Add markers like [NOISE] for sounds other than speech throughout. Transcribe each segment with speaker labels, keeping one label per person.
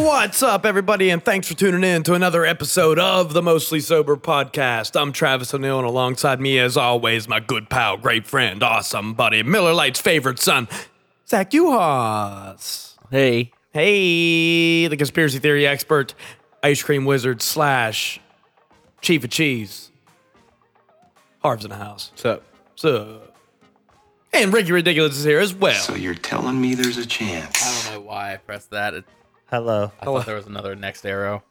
Speaker 1: What's up, everybody, and thanks for tuning in to another episode of the Mostly Sober Podcast. I'm Travis O'Neill, and alongside me, as always, my good pal, great friend, awesome buddy, Miller Lite's favorite son, Zach Uhas.
Speaker 2: Hey.
Speaker 1: Hey, the conspiracy theory expert, ice cream wizard slash chief of cheese, Harv's in the house. What's up? What's up? And Ricky Ridiculous is here as well.
Speaker 3: So you're telling me there's a chance?
Speaker 4: I don't know why I pressed that. It,
Speaker 2: Hello.
Speaker 4: I thought there was another next arrow.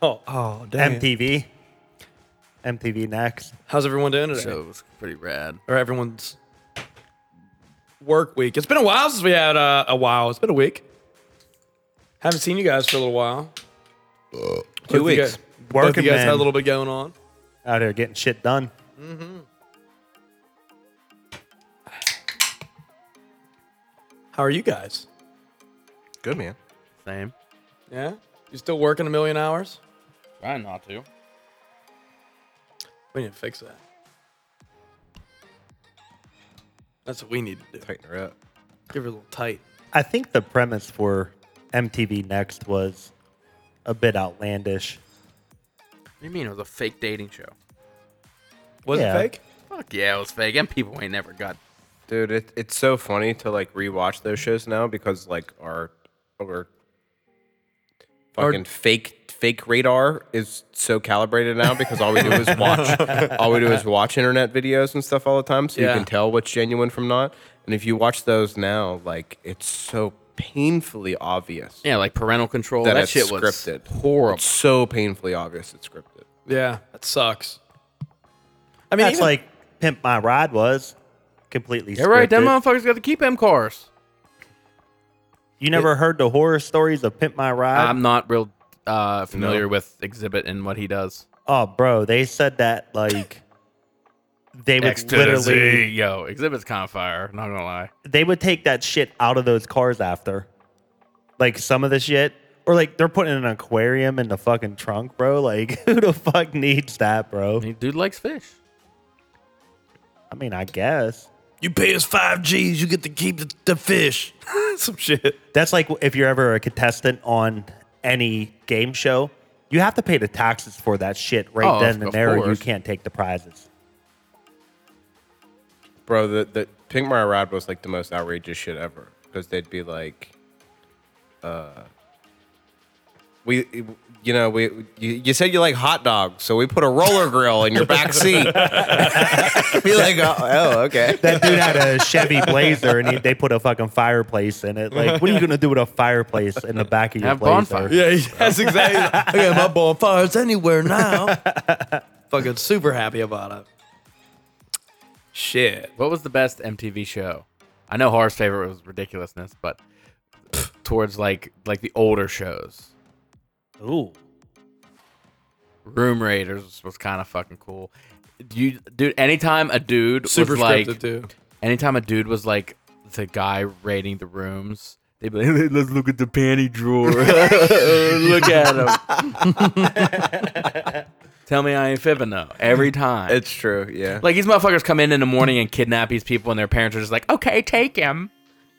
Speaker 1: Oh,
Speaker 2: MTV. MTV next.
Speaker 1: How's everyone doing today?
Speaker 4: So it was pretty rad.
Speaker 1: or everyone's work week. It's been a while since we had uh, a while. It's been a week. Haven't seen you guys for a little while. Two
Speaker 2: Uh,
Speaker 1: Both
Speaker 2: weeks.
Speaker 1: of you
Speaker 2: Working
Speaker 1: guys had a
Speaker 2: man.
Speaker 1: little bit going on.
Speaker 2: Out here getting shit done.
Speaker 1: How are you guys?
Speaker 5: Good man.
Speaker 4: Same.
Speaker 1: Yeah, you still working a million hours?
Speaker 4: Trying not to.
Speaker 1: We need to fix that. That's what we need to do.
Speaker 5: Tighten her up.
Speaker 1: Give her a little tight.
Speaker 2: I think the premise for MTV next was a bit outlandish.
Speaker 4: What do you mean it was a fake dating show?
Speaker 1: Was
Speaker 2: Yeah.
Speaker 1: it fake?
Speaker 4: Fuck yeah, it was fake. And people ain't never got.
Speaker 5: Dude, it, it's so funny to like rewatch those shows now because like our our fucking fake fake radar is so calibrated now because all we do is watch
Speaker 4: [LAUGHS]
Speaker 5: all we do is watch internet videos and stuff all the time so
Speaker 1: Yeah.
Speaker 5: you can tell what's genuine from not. And if you watch those now, like it's so painfully obvious.
Speaker 4: Yeah, like parental control.
Speaker 5: That
Speaker 4: That,
Speaker 5: it's
Speaker 4: shit was
Speaker 5: scripted.
Speaker 4: horrible.
Speaker 5: It's so painfully obvious it's scripted.
Speaker 1: Yeah, that sucks. I mean,
Speaker 2: That's
Speaker 1: even-
Speaker 2: like Pimp My Ride was completely
Speaker 4: Yeah, right. Them
Speaker 2: scripted.
Speaker 4: motherfuckers got to keep them cars.
Speaker 2: You never heard the horror stories of Pimp My Ride?
Speaker 4: I'm not real uh, familiar with Exhibit and what he does.
Speaker 2: oh, bro, they said that like they would literally
Speaker 4: Literally, yo, Exhibit's kind of fire. Not gonna lie.
Speaker 2: they would take that shit out of those cars after. Like some of the shit. Or like they're putting an aquarium in the fucking trunk, bro. Like [LAUGHS] who the fuck needs that, bro?
Speaker 4: Dude likes fish.
Speaker 2: I mean, I guess.
Speaker 1: you pay us five G's, you get to keep the, the fish. [LAUGHS] Some shit.
Speaker 2: That's like if you're ever a contestant on any game show, you have to pay the taxes for that shit right
Speaker 4: Oh,
Speaker 2: then
Speaker 4: of
Speaker 2: and there. or You
Speaker 4: course.
Speaker 2: can't take the prizes.
Speaker 5: Bro, the, the Pink Mario Ride was like the most outrageous shit ever because they'd be like, uh, we, you know, we, you, you said you like hot dogs, so we put a roller grill in your back seat. [LAUGHS] be like, oh, oh, okay.
Speaker 2: That dude
Speaker 4: [LAUGHS]
Speaker 2: had a Chevy Blazer and he, they put a fucking fireplace in it. Like, what are you gonna do with a fireplace in the back of your
Speaker 4: Have
Speaker 2: Blazer?
Speaker 4: bonfire.
Speaker 1: [LAUGHS] Yeah, that's exactly. I got my bonfires anywhere now. [LAUGHS] Fucking super happy about it. Shit.
Speaker 4: What was the best MTV show? I know Horror's favorite was Ridiculousness, but towards like like the older shows,
Speaker 2: Ooh,
Speaker 4: Room Raiders was kind of fucking cool. You dude, anytime a dude
Speaker 1: Super
Speaker 4: was like,
Speaker 1: scripted [LAUGHS] too.
Speaker 4: anytime a dude was like the guy raiding the rooms, they'd be like, let's look at the panty drawer. [LAUGHS] look at him. [LAUGHS] Tell me I ain't fibbing though. Every time.
Speaker 5: It's true, yeah.
Speaker 4: like these motherfuckers come in in the morning and kidnap these people, and their parents are just like, "Okay, take him."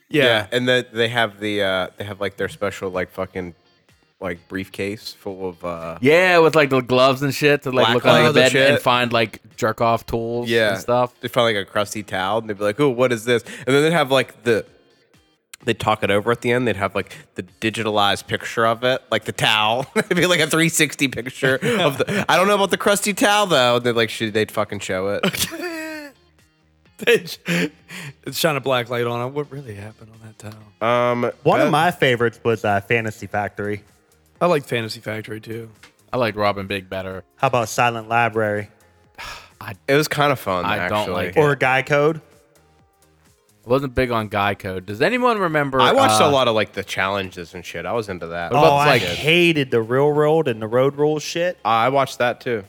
Speaker 5: yeah. And then they have the, uh, they have like their special, like, fucking, like, briefcase full of, uh,
Speaker 4: Yeah, with like the gloves and shit to like
Speaker 5: Black
Speaker 4: look under
Speaker 5: leather
Speaker 4: the bed
Speaker 5: shit.
Speaker 4: and find like jerk off tools
Speaker 5: yeah
Speaker 4: and stuff.
Speaker 5: They find like a crusty towel and they'd be like, "Oh, what is this?" And then they'd have like the they would talk it over at the end. They'd have like the digitalized picture of it, like the towel. [LAUGHS] It'd be like a 360 picture of the. I don't know about the crusty towel though. And they'd like should they'd fucking show
Speaker 4: [LAUGHS]
Speaker 5: it.
Speaker 1: it's shining a black light on it. What really happened on that town?
Speaker 5: Um,
Speaker 2: one
Speaker 5: uh,
Speaker 2: of my favorites was uh, Fantasy Factory.
Speaker 1: I like Fantasy Factory too.
Speaker 4: I like Robin Big better.
Speaker 2: How about Silent Library
Speaker 5: It was kind of fun.
Speaker 4: I don't
Speaker 5: actually.
Speaker 4: like it.
Speaker 2: or Guy Code?
Speaker 4: I wasn't big on guy code. Does anyone remember?
Speaker 5: I watched
Speaker 4: uh,
Speaker 5: a lot of like the challenges and shit. I was into that.
Speaker 2: Oh,
Speaker 4: about
Speaker 2: I
Speaker 4: like-
Speaker 2: hated the real world and the road rules shit.
Speaker 5: I watched that too.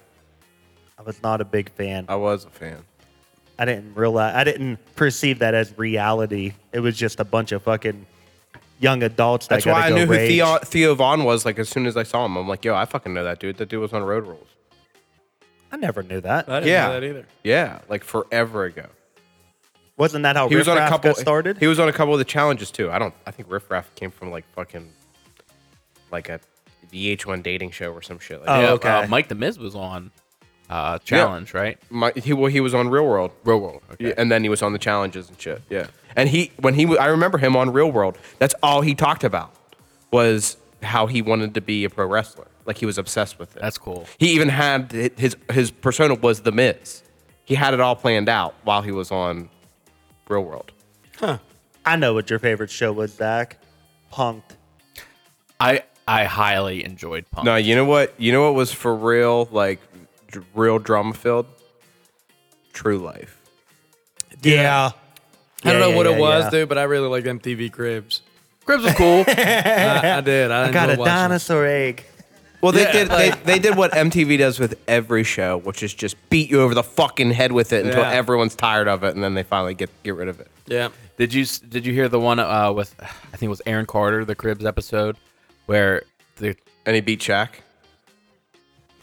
Speaker 2: I was not a big fan.
Speaker 5: I was a fan.
Speaker 2: I didn't realize, I didn't perceive that as reality. It was just a bunch of fucking young adults. That
Speaker 5: That's why
Speaker 2: gotta
Speaker 5: I
Speaker 2: go
Speaker 5: knew who
Speaker 2: rage.
Speaker 5: Theo, Theo Vaughn was. Like as soon as I saw him, I'm like, yo, I fucking know that dude. That dude was on Road Rules.
Speaker 2: I never knew that.
Speaker 1: I didn't
Speaker 5: Yeah,
Speaker 1: know that either.
Speaker 5: Yeah, like forever ago.
Speaker 2: Wasn't that how
Speaker 5: He
Speaker 2: Riff
Speaker 5: was on a
Speaker 2: Raff
Speaker 5: couple.
Speaker 2: got started?
Speaker 5: He was on a couple of the challenges too. I don't. I think Riff Raff came from like fucking, like a VH1 dating show or some shit. Like
Speaker 2: Oh,
Speaker 5: that.
Speaker 4: yeah,
Speaker 2: okay.
Speaker 4: uh, Mike the Miz was on uh, challenge, right?
Speaker 5: My, he well, he was on Real World.
Speaker 4: Real world. Okay.
Speaker 5: Yeah, and then he was on the challenges and shit. Yeah, and he when he w- I remember him on Real World. That's all he talked about was how he wanted to be a pro wrestler. Like he was obsessed with it.
Speaker 4: That's cool.
Speaker 5: He even had hi- his his persona was the Miz. He had it all planned out while he was on Real World.
Speaker 2: I know what your favorite show was, Zach. Punked.
Speaker 4: I I highly enjoyed Punk.
Speaker 5: No, you know what? You know what was for real, like d- real drama filled. True Life.
Speaker 2: Yeah.
Speaker 1: I don't
Speaker 2: Yeah,
Speaker 1: know
Speaker 2: yeah,
Speaker 1: what
Speaker 2: yeah,
Speaker 1: it was,
Speaker 2: yeah.
Speaker 1: dude, but I really liked MTV Cribs.
Speaker 4: Cribs was cool.
Speaker 1: I, I did. I,
Speaker 2: I got a
Speaker 1: enjoyed watching it.
Speaker 2: dinosaur egg.
Speaker 5: Well, they did. they, they did what MTV does with every show, which is just beat you over the fucking head with it until
Speaker 1: Yeah.
Speaker 5: everyone's tired of it, and then they finally get get rid of it.
Speaker 1: Yeah.
Speaker 4: Did you did you hear the one uh, with [SIGHS] I think it was Aaron Carter the Cribs episode where the
Speaker 5: And he beat Shaq.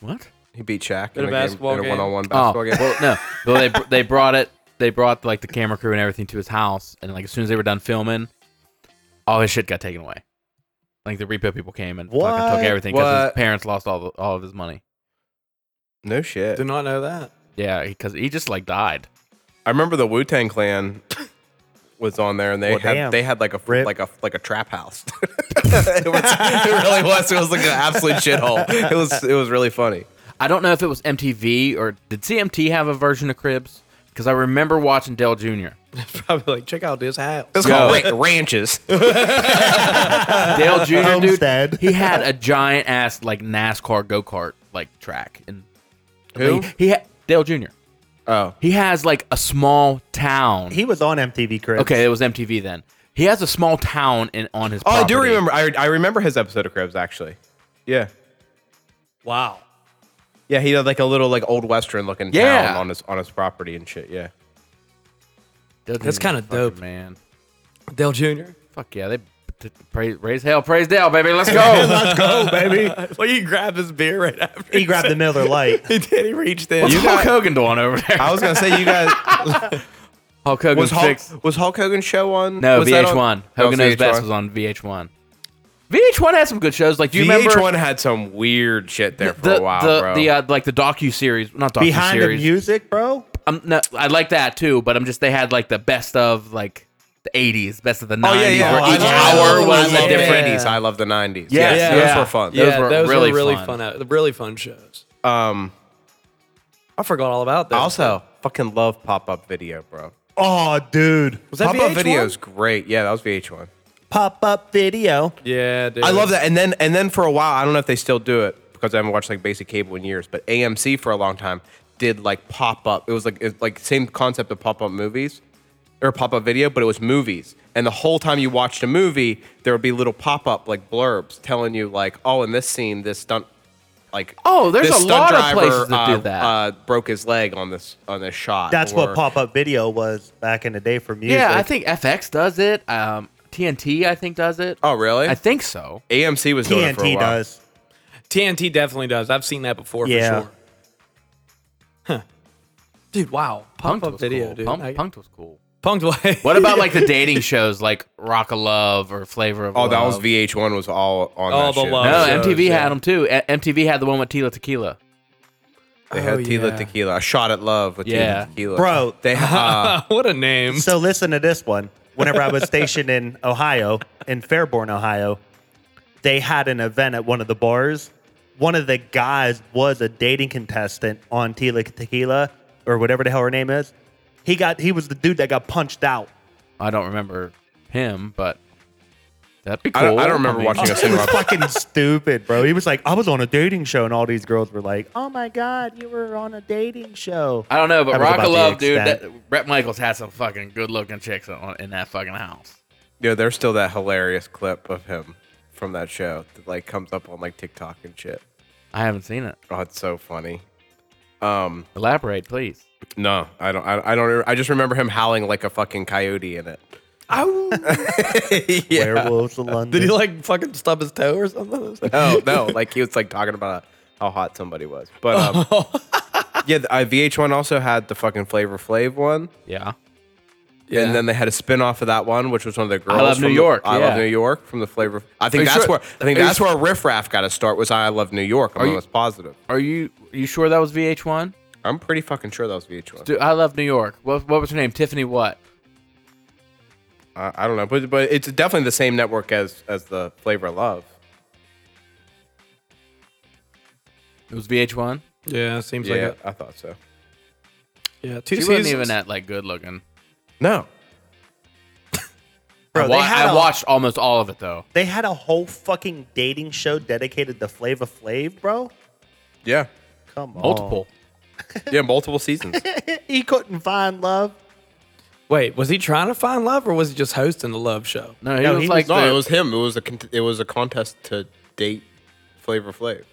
Speaker 4: what?
Speaker 5: He beat Shaq
Speaker 1: In a basketball
Speaker 5: in a
Speaker 1: game.
Speaker 5: one-on-one
Speaker 4: Oh
Speaker 5: basketball game.
Speaker 4: well, no, well they they brought it they brought like the camera crew and everything to his house and like as soon as they were done filming, all his shit got taken away. Like the repo people came and fucking
Speaker 2: What?
Speaker 4: took everything because his
Speaker 5: What?
Speaker 4: parents lost all the, all of his money.
Speaker 5: No shit.
Speaker 1: Did not know that. [LAUGHS]
Speaker 4: Yeah, because he just like died.
Speaker 5: I remember the Wu Tang Clan was on there, and they
Speaker 2: Well,
Speaker 5: had
Speaker 2: damn.
Speaker 5: they had like a
Speaker 2: Rip.
Speaker 5: like a like a trap house. [LAUGHS] it, was, it really was. It was like an absolute shithole. It was it was really funny.
Speaker 4: I don't know if it was MTV or did CMT have a version of Cribs because I remember watching Dell Jr.
Speaker 1: Probably like, check out this house.
Speaker 5: It's called ra- [LAUGHS] ranches.
Speaker 4: Dale
Speaker 5: [LAUGHS]
Speaker 4: Jr.
Speaker 2: Homestead.
Speaker 4: dude, he had a giant ass like NASCAR go kart like track, and
Speaker 5: Who?
Speaker 4: he, he had Dale Jr.
Speaker 5: Oh,
Speaker 4: He has like a small town.
Speaker 2: He was on MTV Cribs.
Speaker 4: okay, it was MTV then. He has a small town in on his.
Speaker 5: oh, I do
Speaker 4: property.
Speaker 5: remember. I I remember his episode of Cribs actually. Yeah.
Speaker 1: Wow.
Speaker 5: Yeah, he had like a little like old western looking
Speaker 4: Yeah.
Speaker 5: town on his on his property and shit. Yeah,
Speaker 4: Dale Jr.
Speaker 1: That's kinda
Speaker 4: fucking
Speaker 1: dope.
Speaker 4: man.
Speaker 1: Dale Jr.
Speaker 4: Fuck yeah, they t- praise, raise hell, praise Dale, baby. Let's
Speaker 5: [LAUGHS]
Speaker 4: go.
Speaker 2: Oh, baby.
Speaker 1: Well, you grabbed his beer right after.
Speaker 2: he grabbed the Miller
Speaker 5: [LAUGHS]
Speaker 2: Light.
Speaker 1: He did. He reached in.
Speaker 4: What's
Speaker 5: You
Speaker 4: Hulk
Speaker 5: got-
Speaker 4: Hogan doing over
Speaker 5: [LAUGHS]
Speaker 4: there?
Speaker 5: I was gonna say
Speaker 4: [LAUGHS]
Speaker 5: you guys
Speaker 4: Hulk Hogan
Speaker 5: was Hulk
Speaker 4: six.
Speaker 5: was Hulk Hogan's show on
Speaker 4: No,
Speaker 5: was that
Speaker 4: VH1.
Speaker 5: on- Oh,
Speaker 4: Hogan
Speaker 5: No,
Speaker 4: Knows Best was on VH1. VH1 had some good shows. Like, do you remember
Speaker 5: VH1 had some weird shit there for
Speaker 4: the
Speaker 5: a while,
Speaker 4: the,
Speaker 5: bro.
Speaker 4: the uh, like the docu series? Not docu
Speaker 2: Behind the
Speaker 4: series.
Speaker 2: music, bro.
Speaker 4: I'm no, I like that too, but I'm just they had like the best of like the 80s, best of the 90s,
Speaker 5: oh yeah, yeah.
Speaker 4: where
Speaker 5: I
Speaker 4: each
Speaker 5: love-
Speaker 4: hour
Speaker 5: I
Speaker 4: was
Speaker 5: love
Speaker 4: a
Speaker 5: the
Speaker 4: different.
Speaker 5: 90s. I love the 90s.
Speaker 4: Yeah,
Speaker 5: yes,
Speaker 4: yeah.
Speaker 5: those were fun.
Speaker 1: yeah,
Speaker 5: Those were really,
Speaker 1: really
Speaker 4: fun.
Speaker 1: fun. out- really fun shows.
Speaker 5: fun. Um,
Speaker 1: I forgot all about
Speaker 5: I
Speaker 1: those.
Speaker 5: also fucking love pop up video, bro.
Speaker 2: Oh, dude.
Speaker 1: was that
Speaker 5: Pop up
Speaker 1: VH1?
Speaker 5: video's great. Yeah, that was VH1.
Speaker 2: Pop up video.
Speaker 1: Yeah, dude.
Speaker 5: I love that. And then and then for a while, I don't know if they still do it because I haven't watched like basic cable in years. But AMC for a long time did like pop up. It was like it, like same concept of pop up movies or pop up video, but it was movies. And the whole time you watched a movie, there would be little pop up like blurbs telling you like, oh, in this scene, this stunt. Like
Speaker 4: Oh, there's
Speaker 5: this
Speaker 4: a
Speaker 5: stunt
Speaker 4: lot of
Speaker 5: driver,
Speaker 4: places that do
Speaker 5: uh,
Speaker 4: that.
Speaker 5: Uh, broke his leg on this on this shot.
Speaker 2: That's
Speaker 5: or-
Speaker 2: what pop up video was back in the day for music.
Speaker 4: Yeah, I think FX does it. Um, TNT, I think, does it.
Speaker 5: Oh, really?
Speaker 4: I think so.
Speaker 5: AMC was doing it for a
Speaker 2: TNT
Speaker 5: while.
Speaker 2: does.
Speaker 1: TNT definitely does. I've seen that before
Speaker 2: Yeah.
Speaker 1: for sure. Huh. Dude, wow. Pump
Speaker 4: Punk'd
Speaker 1: up
Speaker 4: was
Speaker 1: video,
Speaker 4: cool.
Speaker 1: dude.
Speaker 4: Punk,
Speaker 1: I-
Speaker 4: Punk'd was cool.
Speaker 1: Punk'd [LAUGHS] what?
Speaker 4: What about like the dating shows like Rock of Love or Flavor of
Speaker 5: Oh,
Speaker 4: Love?
Speaker 5: that was Oh, VH1 was all on
Speaker 1: All
Speaker 5: that
Speaker 1: the
Speaker 5: shit.
Speaker 1: love.
Speaker 4: No,
Speaker 1: shows,
Speaker 4: MTV
Speaker 1: yeah.
Speaker 4: had them too. A- MTV had the one with Tila Tequila.
Speaker 5: They had
Speaker 1: Oh,
Speaker 5: Tila
Speaker 1: yeah.
Speaker 5: Tequila, a shot at love with
Speaker 4: Yeah.
Speaker 5: Tila Tequila.
Speaker 2: Bro.
Speaker 5: they [LAUGHS] uh,
Speaker 1: [LAUGHS] what a name.
Speaker 5: [LAUGHS]
Speaker 2: So listen to this one. Whenever I was stationed in Ohio, in Fairborn, Ohio, they had an event at one of the bars. One of the guys was a dating contestant on Tila Tequila or whatever the hell her name is. He got he was the dude that got punched out.
Speaker 4: I don't remember him, but That'd be cool.
Speaker 5: I don't- I don't remember
Speaker 4: mean, [LAUGHS]
Speaker 5: watching a
Speaker 2: It was
Speaker 5: [LAUGHS]
Speaker 2: fucking stupid, bro. He was like, I was on a dating show, and all these girls were like, "Oh my god, you were on a dating show."
Speaker 4: I don't know, but
Speaker 2: That was
Speaker 4: Rock
Speaker 2: about
Speaker 4: of
Speaker 2: the
Speaker 4: Love, dude.
Speaker 2: extent.
Speaker 4: That, Brett Michaels had some fucking good looking chicks on, in that fucking house.
Speaker 5: Yeah, there's still that hilarious clip of him from that show that like comes up on like TikTok and shit.
Speaker 4: I haven't seen it.
Speaker 5: Oh, it's so funny. Um,
Speaker 4: Elaborate, please.
Speaker 5: no, I don't. I, I don't. I just remember him howling like a fucking coyote in it.
Speaker 2: Werewolves of
Speaker 5: [LAUGHS]
Speaker 2: London.
Speaker 1: Did he like fucking stub his toe or something? [LAUGHS]
Speaker 5: No, Oh, no, like he was like talking about how hot somebody was. But um,
Speaker 4: [LAUGHS]
Speaker 5: yeah, the, uh, VH1 also had the fucking Flavor Flav one,
Speaker 4: Yeah.
Speaker 5: and then they had a spin off of that one, which was one of the girls.
Speaker 4: Love
Speaker 5: from
Speaker 4: New
Speaker 5: the-
Speaker 4: York,
Speaker 5: I
Speaker 4: yeah.
Speaker 5: love New York from the Flavor. I think
Speaker 4: Are you
Speaker 5: that's
Speaker 4: sure-
Speaker 5: where I think
Speaker 4: are you
Speaker 5: that's
Speaker 4: sure-
Speaker 5: where Riff Raff got to start. Was I Love New York? I'm
Speaker 4: Are you-
Speaker 5: almost positive.
Speaker 4: Are you you sure that was VH1?
Speaker 5: I'm pretty fucking sure that was VH1.
Speaker 4: Dude, I love New York. What, what was her name? Tiffany what?
Speaker 5: I, I don't know, but but it's definitely the same network as as the Flavor of Love.
Speaker 4: It was VH1.
Speaker 1: Yeah, seems
Speaker 5: Yeah,
Speaker 1: like it.
Speaker 5: I thought so.
Speaker 1: Yeah, two
Speaker 4: She wasn't
Speaker 1: seasons.
Speaker 4: even that like good looking.
Speaker 5: No,
Speaker 2: bro,
Speaker 4: I,
Speaker 2: they
Speaker 4: wa-
Speaker 2: had
Speaker 4: I
Speaker 2: a-
Speaker 4: watched almost all of it though.
Speaker 2: They had a whole fucking dating show dedicated to Flava Flav, bro.
Speaker 5: yeah,
Speaker 2: Come on,
Speaker 4: Multiple.
Speaker 5: yeah,
Speaker 4: [LAUGHS]
Speaker 5: multiple seasons.
Speaker 2: He couldn't find love.
Speaker 1: Wait, was he trying to find love or was he just hosting the love show?
Speaker 4: No, he
Speaker 2: No,
Speaker 4: was
Speaker 2: he
Speaker 4: like
Speaker 5: no,
Speaker 4: the-
Speaker 5: it was him. It was a cont- it was a contest to date Flavor Flav.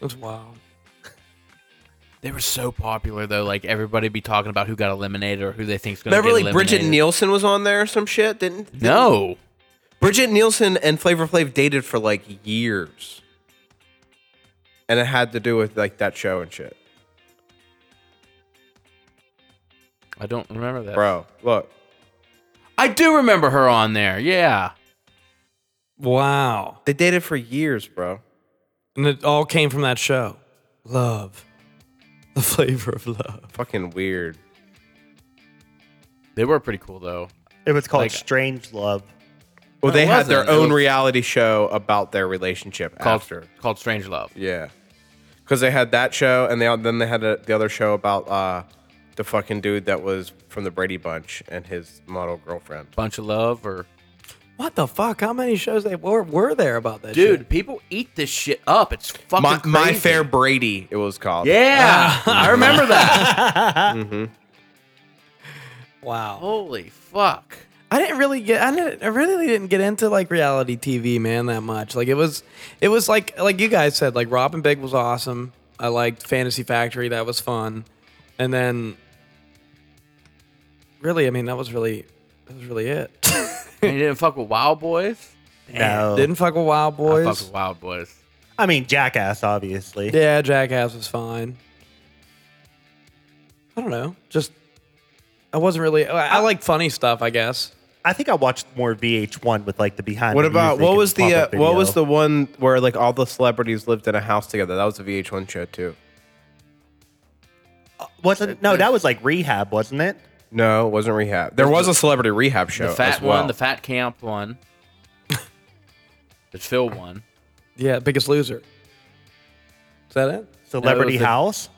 Speaker 1: That's wild.
Speaker 4: they were so popular though. Like everybody be talking about who got eliminated or who they think's gonna
Speaker 5: Remember,
Speaker 4: get
Speaker 5: like Bridget
Speaker 4: eliminated.
Speaker 5: Nielsen was on there or some shit. Didn't
Speaker 4: No.
Speaker 5: Bridget Nielsen and Flavor Flav dated for like years, and it had to do with like that show and shit,
Speaker 4: I don't remember that.
Speaker 5: bro. Look,
Speaker 4: I do remember her on there. Yeah.
Speaker 1: Wow.
Speaker 5: they dated for years, bro.
Speaker 1: And it all came from that show. Love. The flavor of love.
Speaker 5: Fucking weird.
Speaker 4: They were pretty cool though.
Speaker 2: It was called
Speaker 4: Like-
Speaker 2: Strange Love.
Speaker 5: Well,
Speaker 4: No,
Speaker 5: they
Speaker 4: it
Speaker 5: had their
Speaker 4: wasn't. It
Speaker 5: own
Speaker 4: was-
Speaker 5: reality show about their relationship
Speaker 4: Called
Speaker 5: after.
Speaker 4: called Strange Love.
Speaker 5: Yeah, because they had that show, and they then they had a, the other show about uh, the fucking dude that was from the Brady Bunch and his model girlfriend.
Speaker 4: Bunch of love or
Speaker 1: What the fuck? How many shows they were, were there about that
Speaker 4: Dude,
Speaker 1: shit?
Speaker 4: people eat this shit up. It's fucking
Speaker 5: My, my
Speaker 4: crazy.
Speaker 5: fair Brady, it was
Speaker 4: [LAUGHS]
Speaker 5: called.
Speaker 4: Yeah, I remember that.
Speaker 1: Wow.
Speaker 4: Holy fuck!
Speaker 1: I didn't really get I didn't I really didn't get into like reality TV, man, that much. Like it was it was like like you guys said, like Robin Big was awesome. I liked Fantasy Factory, that was fun. And then really, I mean, that was really that was really it. [LAUGHS]
Speaker 4: And you didn't fuck with Wild Boys.
Speaker 2: No,
Speaker 1: Didn't fuck with Wild
Speaker 4: Oh. I
Speaker 1: Boys.
Speaker 4: fucked with Wild Boys.
Speaker 2: I mean Jackass, obviously.
Speaker 1: Yeah, Jackass was fine. I don't know. Just I wasn't really. I, I like funny stuff, I guess.
Speaker 2: I think I watched more VH1 with like the behind.
Speaker 5: What
Speaker 2: the
Speaker 5: about
Speaker 2: music
Speaker 5: what
Speaker 2: and
Speaker 5: was the
Speaker 2: pop-up
Speaker 5: uh, what was
Speaker 2: video.
Speaker 5: the one where like all the celebrities lived in a house together? That was a VH1 show too.
Speaker 2: wasn't no that was like rehab, wasn't it?
Speaker 5: No, it wasn't rehab. There was a celebrity rehab show.
Speaker 4: The fat
Speaker 5: as well.
Speaker 4: one, the fat camp one. the Phil one.
Speaker 1: Yeah, Biggest Loser. Is that it?
Speaker 2: Celebrity
Speaker 4: the-
Speaker 2: House.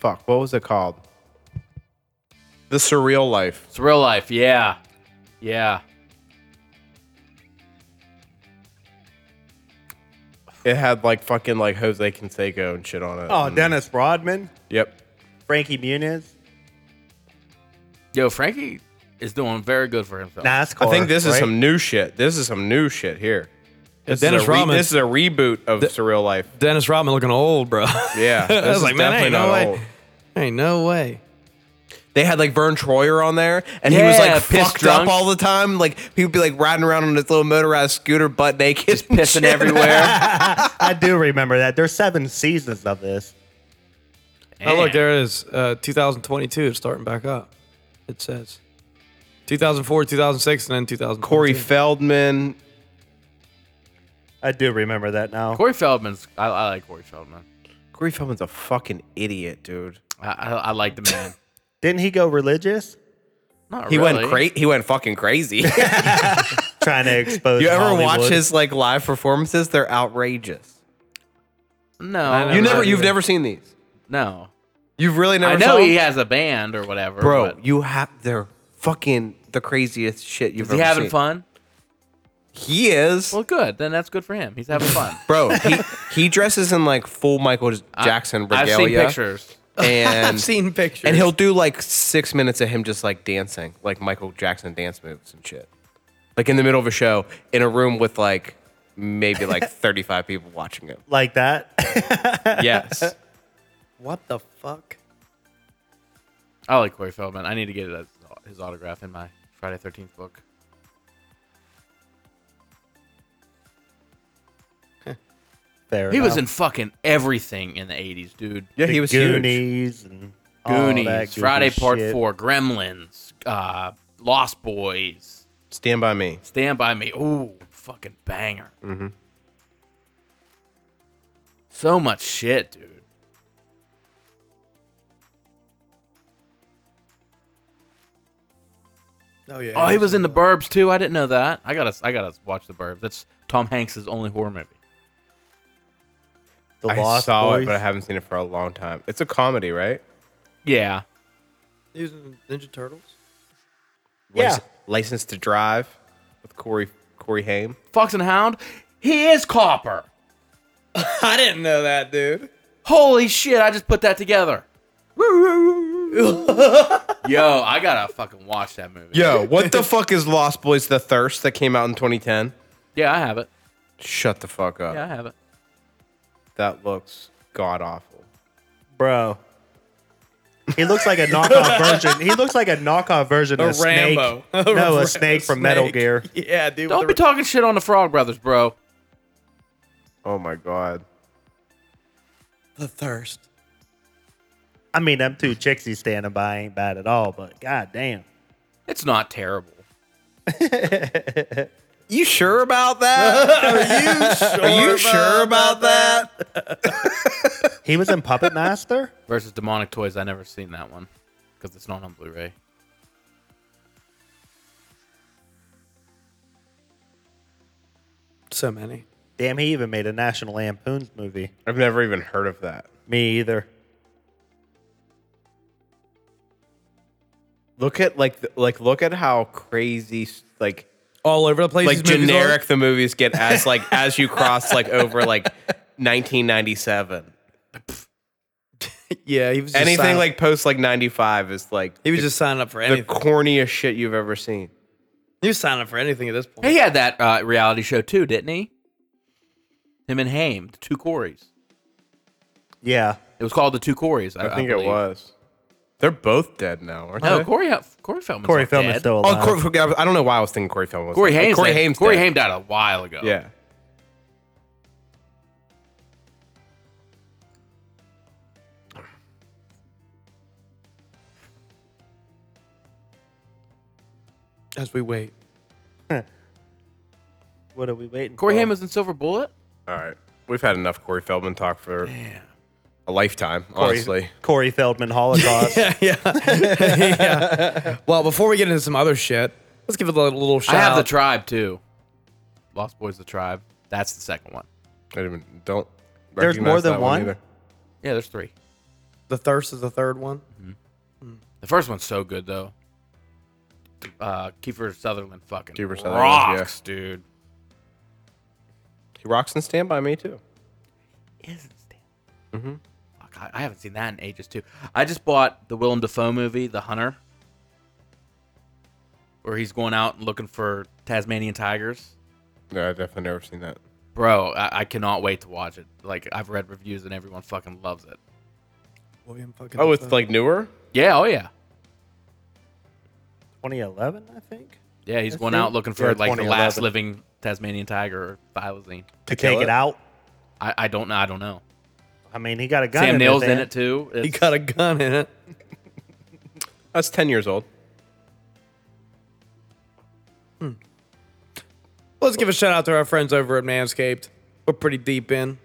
Speaker 5: Fuck, what was it called? The Surreal Life.
Speaker 4: It's real life. Yeah, yeah.
Speaker 5: It had like fucking like Jose Canseco and shit on it.
Speaker 2: Oh,
Speaker 5: And-
Speaker 2: Dennis Rodman,
Speaker 5: Yep.
Speaker 2: Frankie Muniz,
Speaker 4: Yo, Frankie is doing very good for himself.
Speaker 2: NASCAR.
Speaker 5: I think this is
Speaker 2: right?
Speaker 5: some new shit. This is some new shit here. This
Speaker 1: Dennis
Speaker 5: is a
Speaker 1: Rodman.
Speaker 5: This is a reboot of Surreal Life.
Speaker 1: Dennis Rodman looking old, bro. [LAUGHS]
Speaker 5: Yeah,
Speaker 1: I was
Speaker 5: is
Speaker 1: like, man, ain't
Speaker 5: definitely
Speaker 1: no
Speaker 5: not
Speaker 1: way.
Speaker 5: old.
Speaker 1: Ain't no way.
Speaker 5: They had like Vern Troyer on there, and he was
Speaker 4: Yeah,
Speaker 5: like
Speaker 4: pissed
Speaker 5: fucked
Speaker 4: drunk.
Speaker 5: up all the time. Like he would be like riding around on his little motorized scooter, butt naked,
Speaker 4: Just pissing everywhere.
Speaker 2: I do remember that. There's seven seasons of this.
Speaker 1: Oh look,
Speaker 4: Man.
Speaker 1: there it is. Uh, 2022 is starting back up. It says 2004, 2006, and then 2000.
Speaker 5: [LAUGHS] Corey Feldman.
Speaker 2: I do remember that now.
Speaker 4: Corey Feldman's. I, I like Corey Feldman.
Speaker 5: Corey Feldman's a fucking idiot, dude.
Speaker 4: I, I, I like the man.
Speaker 2: Didn't he go religious?
Speaker 4: Not
Speaker 5: [LAUGHS] He
Speaker 4: really.
Speaker 5: went cra- He went fucking crazy.
Speaker 2: Trying to expose.
Speaker 5: you ever watch
Speaker 2: Hollywood.
Speaker 5: his like live performances? They're outrageous.
Speaker 4: No,
Speaker 1: Never
Speaker 5: You never.
Speaker 1: heard
Speaker 5: You've
Speaker 1: of it.
Speaker 5: never seen these.
Speaker 4: No,
Speaker 5: You've really never.
Speaker 4: I know
Speaker 5: saw
Speaker 4: he
Speaker 5: them?
Speaker 4: has a band or whatever.
Speaker 5: Bro,
Speaker 4: but-
Speaker 5: you have. They're fucking the craziest shit you've
Speaker 4: Is
Speaker 5: ever
Speaker 4: he having
Speaker 5: seen.
Speaker 4: fun?
Speaker 5: He is.
Speaker 4: Well, good. Then that's good for him. He's having
Speaker 5: [LAUGHS]
Speaker 4: fun.
Speaker 5: Bro, he, he dresses in like full Michael Jackson
Speaker 4: I've
Speaker 5: regalia.
Speaker 4: seen pictures. [LAUGHS]
Speaker 5: And
Speaker 1: I've seen pictures.
Speaker 5: And he'll do like six minutes of him just like dancing, like Michael Jackson dance moves and shit. Like in the middle of a show in a room with like maybe [LAUGHS] like 35 people watching him.
Speaker 2: like that.
Speaker 5: [LAUGHS]
Speaker 4: Yes.
Speaker 1: What the fuck?
Speaker 4: I like Corey Feldman. I need to get his, his autograph in my Friday Thirteenth book.
Speaker 2: Fair
Speaker 4: He was
Speaker 2: enough.
Speaker 4: in fucking everything in the eighties, dude.
Speaker 5: Yeah,
Speaker 2: The
Speaker 5: he was huge.
Speaker 2: Goonies and all that
Speaker 4: Goonies,
Speaker 2: goofy
Speaker 4: Friday Part
Speaker 2: shit.
Speaker 4: Four, Gremlins, uh, Lost Boys,
Speaker 5: Stand by me.
Speaker 4: Stand by Me. Ooh, fucking banger. Mm-hmm. So much shit, dude.
Speaker 1: Oh yeah.
Speaker 4: Oh, he was in the Burbs too. I didn't know that. I gotta, I gotta watch the Burbs. That's Tom Hanks' only horror movie.
Speaker 2: The
Speaker 5: I
Speaker 2: Lost
Speaker 5: saw
Speaker 2: Boys.
Speaker 5: it, but I haven't seen it for a long time. It's a comedy, right?
Speaker 4: Yeah,
Speaker 1: He was in Ninja Turtles.
Speaker 2: Yeah.
Speaker 5: Lic- License to Drive with Corey Corey Haim.
Speaker 4: Fox and Hound. He is Copper.
Speaker 1: I didn't know that, dude.
Speaker 4: Holy shit! I just put that together. Yo, I gotta fucking watch that movie.
Speaker 5: Yo, what the fuck is Lost Boys The Thirst that came out in 2010?
Speaker 4: yeah, I have it.
Speaker 5: Shut the fuck up.
Speaker 4: Yeah, I have it.
Speaker 5: That looks god awful.
Speaker 2: bro. He looks like a knockoff version. He looks like a knockoff version
Speaker 1: A
Speaker 2: of Snake.
Speaker 5: [LAUGHS]
Speaker 1: Rambo.
Speaker 2: No, a snake from Metal Gear.
Speaker 1: Yeah, dude.
Speaker 4: Don't be
Speaker 1: with the-
Speaker 4: talking shit on the Frog Brothers, bro.
Speaker 5: Oh my god.
Speaker 1: the thirst.
Speaker 2: I mean, them two chicks he's standing by ain't bad at all, but god damn.
Speaker 4: It's not terrible.
Speaker 5: You sure about that? [LAUGHS] Are you sure, about that?
Speaker 2: He was in Puppet Master?
Speaker 4: Versus Demonic Toys, I never seen that one because it's not on Blu-ray.
Speaker 1: So many.
Speaker 2: Damn, he even made a National Lampoon's movie.
Speaker 5: I've never even heard of that.
Speaker 2: Me either.
Speaker 5: Look at like the, like look at how crazy like
Speaker 1: All over the place.
Speaker 5: like
Speaker 1: these movies are.
Speaker 5: generic the movies get as like as you cross like over like [LAUGHS] 1997.
Speaker 1: [LAUGHS] Yeah, he was just
Speaker 5: Anything
Speaker 1: signing-
Speaker 5: like post like 95 is like
Speaker 1: he was
Speaker 5: the,
Speaker 1: just signing up for
Speaker 5: the
Speaker 1: anything.
Speaker 5: corniest shit you've ever seen.
Speaker 1: He was signing up for anything at this point.
Speaker 4: He had that uh, reality show too, didn't he? Him and Haim, the two Corys.
Speaker 2: Yeah.
Speaker 4: It was called the Two Corys. I,
Speaker 5: I think it
Speaker 4: believe.
Speaker 5: was. They're both dead now, aren't
Speaker 4: No,
Speaker 5: they?
Speaker 4: Corey, Corey Feldman.
Speaker 2: Corey Feldman's still
Speaker 5: Oh,
Speaker 2: alive.
Speaker 5: Corey, okay, I don't know why I was thinking Corey Feldman. Was
Speaker 4: Corey
Speaker 5: dead.
Speaker 4: Haim's
Speaker 5: Corey
Speaker 4: dead.
Speaker 5: Haim's
Speaker 4: Corey
Speaker 5: dead.
Speaker 4: Haim died a while ago.
Speaker 5: Yeah.
Speaker 1: As we wait.
Speaker 2: what are we waiting
Speaker 4: Corey
Speaker 2: for?
Speaker 4: Haim was in Silver Bullet.
Speaker 5: All right. We've had enough Corey Feldman talk for a lifetime,
Speaker 2: Corey-
Speaker 5: honestly.
Speaker 2: Corey Feldman Holocaust.
Speaker 1: yeah, yeah. Yeah. Well, before we get into some other shit, let's give it a little, little shout
Speaker 4: I have the
Speaker 1: out.
Speaker 4: Tribe too. Lost Boys, the Tribe. That's the second one.
Speaker 5: I didn't, don't.
Speaker 2: There's more
Speaker 5: recognize
Speaker 2: than
Speaker 5: that
Speaker 2: one?
Speaker 5: either.
Speaker 4: Yeah, there's three.
Speaker 1: the thirst is the third one.
Speaker 4: The first one's so good though. Uh, Kiefer Sutherland fucking
Speaker 5: Kiefer Sutherland,
Speaker 4: rocks, dude.
Speaker 5: He rocks and stand by me too.
Speaker 4: Isn't mm-hmm. Fuck, I, I haven't seen that in ages too. I just bought the Willem Dafoe movie, The Hunter, where he's going out and looking for Tasmanian tigers.
Speaker 5: No, I've definitely never seen that.
Speaker 4: Bro, I, I cannot wait to watch it. Like I've read reviews and everyone fucking loves it.
Speaker 1: William fucking.
Speaker 5: Oh, it's
Speaker 1: Dafoe.
Speaker 5: like newer.
Speaker 4: Yeah, oh yeah,
Speaker 2: 2011, I think.
Speaker 4: yeah. He's
Speaker 2: That's
Speaker 4: going
Speaker 2: it?
Speaker 4: out looking for
Speaker 2: Yeah,
Speaker 4: like the last
Speaker 2: 2011.
Speaker 4: living Tasmanian tiger or thylacine.
Speaker 2: To
Speaker 5: kill
Speaker 2: take
Speaker 5: it?
Speaker 2: it out.
Speaker 4: I, I don't know. I don't know.
Speaker 2: I mean, he got a gun.
Speaker 4: Sam
Speaker 2: in
Speaker 4: Neill's in
Speaker 2: van.
Speaker 4: it too.
Speaker 1: he
Speaker 4: It's-
Speaker 1: got a gun in it.
Speaker 5: That's ten years old.
Speaker 1: Hmm. Let's give a shout out to our friends over at Manscaped. We're pretty deep in.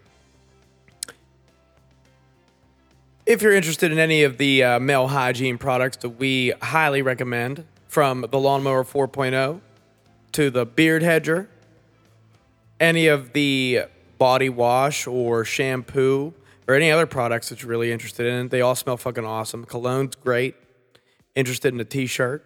Speaker 1: If you're interested in any of the uh, male hygiene products that we highly recommend, from the Lawnmower 4.0 to the Beard Hedger, any of the body wash or shampoo or any other products that you're really interested in, they all smell fucking awesome. Cologne's great. Interested in a t shirt?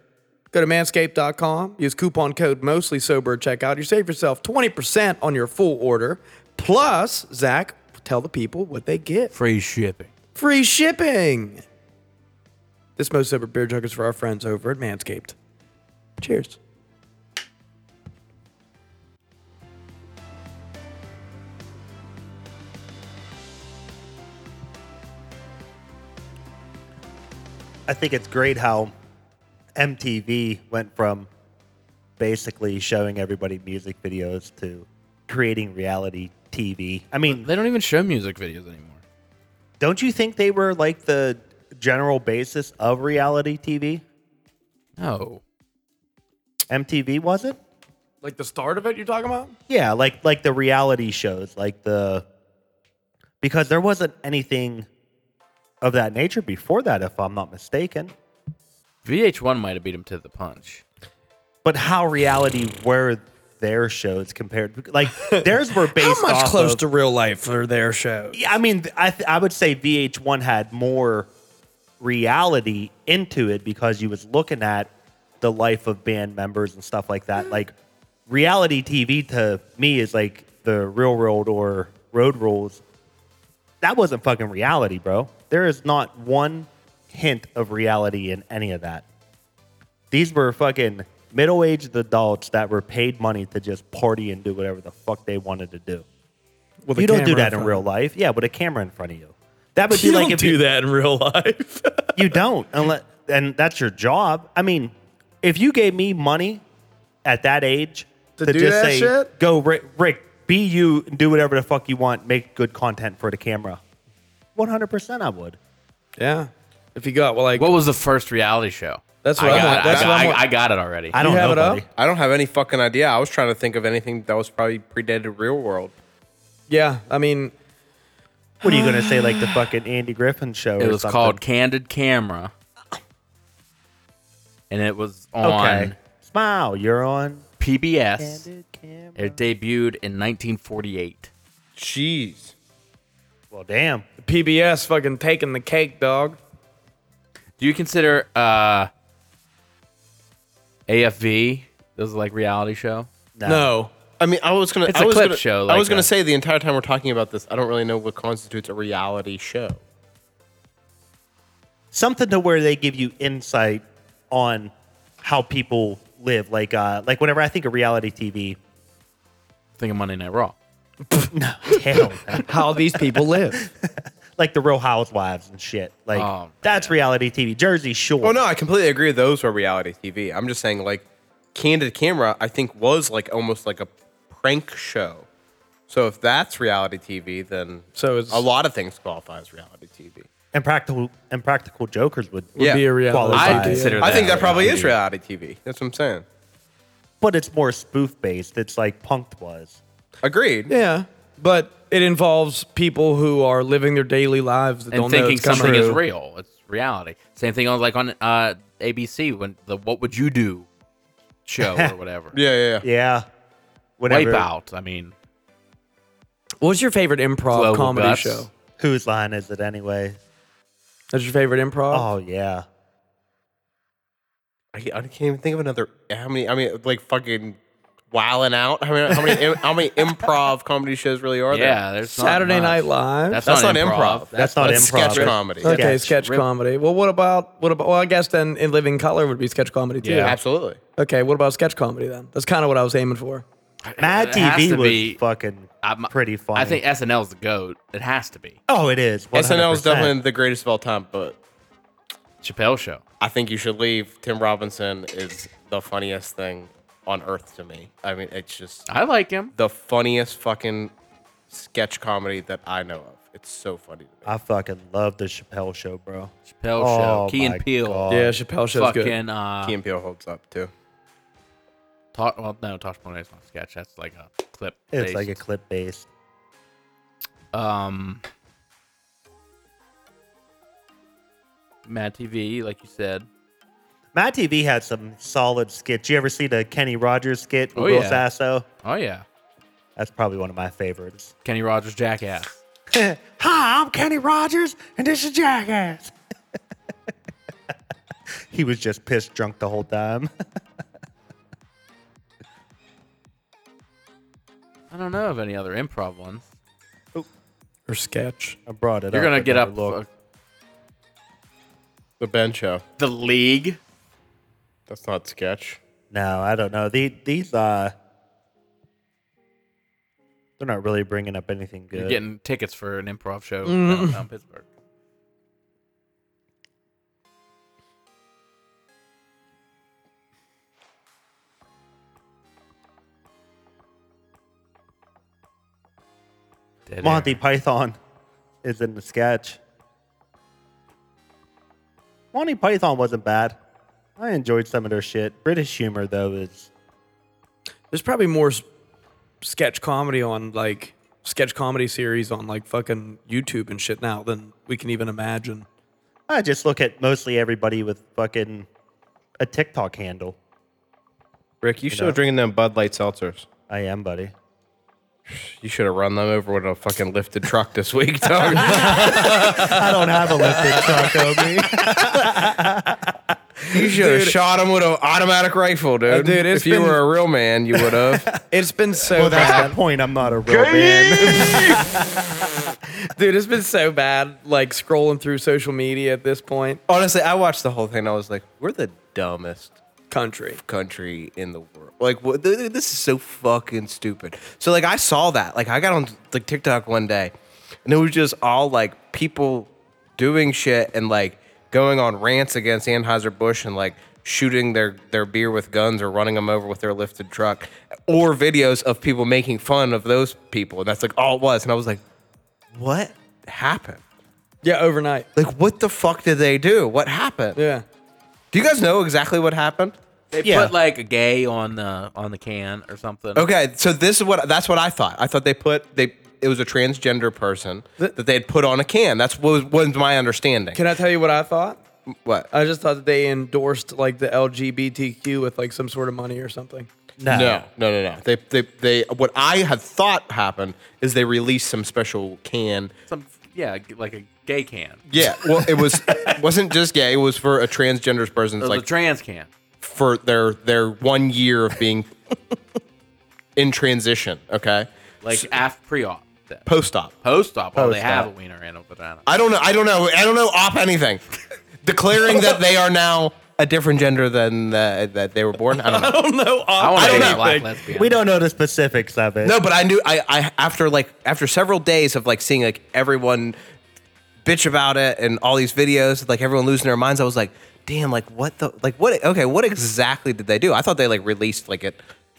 Speaker 1: Go to manscaped.com, use coupon code mostly sober at checkout. You save yourself 20% on your full order. Plus, Zach, tell the people what they get
Speaker 4: Free shipping.
Speaker 1: free shipping. This most sober beer jug is for our friends over at Manscaped. Cheers.
Speaker 2: I think it's great how MTV went from basically showing everybody music videos to creating reality TV. I mean,
Speaker 4: They don't even show music videos anymore.
Speaker 2: don't you think they were like the general basis of reality TV?
Speaker 4: No.
Speaker 2: MTV was it?
Speaker 1: Like the start of it, you're talking about?
Speaker 2: Yeah, like like the reality shows, like the because there wasn't anything of that nature before that, if I'm not mistaken.
Speaker 4: VH1 might have beat him to the punch.
Speaker 2: But how reality were their shows compared?
Speaker 1: [LAUGHS]
Speaker 2: Like theirs were based
Speaker 1: How much
Speaker 2: off
Speaker 1: close
Speaker 2: of,
Speaker 1: to real life are their shows?
Speaker 2: Yeah, I mean, th- I th- I would say VH1 had more reality into it because you was looking at the life of band members and stuff like that. Like reality TV to me is like the real world or road rules. That wasn't fucking reality, bro. There is not one hint of reality in any of that. These were fucking middle-aged adults that were paid money to just party and do whatever the fuck they wanted to do
Speaker 1: With
Speaker 2: you
Speaker 1: a
Speaker 2: don't do
Speaker 1: camera
Speaker 2: that in
Speaker 1: front.
Speaker 2: real life. Yeah, with a camera in front of you. That would
Speaker 1: [LAUGHS]
Speaker 2: be
Speaker 1: You
Speaker 2: like
Speaker 1: don't
Speaker 2: if
Speaker 1: do
Speaker 2: you,
Speaker 1: that in real life.
Speaker 2: you don't unless and that's your job. I mean, if you gave me money at that age
Speaker 1: To do that shit?
Speaker 2: go Rick, Rick, be you, and do whatever the fuck you want, make good content for the camera. One hundred percent, I would.
Speaker 1: yeah. If you got, well, like,
Speaker 4: What was the first reality show?
Speaker 1: That's what
Speaker 4: I
Speaker 1: I
Speaker 4: got.
Speaker 1: want- that's
Speaker 4: I, got
Speaker 1: what I
Speaker 4: I-
Speaker 1: want.
Speaker 4: I got it already.
Speaker 2: I
Speaker 1: You
Speaker 2: don't
Speaker 1: have
Speaker 2: know,
Speaker 1: it up?
Speaker 2: buddy.
Speaker 5: I don't have any fucking idea. I was trying to think of anything that was probably predated real world.
Speaker 1: yeah, I mean,
Speaker 2: What are you gonna say, like the fucking Andy Griffin show?
Speaker 4: it
Speaker 2: or
Speaker 4: was
Speaker 2: something?
Speaker 4: called Candid Camera, and it was on
Speaker 2: Okay. Smile, you're on.
Speaker 4: PBS.
Speaker 2: camera.
Speaker 4: It debuted in 1948.
Speaker 5: Jeez.
Speaker 2: Well, damn.
Speaker 1: PBS fucking taking the cake, dog.
Speaker 4: Do you consider uh, AFV? Those are like reality show.
Speaker 2: No.
Speaker 5: I mean, I was gonna.
Speaker 4: It's
Speaker 5: I
Speaker 4: a
Speaker 5: was
Speaker 4: clip
Speaker 5: gonna-
Speaker 4: show,
Speaker 5: I
Speaker 4: like
Speaker 5: was gonna
Speaker 4: a-
Speaker 5: say the entire time we're talking about this, I don't really know what constitutes a reality show.
Speaker 2: something to where they give you insight on how people live. Like uh, like whenever I think of reality TV,
Speaker 4: Think of Monday Night Raw.
Speaker 2: [LAUGHS] hell, man.
Speaker 1: [LAUGHS] How these people live.
Speaker 2: like the Real Housewives and shit. Like
Speaker 4: Oh,
Speaker 2: that's reality TV. Jersey Shore.
Speaker 1: Oh,
Speaker 5: Well, no, I completely agree. Those were reality TV. I'm just saying, like, Candid Camera, I think was like almost like a prank show. So if that's reality TV, then
Speaker 1: So it's-
Speaker 5: a lot of things qualify as reality TV.
Speaker 2: and practical and practical jokers would.
Speaker 5: Yeah.
Speaker 1: Be a reality.
Speaker 2: Qualified.
Speaker 4: I
Speaker 2: I'd
Speaker 4: consider.
Speaker 5: I think that probably
Speaker 4: reality.
Speaker 5: is reality TV. That's what I'm saying.
Speaker 2: but it's more spoof based. It's like Punked was.
Speaker 5: Agreed.
Speaker 1: Yeah, but it involves people who are living their daily lives that
Speaker 4: and
Speaker 1: don't know
Speaker 4: thinking
Speaker 1: it's coming.
Speaker 4: something is
Speaker 1: True.
Speaker 4: real. It's reality. Same thing on like on uh, ABC when the "What Would You Do" show or whatever.
Speaker 5: Yeah, yeah, yeah.
Speaker 2: Yeah. Whenever,
Speaker 4: Wipeout. I mean,
Speaker 1: What's your favorite improv
Speaker 4: Global
Speaker 1: comedy
Speaker 4: Guts.
Speaker 1: show?
Speaker 2: Whose line is it anyway?
Speaker 1: That's your favorite improv?
Speaker 2: Oh yeah.
Speaker 5: I, I can't even think of another. How many? I mean, like fucking wilding out. How many? How many? how many improv comedy shows really are there?
Speaker 4: yeah. There's not
Speaker 1: Saturday
Speaker 4: much.
Speaker 1: Night Live.
Speaker 4: That's,
Speaker 5: That's
Speaker 4: not,
Speaker 5: not
Speaker 4: improv.
Speaker 5: improv.
Speaker 2: That's not
Speaker 5: That's
Speaker 2: improv.
Speaker 5: sketch comedy.
Speaker 1: okay, sketch,
Speaker 2: sketch.
Speaker 1: comedy. Well, what about what about? Well, I guess then in Living Color would be sketch comedy too.
Speaker 4: Yeah.
Speaker 5: Absolutely.
Speaker 1: Okay, what about sketch comedy then? That's kind of what I was aiming for.
Speaker 2: Mad
Speaker 4: It has
Speaker 2: TV
Speaker 4: to
Speaker 2: was
Speaker 4: be-
Speaker 2: fucking
Speaker 4: I'm-
Speaker 2: pretty funny.
Speaker 4: I think SNL's the goat. It has to be
Speaker 2: Oh, it is.
Speaker 5: SNL is
Speaker 2: 100%.
Speaker 5: definitely the greatest of all time, but
Speaker 4: Chappelle show.
Speaker 5: I think you should leave. Tim Robinson is the funniest thing on earth to me. I mean, it's just
Speaker 4: I like him.
Speaker 5: the funniest fucking sketch comedy that I know of. It's so funny. To me.
Speaker 2: I fucking love the Chappelle Show, bro.
Speaker 4: Chappelle show.
Speaker 2: Oh,
Speaker 4: Key
Speaker 2: my
Speaker 4: and Peele.
Speaker 2: God.
Speaker 1: yeah, Chappelle show's good.
Speaker 4: Fucking uh,
Speaker 5: Key and Peele holds up too.
Speaker 4: talk. Well, no, Tosh Monet's not sketch. That's like a clip.
Speaker 2: It's
Speaker 4: based.
Speaker 2: like a clip based.
Speaker 4: um. Mad TV, like you said.
Speaker 2: Matt TV had some solid skits. You ever see the Kenny Rogers skit with
Speaker 4: Oh,
Speaker 2: Will
Speaker 4: yeah.
Speaker 2: Sasso?
Speaker 4: Oh yeah,
Speaker 2: That's probably one of my favorites.
Speaker 4: Kenny Rogers, Jackass.
Speaker 2: Hi, I'm Kenny Rogers, and this is Jackass. [LAUGHS] He was just pissed drunk the whole time. [LAUGHS]
Speaker 4: I don't know of any other improv ones.
Speaker 1: Or sketch.
Speaker 2: I brought it
Speaker 4: You're
Speaker 2: up.
Speaker 4: gonna
Speaker 2: I
Speaker 4: get
Speaker 2: never
Speaker 4: up
Speaker 2: looked.
Speaker 4: uh,
Speaker 5: The Ben Show.
Speaker 4: the league.
Speaker 5: That's not sketch.
Speaker 2: No, I don't know. The, these, uh, they're not really bringing up anything
Speaker 4: You're
Speaker 2: good.
Speaker 4: getting tickets for an improv show downtown Pittsburgh. Dead air.
Speaker 2: Monty Python is in the sketch. Monty Python wasn't bad. I enjoyed some of their shit. British humor though is
Speaker 1: There's probably more s- sketch comedy on like sketch comedy series on like fucking YouTube and shit now than we can even imagine.
Speaker 2: I just look at mostly everybody with fucking a TikTok handle.
Speaker 5: Rick, you still
Speaker 2: know.
Speaker 5: drinking them Bud Light seltzers?
Speaker 2: I am, buddy.
Speaker 5: You should have run them over with a fucking lifted truck this week, [LAUGHS] dog.
Speaker 2: I don't have a lifted truck on me.
Speaker 5: you should have shot him with an automatic rifle, dude.
Speaker 1: Uh, dude, it's
Speaker 5: if you
Speaker 1: been-
Speaker 5: were a real man, you would have.
Speaker 1: It's been so
Speaker 2: Well, that's
Speaker 1: bad.
Speaker 2: the point. I'm not a real man.
Speaker 1: Dude, it's been so bad like scrolling through social media at this point.
Speaker 5: [LAUGHS] Honestly, I watched the whole thing. I was like, we're the dumbest
Speaker 1: Country.
Speaker 5: country in the world. Like, wha- th- th- this is so fucking stupid. So, like, I saw that. Like, I got on like TikTok one day, and it was just all like people doing shit and like going on rants against Anheuser Busch and like shooting their their beer with guns or running them over with their lifted truck, or videos of people making fun of those people. And that's like all it was. And I was like, what happened?
Speaker 1: Yeah, overnight.
Speaker 5: Like, what the fuck did they do? What happened?
Speaker 1: Yeah.
Speaker 5: Do you guys know exactly what happened?
Speaker 4: They
Speaker 2: Yeah.
Speaker 4: put like a gay on the on the can or something.
Speaker 5: Okay, so this is what that's what I thought. I thought they put they it was a transgender person that they had put on a can. That's what was, was my understanding.
Speaker 1: Can I tell you what I Uh, thought?
Speaker 5: what?
Speaker 1: I just thought that they endorsed like the LGBTQ with like some sort of money or something.
Speaker 2: no.
Speaker 5: no, no, no, no. They, they, they. What I had thought happened is they released some special can.
Speaker 4: Some yeah, g- like a gay can.
Speaker 5: Yeah, [LAUGHS] well, it was wasn't just gay. It was for a transgender person's
Speaker 4: Or
Speaker 5: like
Speaker 4: the trans can.
Speaker 5: for their their one year of being [LAUGHS] in transition. Okay,
Speaker 4: Like af pre op.
Speaker 5: post op.
Speaker 4: Post op. Well, they
Speaker 2: Post-op.
Speaker 4: have a wiener and a vagina.
Speaker 5: I don't know. I don't know. I don't know op anything. Declaring that they are now a different gender than uh, that they were born. I don't know.
Speaker 1: Oh, No,
Speaker 4: I want
Speaker 5: I
Speaker 4: to be
Speaker 5: don't know.
Speaker 4: a black lesbian.
Speaker 2: We don't know the specifics of it.
Speaker 5: No, but I knew I, I after like after several days of like seeing like everyone bitch about it and all these videos, like everyone losing their minds, I was like, damn, like what the like what okay, what exactly did they do? I thought they like released like it.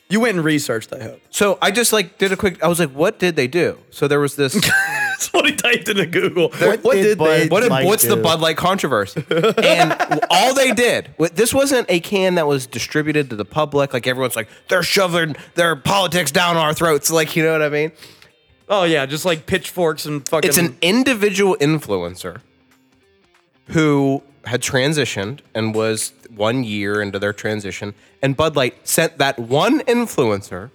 Speaker 1: you went and researched, I hope.
Speaker 5: So I just like did a quick I was like, what did they do? So there was this
Speaker 1: [LAUGHS] That's what he typed into Google.
Speaker 2: What did Bud
Speaker 5: what did,
Speaker 2: Light
Speaker 5: what's the
Speaker 2: do?
Speaker 5: Bud Light controversy? and [LAUGHS] all they did, wa- this wasn't a can that was distributed to the public. Like everyone's like, they're shoving their politics down our throats. Like, you know what I mean?
Speaker 1: Oh yeah, just like pitchforks and fucking.
Speaker 5: It's an individual influencer who had transitioned and was one year into their transition, and Bud Light sent that one influencer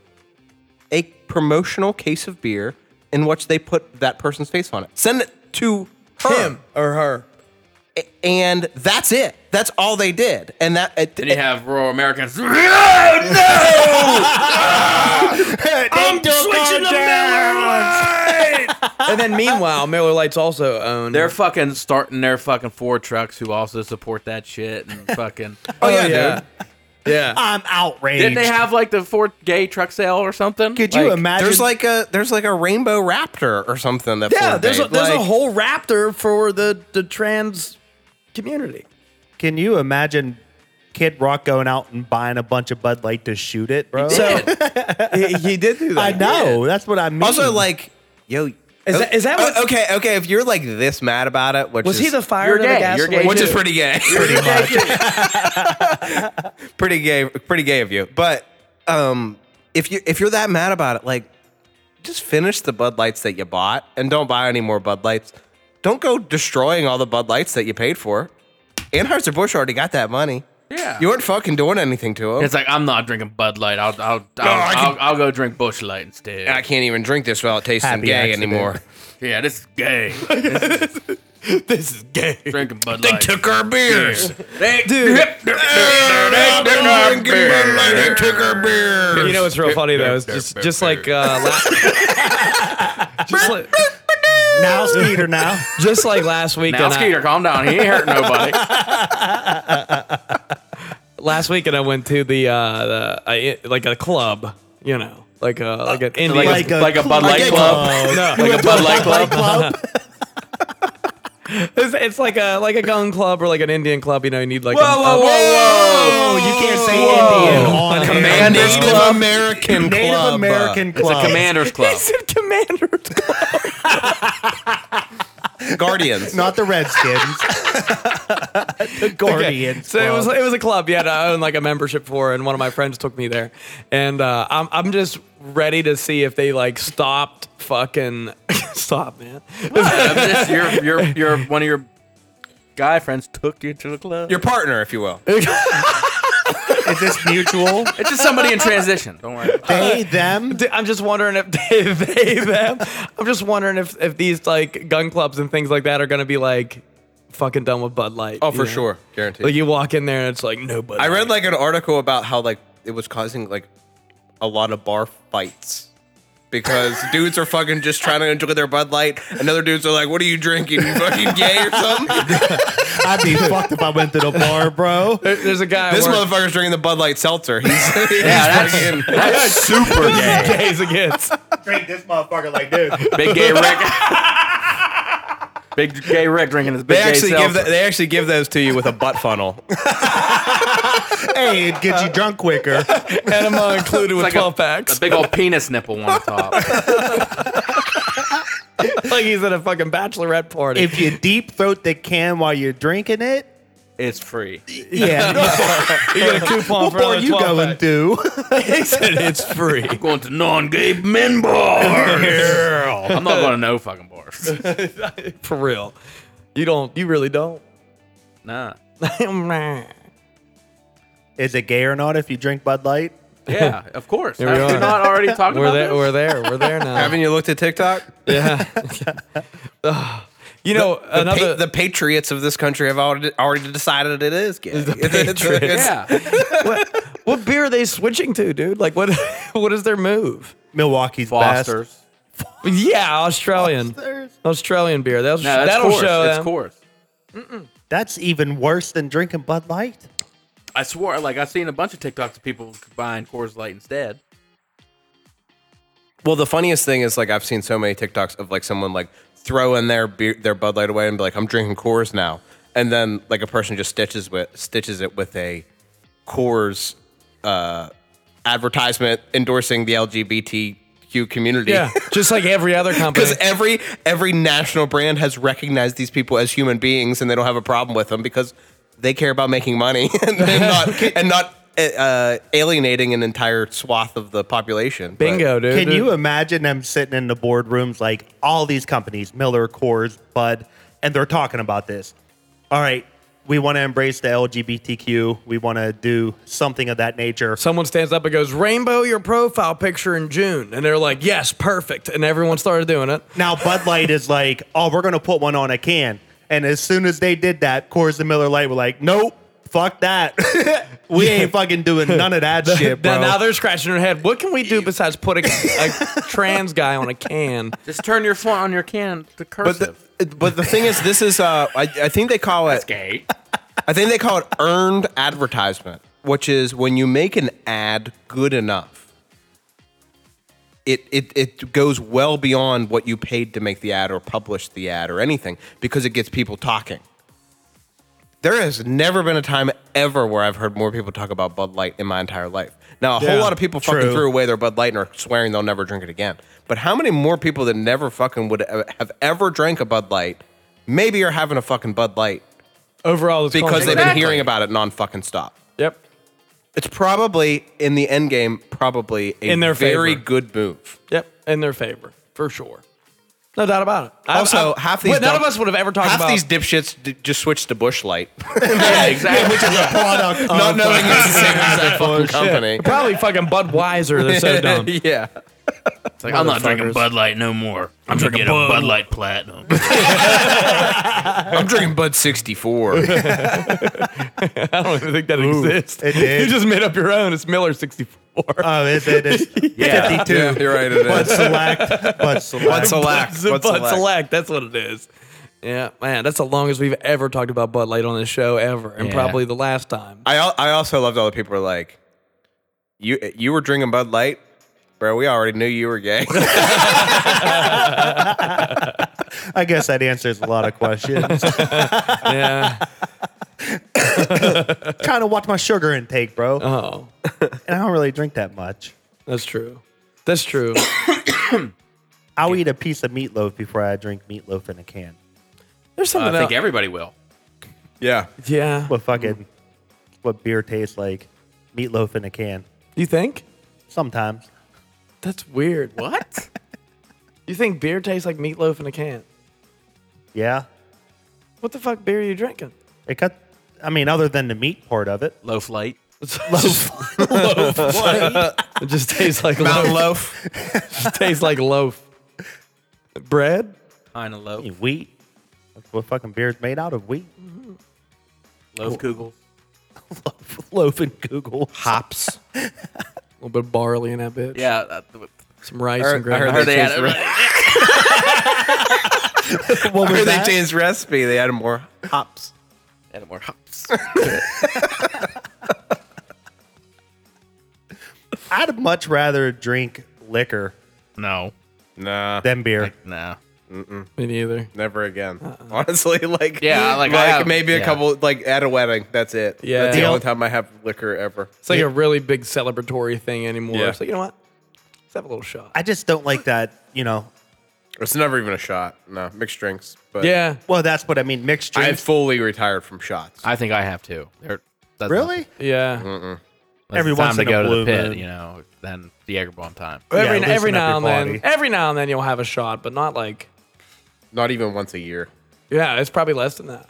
Speaker 5: a promotional case of beer in which they put that person's face on it. Send it to her.
Speaker 1: him or her.
Speaker 5: and that's it. That's all they did. And that it,
Speaker 4: Then you have rural Americans.
Speaker 1: I'm switching to Miller Lite. and then meanwhile, Miller Lite's also owned. [LAUGHS] Oh,
Speaker 4: They're fucking starting their fucking Ford trucks who also support that shit and fucking.
Speaker 5: oh,
Speaker 1: oh
Speaker 5: yeah,
Speaker 1: yeah, Ah,
Speaker 5: dude.
Speaker 1: yeah.
Speaker 2: I'm outraged.
Speaker 4: Didn't they have like the Ford gay truck sale or something?
Speaker 2: Could you
Speaker 4: Like,
Speaker 2: imagine?
Speaker 5: There's like a there's like a rainbow raptor or something that
Speaker 1: Yeah,
Speaker 5: Ford
Speaker 1: there's a,
Speaker 5: made.
Speaker 1: there's a
Speaker 5: Like,
Speaker 1: whole raptor for the the trans community.
Speaker 2: Can you imagine Kid Rock going out and buying a bunch of Bud Light to shoot it, bro?
Speaker 1: he, he did
Speaker 5: [LAUGHS]
Speaker 1: do
Speaker 2: I know. That's what I mean.
Speaker 5: also like yo
Speaker 1: Is that- is that
Speaker 5: oh,
Speaker 1: what-
Speaker 5: okay okay if you're like this mad about it which
Speaker 1: Was
Speaker 5: is,
Speaker 1: he the
Speaker 4: You're
Speaker 1: fire to the
Speaker 4: gay,
Speaker 1: gas?
Speaker 4: you're gay
Speaker 5: which
Speaker 4: too.
Speaker 5: is pretty gay
Speaker 1: [LAUGHS]
Speaker 5: pretty much pretty gay pretty gay of you but um if you if you're that mad about it like just finish the Bud Lights that you bought and don't buy any more Bud Lights don't go destroying all the Bud Lights that you paid for Anheuser Busch already got that money
Speaker 4: Yeah.
Speaker 5: you weren't fucking doing anything to them
Speaker 4: It's like I'm not drinking Bud Light. I'll I'll I'll, I'll,
Speaker 5: I can-
Speaker 4: I'll go drink Bush Light instead.
Speaker 5: I can't even drink this without tasting
Speaker 2: Happy
Speaker 5: gay
Speaker 2: accident.
Speaker 5: anymore.
Speaker 4: yeah, this is gay.
Speaker 1: this is gay.
Speaker 4: [LAUGHS] Drinking Bud
Speaker 1: They
Speaker 4: Light.
Speaker 1: took our beers.
Speaker 4: They-
Speaker 1: Dude.
Speaker 4: Drinking Bud Light. They took our beers.
Speaker 1: You know what's real funny though is just just like uh, la- just like
Speaker 2: Now, Skeeter, now.
Speaker 1: just like last week.
Speaker 4: Now,
Speaker 1: and I-
Speaker 4: Skeeter, calm down. He ain't hurt nobody.
Speaker 1: last weekend I went to the uh the I, like a club, you know, like a Uh, like an Indian.
Speaker 4: like a- like a Bud Light club.
Speaker 1: no,
Speaker 4: Like a Bud Light Club.
Speaker 1: [LAUGHS] it's, it's like a like a gun club or like an Indian club. You know, you need like a, a-
Speaker 2: [LAUGHS]
Speaker 1: [LAUGHS]
Speaker 2: Oh, you can't say Indian on
Speaker 4: Command- Native Club.
Speaker 6: American
Speaker 2: Native
Speaker 5: uh,
Speaker 6: Club.
Speaker 2: American club.
Speaker 4: Commanders Club.
Speaker 1: said commander.
Speaker 5: Guardians.
Speaker 2: not the Redskins. [LAUGHS] the Guardians.
Speaker 1: So it was
Speaker 2: Club.
Speaker 1: it was a club. Yeah, I owned like a membership for, and one of my friends took me there, and uh, I'm I'm just ready to see if they like stopped fucking [LAUGHS] stop, man.
Speaker 4: I'm just- your, your, your, one of your guy friends took you to the club.
Speaker 5: Your partner, if you will.
Speaker 2: is this mutual?
Speaker 4: It's just somebody in transition. Don't worry.
Speaker 2: they, them.
Speaker 1: Dude, I'm just wondering if [LAUGHS] they, they them. I'm just wondering if, if these like gun clubs and things like that are gonna be like fucking done with Bud Light.
Speaker 5: Oh,
Speaker 1: you
Speaker 5: for
Speaker 1: know?
Speaker 5: sure, guaranteed.
Speaker 1: Like you walk in there and it's like nobody.
Speaker 5: I read like an article about how like it was causing like a lot of bar fights [LAUGHS] because dudes are fucking just trying to enjoy their Bud Light, and other dudes are like, "What are you drinking? You fucking gay or [LAUGHS] something?"
Speaker 2: I'd [LAUGHS] be fucked if I went to the bar, bro.
Speaker 1: There- there's a guy.
Speaker 5: this
Speaker 1: at [LAUGHS] work-
Speaker 5: motherfucker's drinking the Bud Light seltzer. He's, he's fucking-
Speaker 4: That's
Speaker 2: [LAUGHS]
Speaker 4: super gay.
Speaker 1: Days against.
Speaker 2: Drink this motherfucker like this.
Speaker 4: Big gay Rick. Big gay Rick drinking his big
Speaker 5: They
Speaker 4: gay
Speaker 5: actually
Speaker 4: seltzer.
Speaker 5: give th- they actually give those to you with a butt funnel.
Speaker 2: [LAUGHS] Hey, it gets you drunk quicker.
Speaker 1: Enema included with
Speaker 4: like a-
Speaker 1: 12 packs.
Speaker 4: a big old penis nipple one on top.
Speaker 1: like he's at a fucking bachelorette party.
Speaker 2: If you deep throat the can while you're drinking it,
Speaker 4: It's free.
Speaker 2: [LAUGHS] yeah.
Speaker 1: you get a coupon
Speaker 2: what
Speaker 1: for
Speaker 2: bar
Speaker 1: another
Speaker 2: you
Speaker 1: 12
Speaker 2: going
Speaker 1: pack.
Speaker 2: to? [LAUGHS]
Speaker 1: He said it's free.
Speaker 4: Going to non-gay men bars. I'm not going to no fucking bars.
Speaker 1: for real. You don't. You really don't.
Speaker 5: [LAUGHS]
Speaker 4: Nah.
Speaker 2: Is it gay or not if you drink Bud Light?
Speaker 4: Yeah, of course.
Speaker 1: we
Speaker 4: Have
Speaker 1: are.
Speaker 4: you not already talked
Speaker 1: We're
Speaker 4: about
Speaker 1: there.
Speaker 4: this?
Speaker 1: We're there. We're there now.
Speaker 5: [LAUGHS] Haven't you looked at TikTok?
Speaker 1: [LAUGHS]
Speaker 5: [LAUGHS]
Speaker 1: you know
Speaker 5: The, pa-
Speaker 1: another
Speaker 5: the patriots of this country have already, already decided it is gay. [LAUGHS] It's- it's- it's-
Speaker 4: yeah.
Speaker 1: What beer are they switching to, dude? Like, what [LAUGHS] what is their move?
Speaker 2: Milwaukee's
Speaker 4: Foster's.
Speaker 1: Yeah, Australian,
Speaker 2: best.
Speaker 1: Australian beer. That'll,
Speaker 4: No, that's
Speaker 1: that'll
Speaker 4: course.
Speaker 1: show
Speaker 4: It's
Speaker 1: them.
Speaker 4: course.
Speaker 2: That's even worse than drinking Bud Light.
Speaker 4: I swore, like I've seen a bunch of TikToks of people buying Coors Light instead.
Speaker 5: Well, the funniest thing is like I've seen so many TikToks of like someone like throwing their beer, their Bud Light away and be like, "I'm drinking Coors now," and then like a person just stitches with stitches it with a Coors uh, advertisement endorsing the LGBTQ community. [LAUGHS]
Speaker 1: Yeah, [LAUGHS] just like every other company.
Speaker 5: Because every every national brand has recognized these people as human beings, and they don't have a problem with them because they care about making money [LAUGHS] and
Speaker 1: [LAUGHS]
Speaker 5: they're not and not uh, alienating an entire swath of the population. But-
Speaker 1: Bingo, dude.
Speaker 2: Can you imagine them sitting in the boardrooms like all these companies, Miller, Coors, Bud, and they're talking about this? All right, we want to embrace the LGBTQ. We want to do something of that nature.
Speaker 1: Someone stands up and goes, "Rainbow your profile picture in June," and they're like, "Yes, perfect," and everyone started doing it.
Speaker 2: Now Bud Light is like, oh, we're gonna put one on a can. And as soon as they did that, Coors and Miller Light were like, nope, fuck that. [LAUGHS] we ain't fucking doing none of that shit, bro.
Speaker 1: Now, now they're scratching their head. What can we do besides put a,
Speaker 5: [LAUGHS]
Speaker 1: a trans guy on a can?
Speaker 4: Just turn your font on your can to
Speaker 5: But
Speaker 4: cursive.
Speaker 5: the, but the thing is, this is uh, I, I think they call it
Speaker 4: That's [LAUGHS] gay.
Speaker 5: I think they call it earned advertisement, which is when you make an ad good enough, it it it goes well beyond what you paid to make the ad or publish the ad or anything because it gets people talking. There has never been a time ever where I've heard more people talk about Bud Light in my entire life. Now, a whole
Speaker 2: Yeah,
Speaker 5: lot of people fucking
Speaker 2: true.
Speaker 5: threw away their Bud Light and are swearing they'll never drink it again. But how many more people that never fucking would uh, have ever drank a Bud Light maybe are having a fucking Bud Light
Speaker 1: Overall, it's
Speaker 5: because
Speaker 1: controversial.
Speaker 5: they've been hearing about it non fucking stop.
Speaker 1: Yep.
Speaker 5: It's probably in the end game, probably a
Speaker 1: In their
Speaker 5: very
Speaker 1: favor.
Speaker 5: good move.
Speaker 1: Yep, in their favor for sure. No doubt about it. I-
Speaker 5: Also,
Speaker 1: I-
Speaker 5: half these
Speaker 1: Well, none
Speaker 5: dumb-
Speaker 1: of us would have ever talked
Speaker 5: half
Speaker 1: about
Speaker 5: these dipshits d- just switched to Bush
Speaker 1: [LAUGHS]
Speaker 5: Light, [LAUGHS]
Speaker 4: yeah, exactly.
Speaker 2: product
Speaker 5: not
Speaker 4: Oh,
Speaker 2: of-
Speaker 5: knowing it's the same exact fucking
Speaker 1: [LAUGHS] Yeah,
Speaker 5: company. [LAUGHS]
Speaker 1: probably fucking Budweiser. They're so dumb.
Speaker 5: yeah,
Speaker 4: It's like I'm not drinking Bud Light no more. I'm drinking Bud. Bud Light [LAUGHS] Platinum.
Speaker 5: I'm drinking Bud [LAUGHS] 64.
Speaker 1: I don't even think that exists. [LAUGHS]
Speaker 2: it did.
Speaker 1: You just made up your own. It's Miller [LAUGHS] 64.
Speaker 2: Oh, it, it is
Speaker 4: Yeah.
Speaker 2: 52.
Speaker 5: yeah, you're right. It
Speaker 2: Bud
Speaker 5: is.
Speaker 2: select. Bud select.
Speaker 5: Bud Select.
Speaker 1: It's a Bud select.
Speaker 5: Select.
Speaker 1: That's what it is. Yeah, man, that's the longest we've ever talked about Bud Light on this show ever, and
Speaker 4: Yeah.
Speaker 1: probably the last [LAUGHS] time.
Speaker 5: I al- I also loved all the people were like, you you were drinking Bud Light, bro. We already knew you were gay. [LAUGHS]
Speaker 2: I guess that answers a lot of questions.
Speaker 1: Yeah.
Speaker 2: Trying to watch my sugar intake, bro.
Speaker 1: oh,
Speaker 2: And I don't really drink that much.
Speaker 1: that's true. That's [LAUGHS] true.
Speaker 2: I'll eat a piece of meatloaf before I drink meatloaf in a can.
Speaker 1: There's something
Speaker 4: I think [LAUGHS]
Speaker 1: else.
Speaker 4: everybody will.
Speaker 5: yeah,
Speaker 1: yeah.
Speaker 2: What fucking what beer tastes like? Meatloaf in a can.
Speaker 1: You think?
Speaker 2: Sometimes.
Speaker 1: That's weird. What? [LAUGHS] you think beer tastes like meatloaf in a can?
Speaker 2: Yeah.
Speaker 1: What the fuck beer are you drinking?
Speaker 2: It cut I mean, other than the meat part of it.
Speaker 4: Loaf light.
Speaker 1: loaf. [LAUGHS] it just tastes like loaf.
Speaker 5: loaf.
Speaker 1: It tastes like loaf. Bread?
Speaker 4: Kind of loaf.
Speaker 2: Wheat. That's what fucking beer's made out of [LAUGHS] wheat.
Speaker 4: Loaf kugel.
Speaker 2: Loaf and Google.
Speaker 5: Hops.
Speaker 1: A little bit of barley in that bitch.
Speaker 4: Yeah. uh, That,
Speaker 1: Some rice
Speaker 5: I
Speaker 1: and
Speaker 5: heard- I
Speaker 1: gravy.
Speaker 5: heard
Speaker 4: heard they had
Speaker 5: tastes
Speaker 4: [LAUGHS] it.
Speaker 2: What
Speaker 5: Or
Speaker 2: was
Speaker 5: they
Speaker 2: that?
Speaker 5: changed recipe. They added more hops.
Speaker 4: Added more hops.
Speaker 2: I'd much rather drink liquor
Speaker 4: No.
Speaker 5: Nah,
Speaker 2: than beer.
Speaker 4: No.
Speaker 1: Me neither.
Speaker 5: never again.
Speaker 2: Uh-uh.
Speaker 5: Honestly, [LAUGHS] like
Speaker 4: Yeah, like I have-
Speaker 5: maybe a
Speaker 4: yeah.
Speaker 5: couple like at a wedding. That's it.
Speaker 1: Yeah.
Speaker 5: that's the
Speaker 1: Yeah.
Speaker 5: only time I have liquor ever.
Speaker 1: It's like a really big celebratory thing anymore.
Speaker 5: Yeah.
Speaker 1: So you know what? Let's have a little shot.
Speaker 2: I just don't like that, you know.
Speaker 5: It's never even a shot. No mixed drinks. But
Speaker 1: yeah.
Speaker 2: Well, that's what I mean. Mixed
Speaker 5: I
Speaker 2: drinks.
Speaker 5: fully retired from shots.
Speaker 4: I think I have to. They're- that's
Speaker 2: really?
Speaker 1: Yeah.
Speaker 4: Not,
Speaker 2: Every
Speaker 4: every time
Speaker 2: once
Speaker 4: to
Speaker 2: in a
Speaker 4: go to
Speaker 2: blue
Speaker 4: the pit,
Speaker 2: moon. Uh,
Speaker 4: you know, then the Jager bomb time.
Speaker 1: Every,
Speaker 2: loosen
Speaker 1: every
Speaker 2: up your
Speaker 1: now and
Speaker 2: body.
Speaker 1: then, every now and then you'll have a shot, but not like,
Speaker 5: Not even once a year.
Speaker 1: yeah, it's probably less than that.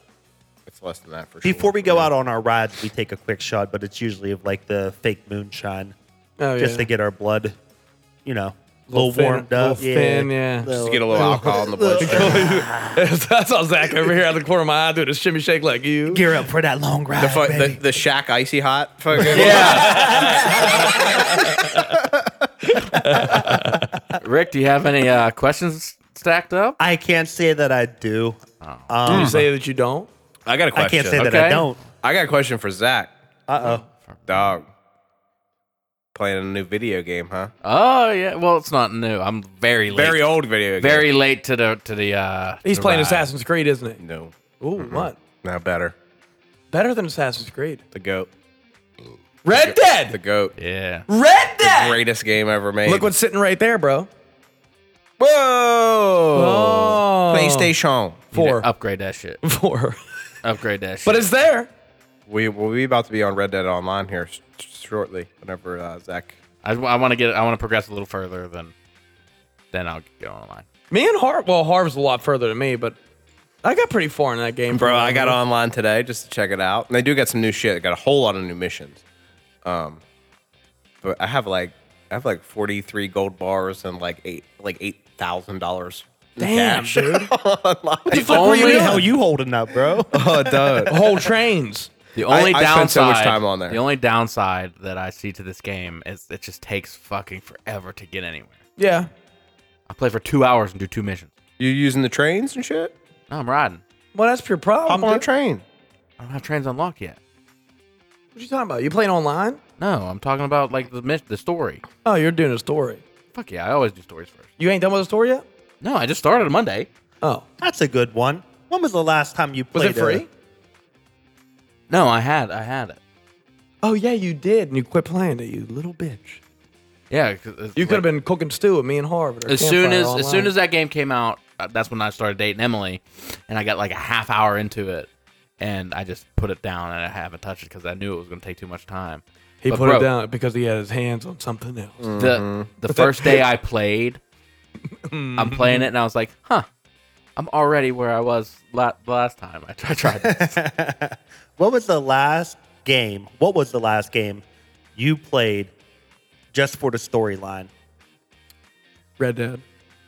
Speaker 5: It's less than that for sure.
Speaker 2: Before we go out on our rides, we take a quick shot, but it's usually of like the fake moonshine,
Speaker 1: Oh,
Speaker 2: just
Speaker 1: yeah.
Speaker 2: to get our blood, you know, a
Speaker 1: Little
Speaker 2: little,
Speaker 1: thin-
Speaker 2: warmed up.
Speaker 1: little thin, yeah. Just
Speaker 5: Just to get a little alcohol in the bloodstream.
Speaker 1: [LAUGHS] That's all Zach over here out of the corner of my eye doing a shimmy shake like you.
Speaker 2: Gear up for that long ride, [LAUGHS]
Speaker 5: The, fu-
Speaker 2: baby.
Speaker 5: the, the Shack Icy Hot fucking. [LAUGHS] Yeah.
Speaker 4: Rick, do you have any uh, questions stacked up?
Speaker 2: I can't say that I do.
Speaker 1: Did you say that you don't?
Speaker 5: I got a
Speaker 2: I
Speaker 5: question.
Speaker 2: can't say that I
Speaker 4: okay.
Speaker 2: don't.
Speaker 5: I got a question for Zach.
Speaker 2: Uh oh.
Speaker 5: Dog. Playing a new video game, huh?
Speaker 4: Oh yeah. Well, it's not new. I'm very late.
Speaker 5: Very old video game.
Speaker 4: Very late to the to the. Uh,
Speaker 1: He's
Speaker 4: the
Speaker 1: playing
Speaker 4: ride.
Speaker 1: Assassin's Creed, isn't he?
Speaker 5: No.
Speaker 1: Ooh, what?
Speaker 5: Now better.
Speaker 1: Better than Assassin's Creed.
Speaker 5: The GOAT.
Speaker 1: Red
Speaker 5: The
Speaker 1: Dead!
Speaker 5: GOAT.
Speaker 4: Yeah.
Speaker 1: Red
Speaker 5: [LAUGHS]
Speaker 1: Dead!
Speaker 5: Greatest game ever made.
Speaker 1: Look what's sitting right there, bro.
Speaker 5: Whoa!
Speaker 1: Oh.
Speaker 5: PlayStation.
Speaker 1: Four.
Speaker 4: [LAUGHS] Upgrade that shit.
Speaker 1: [LAUGHS] Four.
Speaker 4: Upgrade that shit.
Speaker 1: but it's there.
Speaker 5: We will be about to be on Red Dead Online here sh- shortly. Whenever uh, Zach.
Speaker 4: I, want to get. I want to progress a little further than. Then I'll get online.
Speaker 1: Me and Harv, well, Harv's a lot further than me, but I got pretty far in that game.
Speaker 5: Bro, I got online today just to check it out. And they do got some new shit. They got a whole lot of new missions. Um, but I have like I have like forty three gold bars and like eight like eight thousand dollars.
Speaker 1: Damn, dude.
Speaker 4: The
Speaker 2: What
Speaker 4: only,
Speaker 2: the hell you holding up, bro?
Speaker 5: [LAUGHS] Oh, dude.
Speaker 1: [LAUGHS] Whole trains.
Speaker 4: the only
Speaker 5: I- I
Speaker 4: downside.
Speaker 5: spent so much time on there.
Speaker 4: The only downside that I see to this game is it just takes fucking forever to get anywhere.
Speaker 1: Yeah.
Speaker 4: I play for two hours and do two missions.
Speaker 5: You using the trains and shit?
Speaker 4: No, I'm riding.
Speaker 1: Well, that's your problem.
Speaker 5: Hop on a
Speaker 1: dude.
Speaker 5: train.
Speaker 4: I don't have trains unlocked yet.
Speaker 1: What you talking about? You playing online?
Speaker 4: No, I'm talking about like the mis- the story.
Speaker 1: Oh, you're doing a story.
Speaker 4: Fuck yeah, I always do stories first.
Speaker 1: You ain't done with the story yet?
Speaker 4: No, I just started on Monday.
Speaker 1: Oh.
Speaker 2: [LAUGHS]
Speaker 1: uh,
Speaker 2: That's a good one. When was the last time you
Speaker 1: Was
Speaker 2: played?
Speaker 1: it free?
Speaker 2: A,
Speaker 4: No, I had I had it.
Speaker 1: Oh yeah, you did, and you quit playing it, you little bitch.
Speaker 4: Yeah, 'cause it's
Speaker 1: You could have
Speaker 4: like-
Speaker 1: been cooking stew with me and Harvard.
Speaker 4: as soon as as soon as that game came out. uh, That's when I started dating Emily, and I got like a half hour into it, and I just put it down and I haven't touched it because I knew it was going to take too much time.
Speaker 1: he
Speaker 4: But
Speaker 1: put
Speaker 4: bro, Mm.
Speaker 1: it down because he had his hands on something else.
Speaker 2: Mm-hmm.
Speaker 4: The the first day I played, I'm playing it and I was like, huh, I'm already where I was la- the last time I tried. tried
Speaker 2: [LAUGHS]
Speaker 4: this.
Speaker 2: what was the last game? What was the last game you played just for the storyline?
Speaker 1: Red Dead.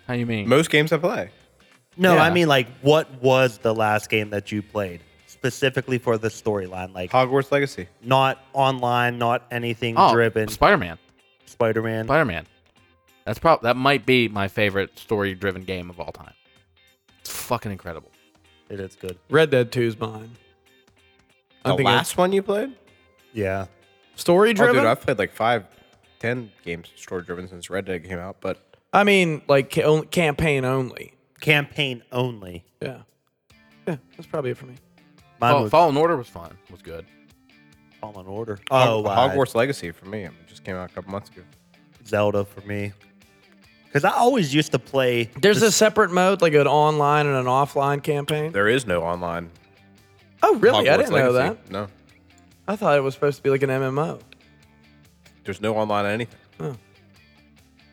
Speaker 4: How you mean?
Speaker 5: Most games I play.
Speaker 2: No,
Speaker 4: Yeah.
Speaker 2: I mean like what was the last game that you played specifically for the storyline? Like
Speaker 5: Hogwarts Legacy.
Speaker 2: not online, not anything
Speaker 4: oh,
Speaker 2: driven.
Speaker 4: Spider Man.
Speaker 2: Spider Man.
Speaker 4: Spider Man. That's prob that might be my favorite story driven game of all time. It's fucking incredible.
Speaker 2: It is good.
Speaker 1: Red Dead 2 is mine. I
Speaker 5: The
Speaker 1: think it's
Speaker 5: last one you played?
Speaker 2: Yeah.
Speaker 1: story
Speaker 5: Oh,
Speaker 1: driven.
Speaker 5: dude, I've played like five, ten games story driven since Red Dead came out, but
Speaker 1: I mean, like ca- on- campaign only.
Speaker 2: Campaign only.
Speaker 1: Yeah, yeah, that's probably it for me.
Speaker 2: Mine
Speaker 4: Fall,
Speaker 2: was
Speaker 4: Fallen Order was fun. Was good.
Speaker 2: Fallen Order. Oh, wow.
Speaker 5: Hogwarts Legacy for me. I mean, it just came out a couple months ago.
Speaker 2: Zelda for me. Because I always used to play.
Speaker 1: There's
Speaker 2: the
Speaker 1: a separate mode, like an online and an offline campaign.
Speaker 5: There is no online.
Speaker 1: oh, really? I
Speaker 5: Hogwarts
Speaker 1: didn't know that.
Speaker 5: Legacy. No,
Speaker 1: I thought it was supposed to be like an MMO.
Speaker 5: there's no online anything.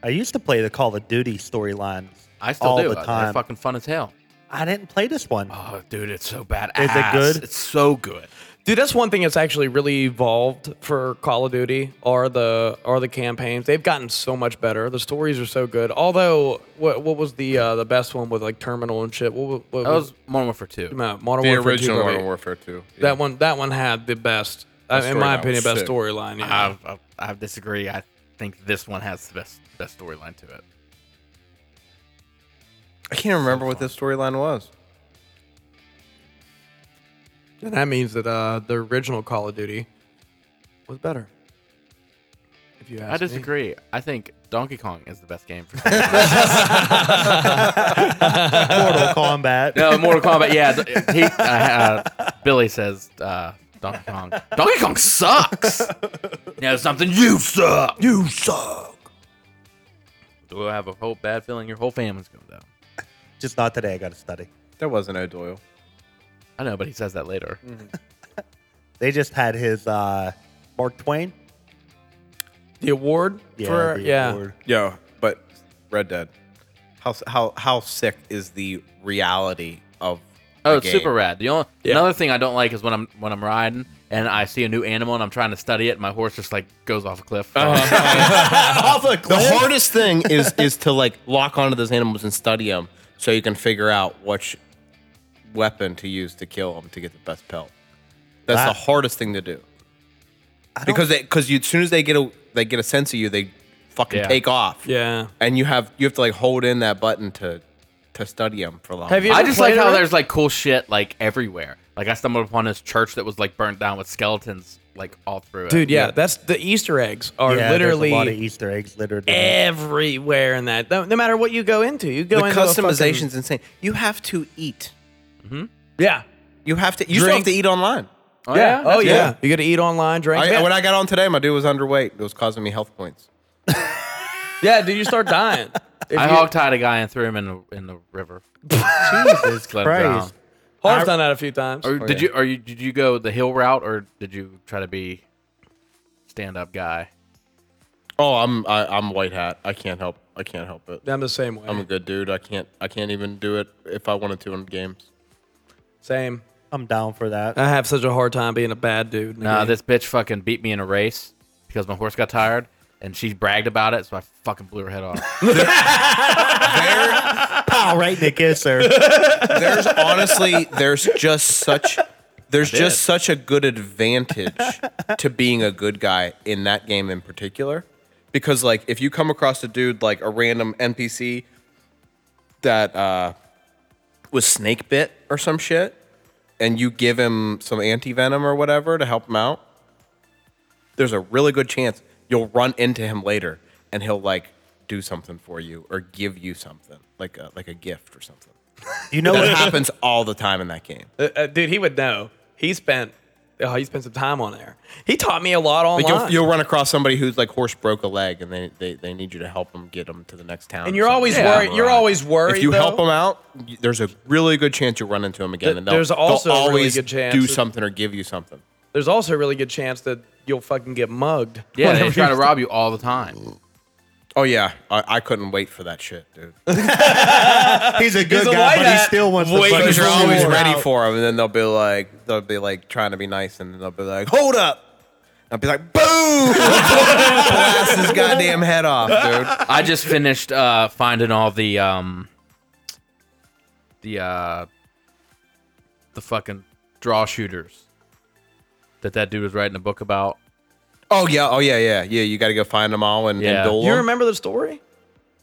Speaker 2: I used to play the Call of Duty storylines.
Speaker 4: I still
Speaker 2: all
Speaker 4: do. Uh,
Speaker 2: the
Speaker 4: They're
Speaker 2: time.
Speaker 4: fucking fun as hell.
Speaker 2: I didn't play this one.
Speaker 4: Oh, dude, it's so bad.
Speaker 2: Is it good?
Speaker 4: It's so good.
Speaker 1: Dude, that's one thing that's actually really evolved for Call of Duty are the are the campaigns. They've gotten so much better. The stories are so good. Although, what what was the uh, the best one with like Terminal and shit? What, wa- what
Speaker 4: That was Modern Warfare 2.
Speaker 1: no, Modern
Speaker 5: The
Speaker 1: Warfare 2
Speaker 5: original
Speaker 1: probably.
Speaker 5: Modern Warfare 2. Yeah.
Speaker 1: That one that one had the best, uh, in
Speaker 5: storyline
Speaker 1: my
Speaker 5: was
Speaker 1: opinion, best
Speaker 5: sick. Uh-huh.
Speaker 1: storyline. Yeah.
Speaker 4: I, I, I disagree. I think this one has the best best storyline to it.
Speaker 5: I can't remember what this storyline was.
Speaker 1: And that means that uh, the original Call of Duty was better. If you ask
Speaker 4: I
Speaker 1: me.
Speaker 4: disagree. I think Donkey Kong is the best game.
Speaker 2: [LAUGHS]
Speaker 4: For [LAUGHS]
Speaker 2: Mortal Kombat.
Speaker 4: no, Mortal Kombat. Yeah, th- he, uh, uh, Billy says uh, Donkey Kong. Donkey Kong
Speaker 2: [LAUGHS]
Speaker 4: sucks. now something you suck. You suck. We'll have a whole bad feeling. Your whole family's gonna die.
Speaker 2: Just not today. I got to study.
Speaker 5: That wasn't O'Doyle.
Speaker 4: I know, but he says that later.
Speaker 2: They just had his uh, Mark Twain.
Speaker 1: The award for
Speaker 2: the
Speaker 1: yeah.
Speaker 2: award.
Speaker 5: Yeah, but Red Dead. How how how sick is the reality of?
Speaker 4: Oh,
Speaker 5: the
Speaker 4: it's
Speaker 5: game?
Speaker 4: super rad. The only another thing I don't like is when I'm when I'm riding and I see a new animal and I'm trying to study it. And my horse just like goes off a cliff.
Speaker 1: Uh-huh.
Speaker 5: The hardest thing is [LAUGHS] is to like lock onto those animals and study them so you can figure out which weapon to use to kill them to get the best pelt. That's
Speaker 2: That-
Speaker 5: the hardest thing to do. Because they because you as soon as they get a they get a sense of you they fucking
Speaker 4: Yeah.
Speaker 5: take off.
Speaker 1: Yeah.
Speaker 5: and you have you have to like hold in that button to to study them for long.
Speaker 1: Have you
Speaker 4: I
Speaker 1: ever
Speaker 4: just like
Speaker 1: played it,
Speaker 4: how
Speaker 1: Rick?
Speaker 4: there's like cool shit like everywhere. Like I stumbled upon this church that was like burnt down with skeletons like all through it.
Speaker 1: Dude, yeah, that's the Easter eggs are
Speaker 2: Yeah,
Speaker 1: literally
Speaker 2: there's a lot of Easter eggs littered. in it.
Speaker 1: everywhere in that. No, no matter what you go into, you go
Speaker 5: Mm-hmm. the
Speaker 1: into a fucking-
Speaker 5: customization's insane. You have to eat.
Speaker 1: yeah.
Speaker 5: You have to. You still have
Speaker 1: Drink.
Speaker 5: to eat online.
Speaker 4: Oh,
Speaker 1: Yeah. Oh
Speaker 4: that's
Speaker 1: yeah.
Speaker 5: yeah.
Speaker 1: You got to eat online, drink.
Speaker 5: I,
Speaker 1: yeah.
Speaker 5: when I got on today, my dude was underweight. It was causing me health points.
Speaker 1: yeah, dude, you start
Speaker 5: [LAUGHS]
Speaker 1: dying. If
Speaker 4: I
Speaker 1: you-
Speaker 4: hog tied a guy and threw him in the in the river.
Speaker 2: [LAUGHS] Jesus
Speaker 4: Let him drown.
Speaker 2: Christ.
Speaker 1: Harv's done that a few times.
Speaker 5: Oh,
Speaker 4: Or did you? Are you? Did you go the hill route or did you try to be stand up guy?
Speaker 5: Oh, I'm I, I'm white hat. I can't help. I can't help it.
Speaker 1: I'm the same way.
Speaker 5: I'm a good dude. I can't. I can't even do it if I wanted to in games.
Speaker 1: same.
Speaker 2: I'm down for that.
Speaker 1: I have such a hard time being a bad dude. in a
Speaker 4: Nah,
Speaker 1: game.
Speaker 4: this bitch fucking beat me in a race because my horse got tired and she bragged about it, so I fucking blew her head off.
Speaker 2: All right, Nick Isser.
Speaker 5: There's honestly, there's just such, there's just such a good advantage to being a good guy in that game in particular, because like if you come across a dude like a random NPC that uh, was snake bit or some shit, and you give him some anti venom or whatever to help him out, there's a really good chance you'll run into him later and he'll like do something for you or give you something like a, like a gift or something.
Speaker 2: You know
Speaker 5: That
Speaker 1: [LAUGHS]
Speaker 2: what?
Speaker 5: happens all the time in that game.
Speaker 1: Uh, uh, dude, he would know. He spent oh, he spent some time on there. He taught me a lot online.
Speaker 5: Like you'll, you'll run across somebody who's like horse broke a leg, and they, they, they need you to help them get them to the next town.
Speaker 1: and
Speaker 5: or
Speaker 1: you're
Speaker 5: something.
Speaker 1: always
Speaker 4: Yeah.
Speaker 1: worried. You're always worried.
Speaker 5: If you
Speaker 1: though.
Speaker 5: help them out, y- there's a really good chance you'll run into them again,
Speaker 1: Th-
Speaker 5: and they'll,
Speaker 1: there's
Speaker 5: they'll
Speaker 1: also a really
Speaker 5: always
Speaker 1: good chance
Speaker 5: do
Speaker 1: that-
Speaker 5: something or give you something.
Speaker 1: there's also a really good chance that you'll fucking get mugged.
Speaker 4: [LAUGHS] Yeah,
Speaker 1: Whenever
Speaker 4: they try to
Speaker 1: you-
Speaker 4: rob you all the time.
Speaker 5: Oh yeah, I, I couldn't wait for that shit, dude.
Speaker 2: He's a
Speaker 1: He's
Speaker 2: good
Speaker 1: a
Speaker 2: guy,
Speaker 1: white
Speaker 2: but he
Speaker 1: hat.
Speaker 2: still wants to
Speaker 1: Wait,
Speaker 2: fucking
Speaker 5: Because you're
Speaker 2: shoot
Speaker 5: always
Speaker 2: him
Speaker 5: ready
Speaker 2: out.
Speaker 5: for them, and then they'll be like, they'll be like trying to be nice, and then they'll be like, "Hold up, I'd be like, [LAUGHS] boom! Blast his goddamn head off, dude.
Speaker 4: I just finished uh, finding all the um, the uh, the fucking draw shooters that that dude was writing a book about.
Speaker 5: Oh yeah, oh yeah, yeah, yeah. You got to go find them all and,
Speaker 4: Yeah.
Speaker 5: and dole
Speaker 1: You
Speaker 5: 'em.
Speaker 1: remember the story?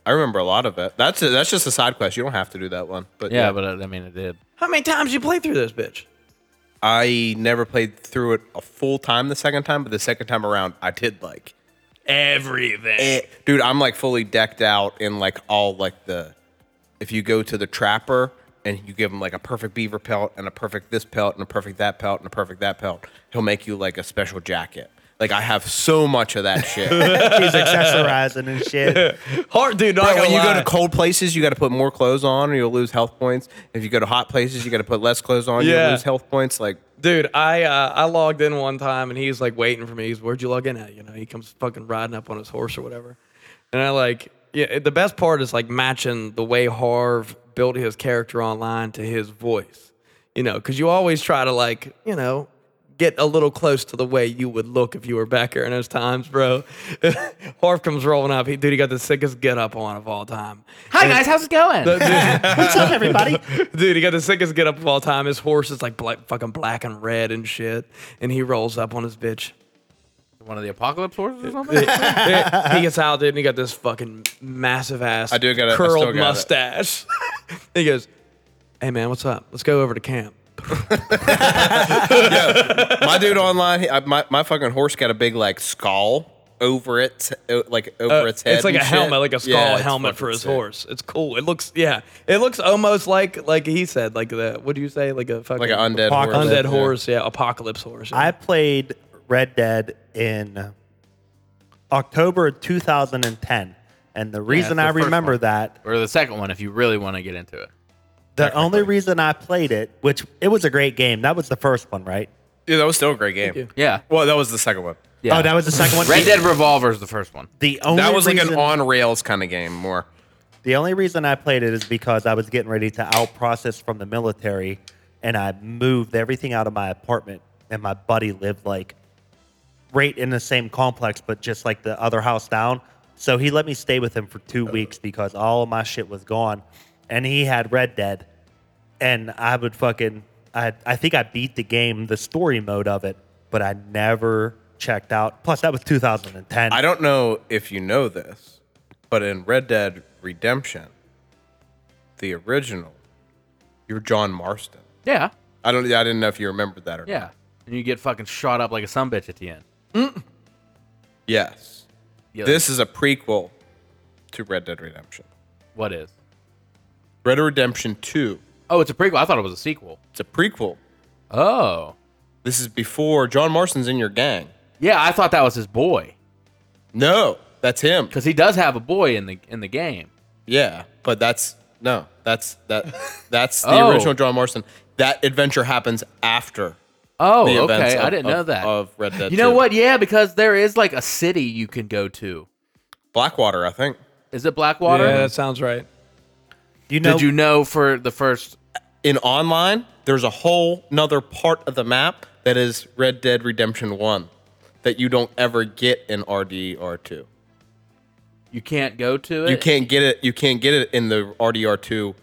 Speaker 5: I remember a lot of it. That's a, that's just a side quest. You don't have to do that one. But
Speaker 4: Yeah, but uh, I, I mean, it did.
Speaker 1: How many times you play through this bitch?
Speaker 5: I never played through it a full time the second time, but the second time around, I did like
Speaker 1: Everything.
Speaker 5: it. Dude, I'm like fully decked out in like all like the. If you go to the trapper and you give him like a perfect beaver pelt and a perfect this pelt and a perfect that pelt and a perfect that pelt, he'll make you like a special jacket. Like I have so much of that shit.
Speaker 2: He's accessorizing and shit.
Speaker 1: Hard, dude. Not
Speaker 5: Bro,
Speaker 1: gonna
Speaker 5: when you go
Speaker 1: lie.
Speaker 5: to cold places, you got to put more clothes on, or you'll lose health points. If you go to hot places, you got to put less clothes on,
Speaker 1: Yeah.
Speaker 5: you'll lose health points. Like,
Speaker 1: Dude, I uh, I logged in one time and he's like waiting for me. He's where'd you log in at? You know, he comes fucking riding up on his horse or whatever. And I like yeah, it- the best part is like matching the way Harv built his character online to his voice. You know, because you always try to like, you know, get a little close to the way you would look if you were back here in those times, bro. [LAUGHS] Harv comes rolling up. He dude, he got the sickest get up on of all time.
Speaker 4: Hi guys, how's it going?
Speaker 2: What's up, everybody?
Speaker 1: [LAUGHS] Dude, he got the sickest get up of all time. His horse is like black, fucking black and red and shit. And he rolls up on his bitch.
Speaker 4: One of the apocalypse horses or something?
Speaker 1: he gets out, dude, and he got this fucking massive ass
Speaker 5: I do gotta- I still
Speaker 1: curled
Speaker 5: got it.
Speaker 1: mustache. [LAUGHS] he goes, Hey man, what's up? Let's go over to camp.
Speaker 5: my dude online, he- I, my my fucking horse got a big like skull over it, o- like over its head.
Speaker 1: Uh, it's like a
Speaker 5: and shit.
Speaker 1: helmet, like a skull
Speaker 5: Yeah, it's
Speaker 1: helmet for
Speaker 5: fucking
Speaker 1: his
Speaker 5: sick.
Speaker 1: horse. It's cool. It looks yeah. It looks almost like like he said, like the what do you say? Like a fucking
Speaker 5: like an undead horse.
Speaker 2: Apocalypse.
Speaker 1: undead
Speaker 5: Yeah.
Speaker 1: horse, yeah, apocalypse horse.
Speaker 2: I played Red Dead in October 2010. And the reason
Speaker 4: the
Speaker 2: I
Speaker 4: first
Speaker 2: remember
Speaker 4: one.
Speaker 2: that,
Speaker 4: or the second one, if you really want to get into it.
Speaker 2: the only reason I played it, which it was a great game. That was the first one, right?
Speaker 5: Yeah, that was still a great game.
Speaker 4: Yeah.
Speaker 5: Well, that was the second one.
Speaker 4: yeah.
Speaker 2: Oh, that was the second one.
Speaker 4: Red Dead Revolver is the first one.
Speaker 2: The only
Speaker 5: that was like an
Speaker 2: reason-
Speaker 5: on rails kind of game more.
Speaker 2: The only reason I played it is because I was getting ready to out process from the military and I moved everything out of my apartment and my buddy lived like right in the same complex but just like the other house down. So he let me stay with him for 2 weeks because all of my shit was gone and he had Red Dead and I would fucking I I think I beat the game the story mode of it but I never checked out. Plus that was 2010.
Speaker 5: I don't know if you know this, but in Red Dead Redemption, the original, you're John Marston.
Speaker 4: Yeah.
Speaker 5: I don't. I didn't know if you remembered that or not.
Speaker 4: Yeah. And you get fucking shot up like a sumbitch at the end.
Speaker 5: Yes.
Speaker 4: Yeah,
Speaker 5: This is a prequel to Red Dead Redemption.
Speaker 4: what is?
Speaker 5: Red Dead Redemption 2.
Speaker 4: Oh, it's a prequel. I thought it was a sequel.
Speaker 5: It's a prequel.
Speaker 4: Oh.
Speaker 5: This is before John Marston's in your gang.
Speaker 4: Yeah, I thought that was his boy.
Speaker 5: No, that's him.
Speaker 4: Because he does have a boy in the in the game.
Speaker 5: Yeah, but that's no, that's
Speaker 4: [LAUGHS]
Speaker 5: that that's the
Speaker 4: Oh.
Speaker 5: original John Marston. That adventure happens after.
Speaker 4: Oh,
Speaker 5: The events
Speaker 4: okay. I
Speaker 5: of-
Speaker 4: didn't
Speaker 5: of-
Speaker 4: know that.
Speaker 5: of Red Dead
Speaker 4: You know
Speaker 5: 2.
Speaker 4: what? Yeah, because there is like a city you can go to.
Speaker 5: Blackwater, I think.
Speaker 4: Is it Blackwater?
Speaker 1: Yeah, that sounds right.
Speaker 2: you know
Speaker 4: Did you know for the first?
Speaker 5: In online, there's a whole nother part of the map that is Red Dead Redemption 1 that you don't ever get in RDR2.
Speaker 4: You can't go to it.
Speaker 5: You can't get it. You can't get it in the RDR2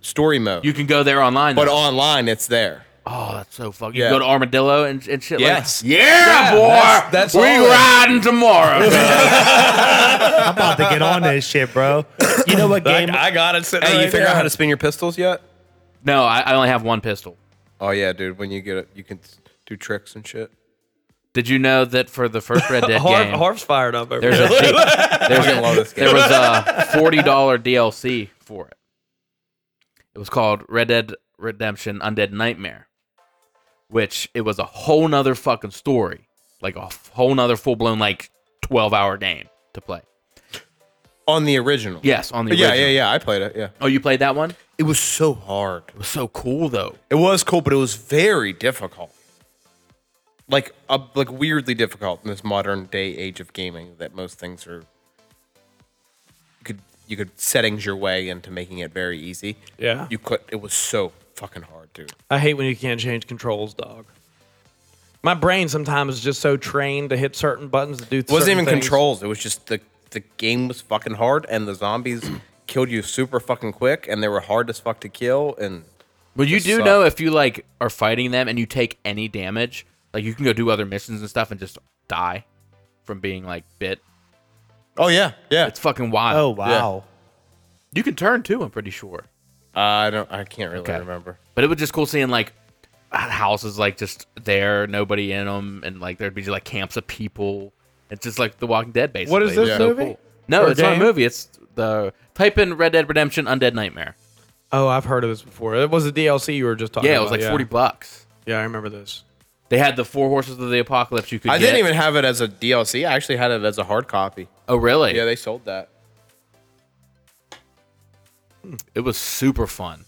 Speaker 5: story mode.
Speaker 4: You can go there online.
Speaker 5: but
Speaker 4: though.
Speaker 5: online, it's there.
Speaker 4: oh, that's so fucking.
Speaker 5: Yeah.
Speaker 4: You can go to Armadillo and, and shit.
Speaker 5: Yes.
Speaker 4: Like, yeah, boy.
Speaker 1: that's- that's
Speaker 4: we
Speaker 1: all it-
Speaker 4: riding tomorrow.
Speaker 5: [LAUGHS]
Speaker 4: bro.
Speaker 2: I'm about to get on this shit, bro. You
Speaker 4: [LAUGHS]
Speaker 2: know what game
Speaker 1: got it. Sitting
Speaker 5: Hey, you figure out how to spin your pistols yet?
Speaker 4: no, I, I only have one pistol.
Speaker 5: Oh yeah, dude. When you get it, you can s- do tricks and shit.
Speaker 4: Did you know that for the first [LAUGHS] Red Dead
Speaker 1: Harv,
Speaker 4: game,
Speaker 1: Harv's fired up over
Speaker 5: [LAUGHS]
Speaker 4: there's
Speaker 1: there.
Speaker 4: a there's
Speaker 5: I love
Speaker 4: a, [LAUGHS]
Speaker 5: this
Speaker 4: there
Speaker 5: game.
Speaker 4: was a forty dollar DLC for it. It was called Red Dead Redemption Undead Nightmare, which it was a whole nother fucking story, like a whole nother full blown like twelve hour game to play.
Speaker 5: On the original.
Speaker 4: Yes, on the
Speaker 5: Yeah, yeah,
Speaker 4: original.
Speaker 5: yeah. I played it. Yeah.
Speaker 4: Oh, you played that one?
Speaker 5: It was so hard.
Speaker 4: It was so cool though.
Speaker 5: It was cool, but it was very difficult. Like, uh, like weirdly difficult in this modern day age of gaming that most things are. You could you could settings your way into making it very easy.
Speaker 1: Yeah.
Speaker 5: You could. It was so fucking hard, dude.
Speaker 1: I hate when you can't change controls, dog. My brain sometimes is just so trained to hit certain buttons to do.
Speaker 5: It wasn't
Speaker 1: certain
Speaker 5: even
Speaker 1: things.
Speaker 5: controls. It was just the the game was fucking hard, and the zombies killed you super fucking quick, and they were hard as fuck to kill. And
Speaker 4: Well, you
Speaker 5: Just
Speaker 4: do
Speaker 5: suck.
Speaker 4: know if you like are fighting them and you take any damage, like you can go do other missions and stuff and just die from being like bit.
Speaker 5: oh yeah, yeah.
Speaker 4: It's fucking wild.
Speaker 2: Oh wow.
Speaker 4: You can turn too, I'm pretty sure.
Speaker 5: Uh, I don't. I can't really
Speaker 4: Okay.
Speaker 5: remember.
Speaker 4: But it was just cool seeing like houses like just there, nobody in them, and like there'd be like camps of people. It's just like The Walking Dead, basically.
Speaker 1: What is
Speaker 4: It was
Speaker 1: this
Speaker 4: so
Speaker 1: movie?
Speaker 4: cool. No,
Speaker 1: Or
Speaker 4: it's not a
Speaker 1: game?
Speaker 4: movie. It's the type in Red Dead Redemption Undead Nightmare.
Speaker 1: Oh, I've heard of this before. It was a DLC you were just talking.
Speaker 4: Yeah, it
Speaker 1: about,
Speaker 4: was like forty bucks.
Speaker 1: Yeah, I remember this.
Speaker 4: They had the four horses of the apocalypse. You could.
Speaker 5: I
Speaker 4: get.
Speaker 5: didn't even have it as a DLC. I actually had it as a hard copy.
Speaker 4: Oh, really?
Speaker 5: Yeah, they sold that.
Speaker 4: it was super fun.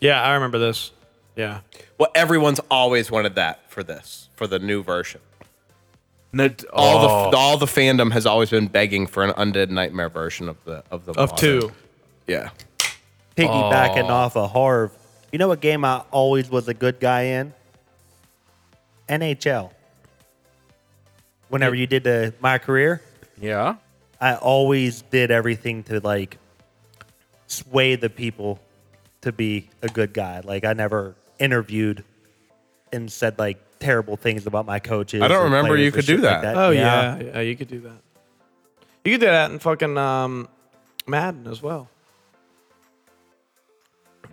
Speaker 1: Yeah, I remember this. Yeah,
Speaker 5: Well, everyone's always wanted that for this for the new version.
Speaker 4: No,
Speaker 5: All
Speaker 4: oh.
Speaker 5: the all the fandom has always been begging for an undead nightmare version of the of the
Speaker 1: of
Speaker 5: modern.
Speaker 1: two.
Speaker 5: Yeah.
Speaker 2: Piggybacking off of Harv. You know what game I always was a good guy in? NHL. Whenever you did the my career,
Speaker 4: yeah.
Speaker 2: I always did everything to like sway the people to be a good guy. Like I never interviewed and said like terrible things about my coaches.
Speaker 5: I don't
Speaker 2: or
Speaker 5: remember
Speaker 2: players
Speaker 5: you
Speaker 2: and
Speaker 5: could do
Speaker 2: shit like
Speaker 5: that.
Speaker 1: Oh yeah. yeah, you could do that. You could do that in fucking um, Madden as well.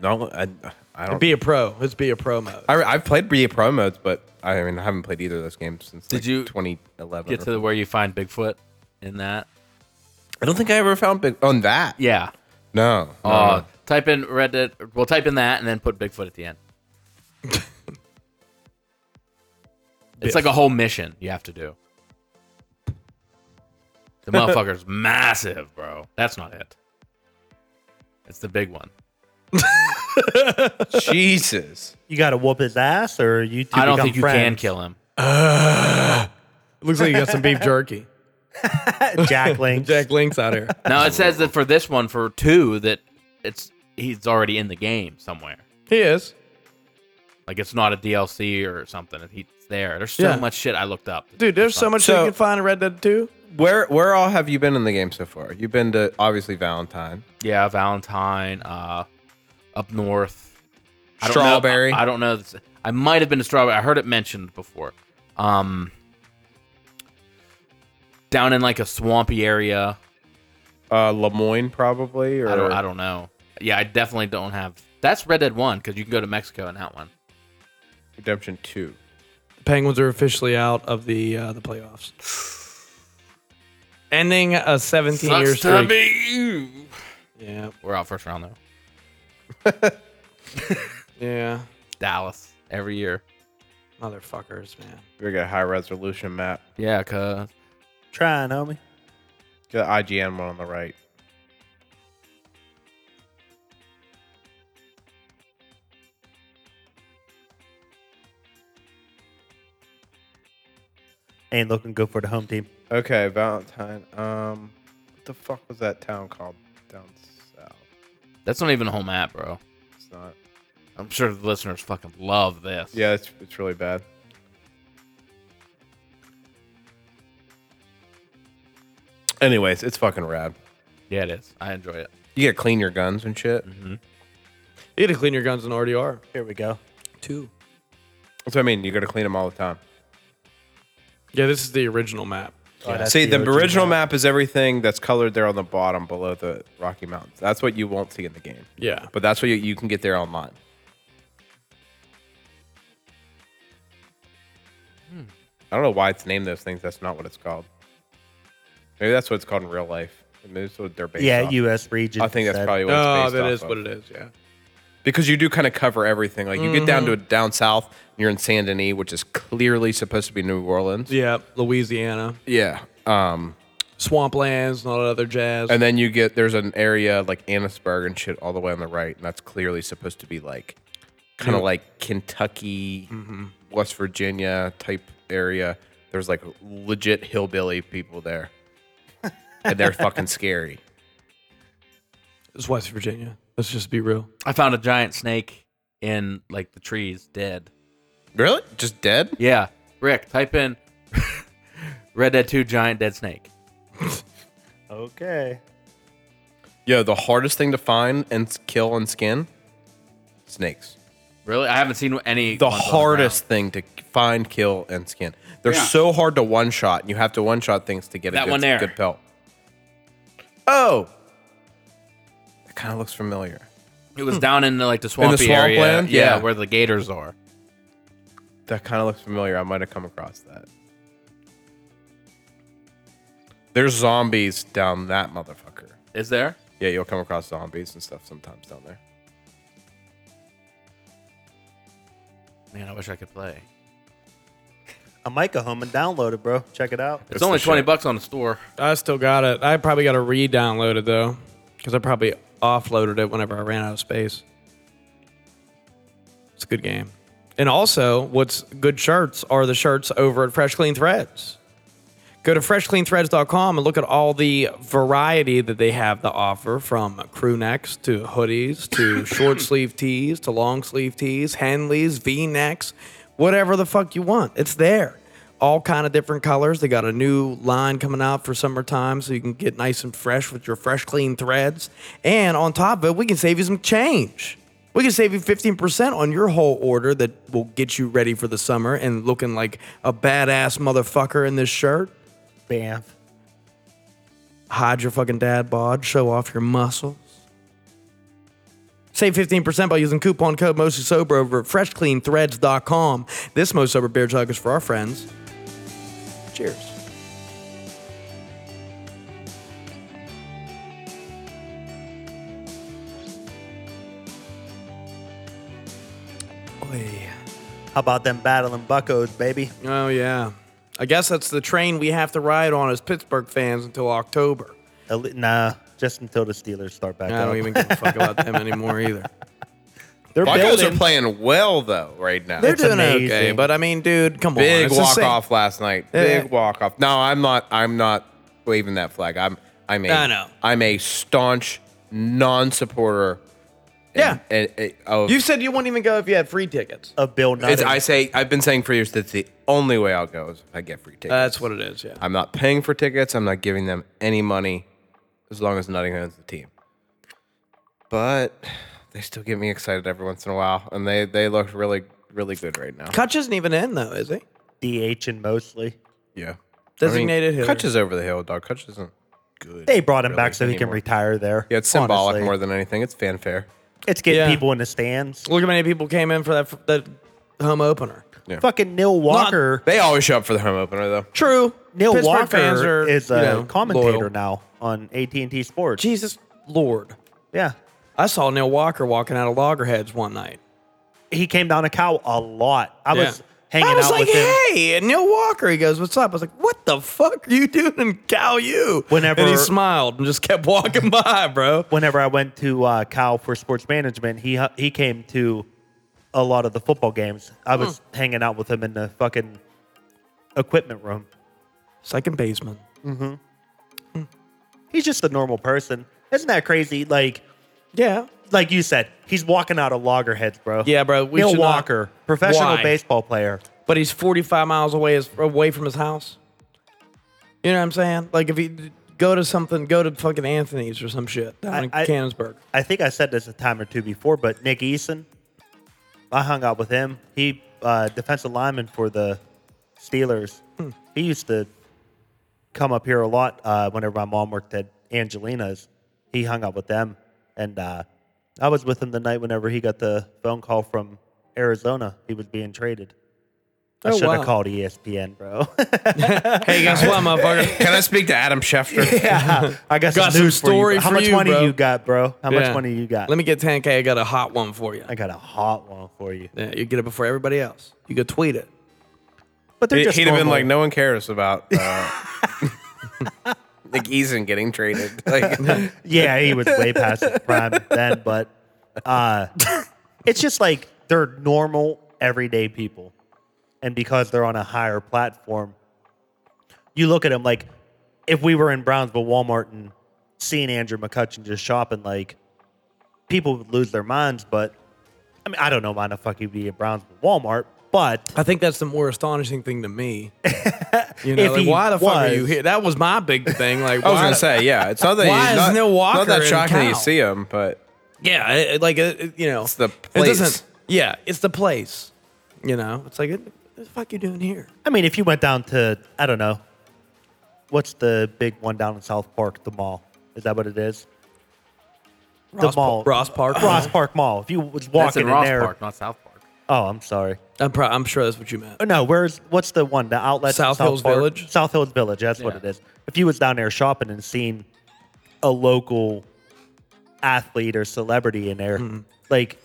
Speaker 5: No, I, I don't.
Speaker 1: Be a pro. It's be a pro mode.
Speaker 5: I, I've played Be a Pro modes, but I mean I haven't played either of those games since
Speaker 4: Did
Speaker 5: like,
Speaker 4: you
Speaker 5: 2011.
Speaker 4: Get to the, where you find Bigfoot in that.
Speaker 5: I don't think I ever found Big on that.
Speaker 4: Yeah.
Speaker 5: No. no,
Speaker 4: Oh,
Speaker 5: no.
Speaker 4: type in Red Dead. Well, type in that and then put Bigfoot at the
Speaker 2: [LAUGHS]
Speaker 4: end. it's like a whole mission you have to do.
Speaker 2: [LAUGHS]
Speaker 4: The motherfucker's massive, bro. That's not it. It's the big one.
Speaker 5: Jesus.
Speaker 2: You got to whoop his ass, or you. Two
Speaker 4: I don't
Speaker 2: become
Speaker 4: think you can
Speaker 2: [LAUGHS] friends?
Speaker 4: kill him.
Speaker 1: [LAUGHS] Looks like you got some beef jerky.
Speaker 2: Jack Link.
Speaker 5: [LAUGHS]
Speaker 1: Jack Link's out here.
Speaker 4: No, it says that for this one, for two, that it's he's already in the game somewhere.
Speaker 1: He is.
Speaker 4: Like it's not a DLC or something. He's there. There's so
Speaker 1: Yeah.
Speaker 4: much shit I looked up.
Speaker 1: Dude, there's so much
Speaker 5: So-
Speaker 1: you can find in Red Dead 2.
Speaker 5: Where where all have you been in the game so far? You've been to obviously Valentine.
Speaker 4: Yeah, Valentine, uh, up north. I don't know-
Speaker 5: Strawberry.
Speaker 4: I, I don't know. this- I might have been to Strawberry. I heard it mentioned before. Um, down in like a swampy area.
Speaker 5: Uh, Lemoyne probably. Or
Speaker 4: I don't. I don't know. Yeah, I definitely don't have. That's Red Dead One because you can go to Mexico in that one.
Speaker 5: Redemption Two.
Speaker 1: The Penguins are officially out of the uh, the playoffs. Ending a 17 year
Speaker 4: Sucks to
Speaker 1: streak.
Speaker 4: be you.
Speaker 1: Yeah.
Speaker 4: We're out first round though.
Speaker 1: Yeah.
Speaker 4: Dallas every year.
Speaker 1: Motherfuckers, man.
Speaker 5: We got a high resolution map.
Speaker 4: Yeah, cause
Speaker 2: Trying, homie.
Speaker 5: Got the IGN one on the right.
Speaker 2: Ain't looking good for the home team.
Speaker 5: Okay, Valentine. Um, what the fuck was that town called down south?
Speaker 4: that's not even a home app, bro.
Speaker 5: It's not.
Speaker 4: I'm sure the listeners fucking love this.
Speaker 5: Yeah, it's it's really bad. Anyways, it's fucking rad.
Speaker 4: yeah, it is. I enjoy it.
Speaker 5: You gotta clean your guns and shit.
Speaker 1: You got to clean your guns in RDR.
Speaker 2: Here we go.
Speaker 1: Two.
Speaker 5: That's what I mean. You gotta clean them all the time.
Speaker 1: Yeah, this is the original map.
Speaker 2: Oh, that's
Speaker 5: see, the,
Speaker 2: OG
Speaker 5: original map is everything that's colored there on the bottom below the Rocky Mountains. That's what you won't see in the game.
Speaker 1: Yeah.
Speaker 5: But that's what you, you can get there online. Hmm. I don't know why it's named those things. That's not what it's called. Maybe that's what it's called in real life. Maybe that's what they're based
Speaker 2: Yeah,
Speaker 5: off.
Speaker 2: U.S. region.
Speaker 5: I think that's
Speaker 2: said.
Speaker 5: probably what it's
Speaker 1: Oh,
Speaker 5: based
Speaker 1: that
Speaker 5: off
Speaker 1: is
Speaker 5: of.
Speaker 1: what it is. Yeah.
Speaker 5: Because you do kind of cover everything. Like you get down
Speaker 1: Mm-hmm.
Speaker 5: to down south, and you're in San Denis, which is clearly supposed to be New Orleans.
Speaker 1: Yeah. Louisiana,
Speaker 5: Yeah. Um,
Speaker 1: swamplands, and all that other jazz.
Speaker 5: And then you get there's an area like Annisburg and shit all the way on the right, and that's clearly supposed to be like kind of like Kentucky, West Virginia type area. There's like legit hillbilly people there, and [LAUGHS] they're fucking scary.
Speaker 1: it's West Virginia. Let's just be real.
Speaker 4: I found a giant snake in like the trees, dead.
Speaker 5: Really? Just dead?
Speaker 4: Yeah, Rick, type in [LAUGHS] Red Dead 2 Giant Dead Snake.
Speaker 2: Okay.
Speaker 5: Yo, the hardest thing to find and s- kill and skin snakes.
Speaker 4: Really? I haven't seen any.
Speaker 5: The
Speaker 4: ones on
Speaker 5: hardest thing to find, kill, and skin. They're
Speaker 4: Yeah.
Speaker 5: so hard to one shot, and you have to one shot things to get
Speaker 4: That
Speaker 5: a good,
Speaker 4: one there.
Speaker 5: good pelt. Oh, that kind of looks familiar.
Speaker 4: ground. It was down in the, like the swampy area.
Speaker 5: swampland?
Speaker 4: Yeah,
Speaker 5: Yeah.
Speaker 4: where the gators are.
Speaker 5: That kind of looks familiar. I might have come across that. There's zombies down that motherfucker.
Speaker 4: Is there?
Speaker 5: Yeah, you'll come across zombies and stuff sometimes down there.
Speaker 4: Man, I wish I could play.
Speaker 2: I might go home and download it, bro. Check it out.
Speaker 4: It's only
Speaker 5: the
Speaker 4: twenty
Speaker 5: shit.
Speaker 4: bucks on the store.
Speaker 1: I still got it. I probably got to re-download it though, because I probably offloaded it whenever I ran out of space. It's a good game, and also what's good shirts are the shirts over at Fresh Clean Threads. Go to freshcleanthreads.com and look at all the variety that they have to offer from crew necks to hoodies to short sleeve tees to long sleeve tees, Henleys, V necks, whatever the fuck you want. It's there. All kind of different colors. They got a new line coming out for summertime so you can get nice and fresh with your fresh clean threads. And on top of it, we can save you some change. We can save you 15% on your whole order that will get you ready for the summer and looking like a badass motherfucker in this shirt
Speaker 2: Bam.
Speaker 1: hide your fucking dad bod, show off your muscles. Save 15% by using coupon code mostly sober over at freshcleanthreads.com. This most sober beer jug is for our friends. Cheers. Oy.
Speaker 2: How about them battling buckos, baby?
Speaker 1: Oh yeah. I guess that's the train we have to ride on as Pittsburgh fans until October.
Speaker 2: At le- Nah, just until the Steelers start back
Speaker 1: I
Speaker 2: up.
Speaker 1: don't even give a fuck about them anymore [LAUGHS] either.
Speaker 2: They're
Speaker 5: Broncos are
Speaker 2: building.
Speaker 5: playing well though right now.
Speaker 1: They're
Speaker 2: It's
Speaker 1: doing okay,
Speaker 2: amazing.
Speaker 1: but I mean, dude, come on,
Speaker 5: Big
Speaker 1: it's the
Speaker 5: walk
Speaker 1: same-
Speaker 5: off last night.
Speaker 1: Yeah.
Speaker 5: Big walk off. No, I'm not. I'm not waving that flag. I'm. I'm a.
Speaker 1: I know.
Speaker 5: am a staunch non-supporter.
Speaker 1: Yeah.
Speaker 5: And, and, of,
Speaker 1: You said you wouldn't even go if you had free tickets.
Speaker 2: a Bill
Speaker 5: it's,
Speaker 2: Nutter.
Speaker 5: I say I've been saying for years that the only way I'll go is if I get free tickets.
Speaker 1: That's what it is. Yeah.
Speaker 5: I'm not paying for tickets. I'm not giving them any money, as long as Nottingham's the team. But they still get me excited every once in a while, and they they look really really good right now.
Speaker 1: Kutch isn't even in though, is he?
Speaker 2: DH and mostly.
Speaker 5: Yeah.
Speaker 1: Designated hitter.
Speaker 5: Kutch is over the hill, dog. Kutch isn't good.
Speaker 2: They brought him
Speaker 5: really
Speaker 2: back so he can
Speaker 5: anymore.
Speaker 2: retire there.
Speaker 5: Yeah, it's symbolic
Speaker 2: honestly.
Speaker 5: more than anything. It's fanfare.
Speaker 2: It's getting
Speaker 1: Yeah.
Speaker 2: people in the stands.
Speaker 1: Look how many people came in for that that home opener.
Speaker 2: Fucking Neil Walker.
Speaker 5: They always show up for the home opener, though.
Speaker 1: True.
Speaker 2: Neil
Speaker 1: Pittsburgh
Speaker 2: Walker
Speaker 1: fans are,
Speaker 2: is
Speaker 1: you
Speaker 2: a
Speaker 1: know,
Speaker 2: commentator
Speaker 1: loyal.
Speaker 2: now on AT&T Sports.
Speaker 1: Jesus Lord,
Speaker 2: Yeah.
Speaker 1: I saw Neil Walker walking out of Loggerheads one night.
Speaker 2: He came down to Cal a lot. I
Speaker 1: Yeah.
Speaker 2: was hanging
Speaker 1: I was
Speaker 2: out
Speaker 1: like,
Speaker 2: with him.
Speaker 1: "Hey, and Neil Walker." He goes, "What's up?" I was like, "What the fuck are you doing in Cal U?"
Speaker 2: Whenever-
Speaker 1: and he smiled and just kept walking [LAUGHS] by, bro.
Speaker 2: whenever I went to uh, Cal for sports management, he he came to a lot of the football games. I was
Speaker 1: Hmm.
Speaker 2: hanging out with him in the fucking equipment room.
Speaker 1: Second baseman.
Speaker 2: He's just a normal person. Isn't that crazy? Like
Speaker 1: Yeah,
Speaker 2: like you said, he's walking out of loggerheads, bro.
Speaker 1: Yeah, bro, we
Speaker 2: Neil
Speaker 1: should not-
Speaker 2: Walker, professional
Speaker 1: Why?
Speaker 2: baseball player.
Speaker 1: but he's 45 miles away his, away from his house. You know what I'm saying? Like if he go to something, go to fucking Anthony's or some shit down
Speaker 2: I-
Speaker 1: in
Speaker 2: I-
Speaker 1: Cannonsburg.
Speaker 2: I think I said this a time or two before, but Nick Eason, I hung out with him. He uh, defensive lineman for the Steelers.
Speaker 1: Hmm.
Speaker 2: He used to come up here a lot uh, whenever my mom worked at Angelina's. He hung out with them, and uh, I was with him the night whenever he got the phone call from Arizona. He was being traded. I
Speaker 1: Oh,
Speaker 2: should have
Speaker 1: wow.
Speaker 2: called E ESPN, bro. [LAUGHS]
Speaker 1: Hey, [LAUGHS] guess what,
Speaker 5: [LAUGHS]
Speaker 1: motherfucker?
Speaker 5: Can I speak to Adam Schefter?
Speaker 2: I
Speaker 1: Got
Speaker 2: got, some
Speaker 1: some
Speaker 2: news for you,
Speaker 1: story
Speaker 2: bro. How
Speaker 1: for
Speaker 2: much
Speaker 1: you,
Speaker 2: money
Speaker 1: bro.
Speaker 2: you got, bro? How
Speaker 1: Yeah.
Speaker 2: much money you got?
Speaker 1: Let me get 10k. I got a hot one for you.
Speaker 2: I got a hot one for you.
Speaker 1: Yeah, you get it before everybody else. You could tweet it.
Speaker 2: But they're
Speaker 5: He'd
Speaker 2: just
Speaker 5: he'd have been
Speaker 2: normal.
Speaker 5: like, no one cares about [LAUGHS] uh, Nick Eason getting [LAUGHS] traded. Like,
Speaker 2: Yeah, he was way past
Speaker 5: [LAUGHS]
Speaker 2: his prime then, but uh, it's just like they're normal, everyday people. And because they're on a higher platform, you look at them like if we were in Brownsville Walmart and seeing Andrew McCutcheon just shopping, like people would lose their minds. But I mean, I don't know why the fuck he'd be at Brownsville Walmart, But
Speaker 1: I think that's the more astonishing thing to
Speaker 2: [LAUGHS]
Speaker 1: me. You
Speaker 2: If
Speaker 1: know, like,
Speaker 2: he
Speaker 1: why the fuck are you
Speaker 2: was-
Speaker 1: here? That was my big thing. Like,
Speaker 5: [LAUGHS] I was
Speaker 1: why
Speaker 5: gonna
Speaker 1: the-
Speaker 5: say, yeah. It's not that
Speaker 1: Why
Speaker 5: you,
Speaker 1: is
Speaker 5: not,
Speaker 1: Neil
Speaker 5: not that
Speaker 1: Walker in
Speaker 5: shocking that you
Speaker 1: Cal?
Speaker 5: see him, but
Speaker 1: Yeah, it, it- like it, it- you know, it's
Speaker 5: the
Speaker 1: It
Speaker 5: place.
Speaker 1: doesn't, yeah, it's the place. You know, it's like, what the fuck you doing here?
Speaker 2: I mean, if you went down to, I don't know, what's the big one down in South Park, the mall? Is that what it is?
Speaker 1: Ross
Speaker 2: the
Speaker 1: Pa-
Speaker 2: mall.
Speaker 1: Ross Park
Speaker 2: Ross
Speaker 1: Mall.
Speaker 2: Park Mall. If you was
Speaker 4: That's
Speaker 2: walking
Speaker 4: in
Speaker 2: in,
Speaker 4: Ross
Speaker 2: there.
Speaker 4: Park, not South Park.
Speaker 2: Oh, I'm sorry.
Speaker 1: I'm pro- I'm sure that's what you meant.
Speaker 2: Oh, no, where's, what's the one? The outlet? in
Speaker 1: South Hills
Speaker 2: Park?
Speaker 1: Village?
Speaker 2: South Hills Village. That's what
Speaker 4: Yeah.
Speaker 2: it is. If you was down there shopping and seen a local athlete or celebrity in there,
Speaker 1: Mm-hmm.
Speaker 2: like,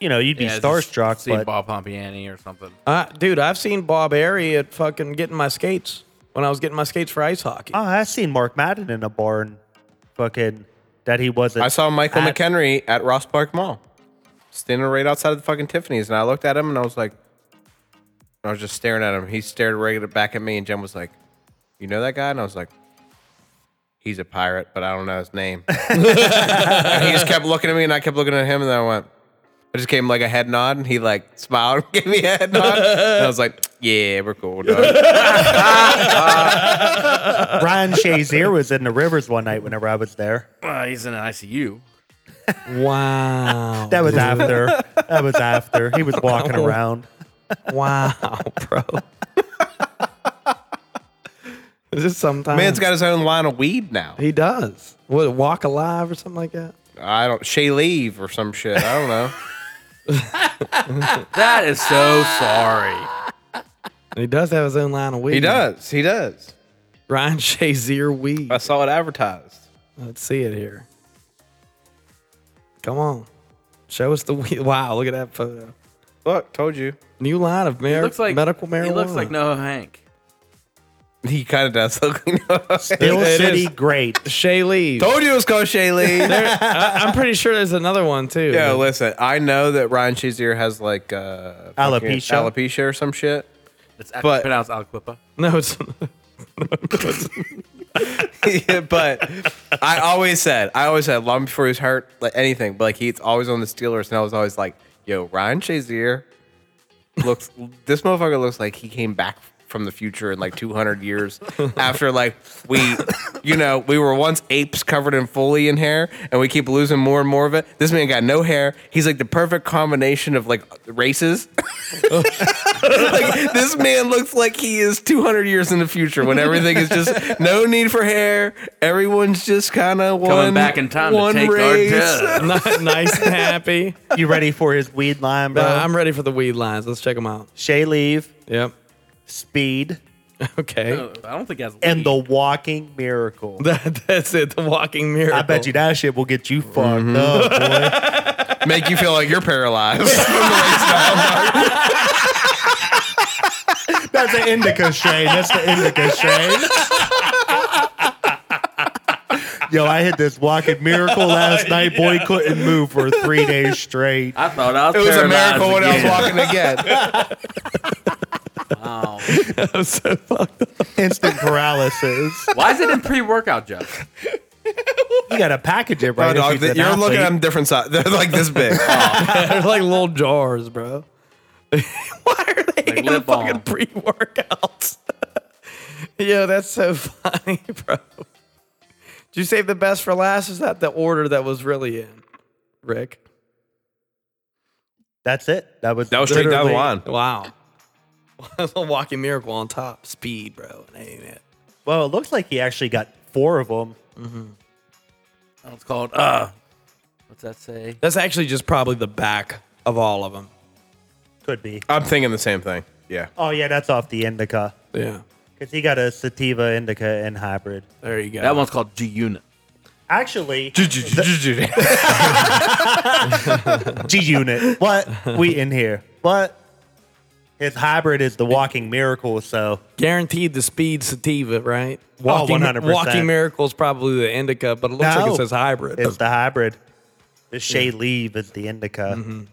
Speaker 2: you know, you'd be
Speaker 4: Yeah, just
Speaker 2: starstruck.
Speaker 4: See
Speaker 2: but
Speaker 4: Bob Pompiani or something.
Speaker 1: Uh, dude, I've seen Bob Airy at fucking getting my skates when I was getting my skates for ice hockey.
Speaker 2: Oh, I seen Mark Madden in a barn, fucking that he wasn't.
Speaker 5: I saw Michael
Speaker 2: at-
Speaker 5: McHenry at Ross Park Mall, standing right outside of the fucking Tiffany's, and I looked at him and I was like, I was just staring at him. He stared right back at me, and Jim was like, "You know that guy?" And I was like, "He's a pirate, but I don't know his [LAUGHS] name." and he just kept looking at me, and I kept looking at him, and then I went. I just gave him like a head nod, and he like smiled, and [LAUGHS] gave me a head nod, and I was like, "Yeah, we're cool, [LAUGHS] dog."
Speaker 2: Brian uh, Shazier was in the rivers one night whenever I was there.
Speaker 4: Well, Ah, he's in an ICU.
Speaker 1: [LAUGHS] Wow.
Speaker 2: That was after. That was after he was walking around.
Speaker 1: [LAUGHS] wow, bro. [LAUGHS] Is this sometimes
Speaker 5: Man's got his own line of weed now.
Speaker 1: he does. What walk alive or something like that?
Speaker 5: I don't Shay Leave or some shit. I don't know.
Speaker 4: That is so sorry.
Speaker 1: He does have his own line of weed.
Speaker 5: He does. He does.
Speaker 1: Ryan Shazier weed.
Speaker 5: I saw it advertised.
Speaker 1: Let's see it here. Come on. Show us the weed. Wow, look at that photo.
Speaker 5: Look, told you.
Speaker 1: New line of mar-
Speaker 4: He looks like
Speaker 1: medical marijuana.
Speaker 4: He looks like Noah Hank.
Speaker 5: He kind of does look.
Speaker 2: Bill
Speaker 1: it
Speaker 2: City,
Speaker 1: is.
Speaker 2: great.
Speaker 1: Shay Lee.
Speaker 5: [LAUGHS] told you it was called Shay Leave.
Speaker 1: I- I'm pretty sure there's another one too.
Speaker 5: yeah, listen. I know that Ryan Shazier has like uh, fucking
Speaker 2: Alopecia?
Speaker 5: alopecia or some shit. [LAUGHS]
Speaker 4: It's actually
Speaker 5: But-
Speaker 4: pronounced Aliquippa.
Speaker 1: No, it's [LAUGHS]
Speaker 5: but I always said, I always said, long before he was hurt, like anything, but like he's always on the Steelers, and I was always like, "Yo, Ryan Shazier looks. this motherfucker looks like he came back from the future in like
Speaker 4: [LAUGHS]
Speaker 5: 200 years after like we, you know, we were once apes covered in foliage and hair, and we keep losing more and more of it. This man got no hair. He's like the perfect combination of like races. [LAUGHS] Like, this man looks like he is 200 years in the future when everything is just no need for hair. Everyone's just kind of one
Speaker 4: Coming back in time to
Speaker 5: one
Speaker 4: take
Speaker 5: race.
Speaker 4: our dub.
Speaker 1: not nice and happy.
Speaker 2: You ready for his weed line, bro?
Speaker 1: But I'm ready for the weed lines. Let's check them out.
Speaker 2: Shay Leave,
Speaker 1: Yep. [LAUGHS]
Speaker 2: Speed,
Speaker 1: Okay.
Speaker 4: I don't think that's
Speaker 2: and the Walking Miracle.
Speaker 1: [LAUGHS] That, that's it. The walking mirror.
Speaker 2: I bet you that shit will get you fucked
Speaker 1: Mm-hmm.
Speaker 2: up, boy.
Speaker 5: Make you feel like you're paralyzed.
Speaker 2: That's an indica strain. That's the indica strain. Yo, I hit this walking miracle last night. Boy couldn't move for three days straight.
Speaker 4: I thought I was
Speaker 5: it was a
Speaker 4: paralyzed
Speaker 5: miracle when I was
Speaker 4: again.
Speaker 5: walking again.
Speaker 2: Instant paralysis.
Speaker 4: Why is it in pre-workout, Jeff?
Speaker 2: You gotta package it
Speaker 5: Oh,
Speaker 2: right.
Speaker 5: dog,
Speaker 2: if he's
Speaker 5: th-
Speaker 2: an
Speaker 5: you're looking
Speaker 2: athlete.
Speaker 5: at them different size. [LAUGHS] They're like this big.
Speaker 1: They're like little jars, bro. [LAUGHS] Why are they
Speaker 4: Like
Speaker 1: in a
Speaker 4: lip balm.
Speaker 1: fucking pre [LAUGHS] workouts? Yo, that's so [LAUGHS] funny, bro. Did you save the best for last? Is that the order that was really in, Rick?
Speaker 2: That's it. That was
Speaker 5: That was straight down the
Speaker 2: literally-
Speaker 5: line.
Speaker 1: Wow. [LAUGHS] a walking miracle on top. Speed, bro. That ain't it.
Speaker 2: Well, it looks like he actually got four of them.
Speaker 4: Oh, It's called uh. What's that say?
Speaker 1: That's actually just probably the back of all of them.
Speaker 2: Could be.
Speaker 5: I'm thinking the same thing. [LAUGHS] Yeah.
Speaker 2: Oh yeah, that's off the indica
Speaker 1: Yeah.
Speaker 2: because he got a sativa, indica, and hybrid.
Speaker 1: There you go.
Speaker 4: That one's called G Unit.
Speaker 2: Actually,
Speaker 5: That's
Speaker 2: G unit. What we in here? But his hybrid is the walking miracle. So
Speaker 1: guaranteed the speed sativa, right? Walking,
Speaker 2: 100%.
Speaker 1: Walking miracle is probably the indica, but it looks like
Speaker 2: No.
Speaker 1: it says hybrid.
Speaker 2: It's the hybrid. The Shea Leave is the indica.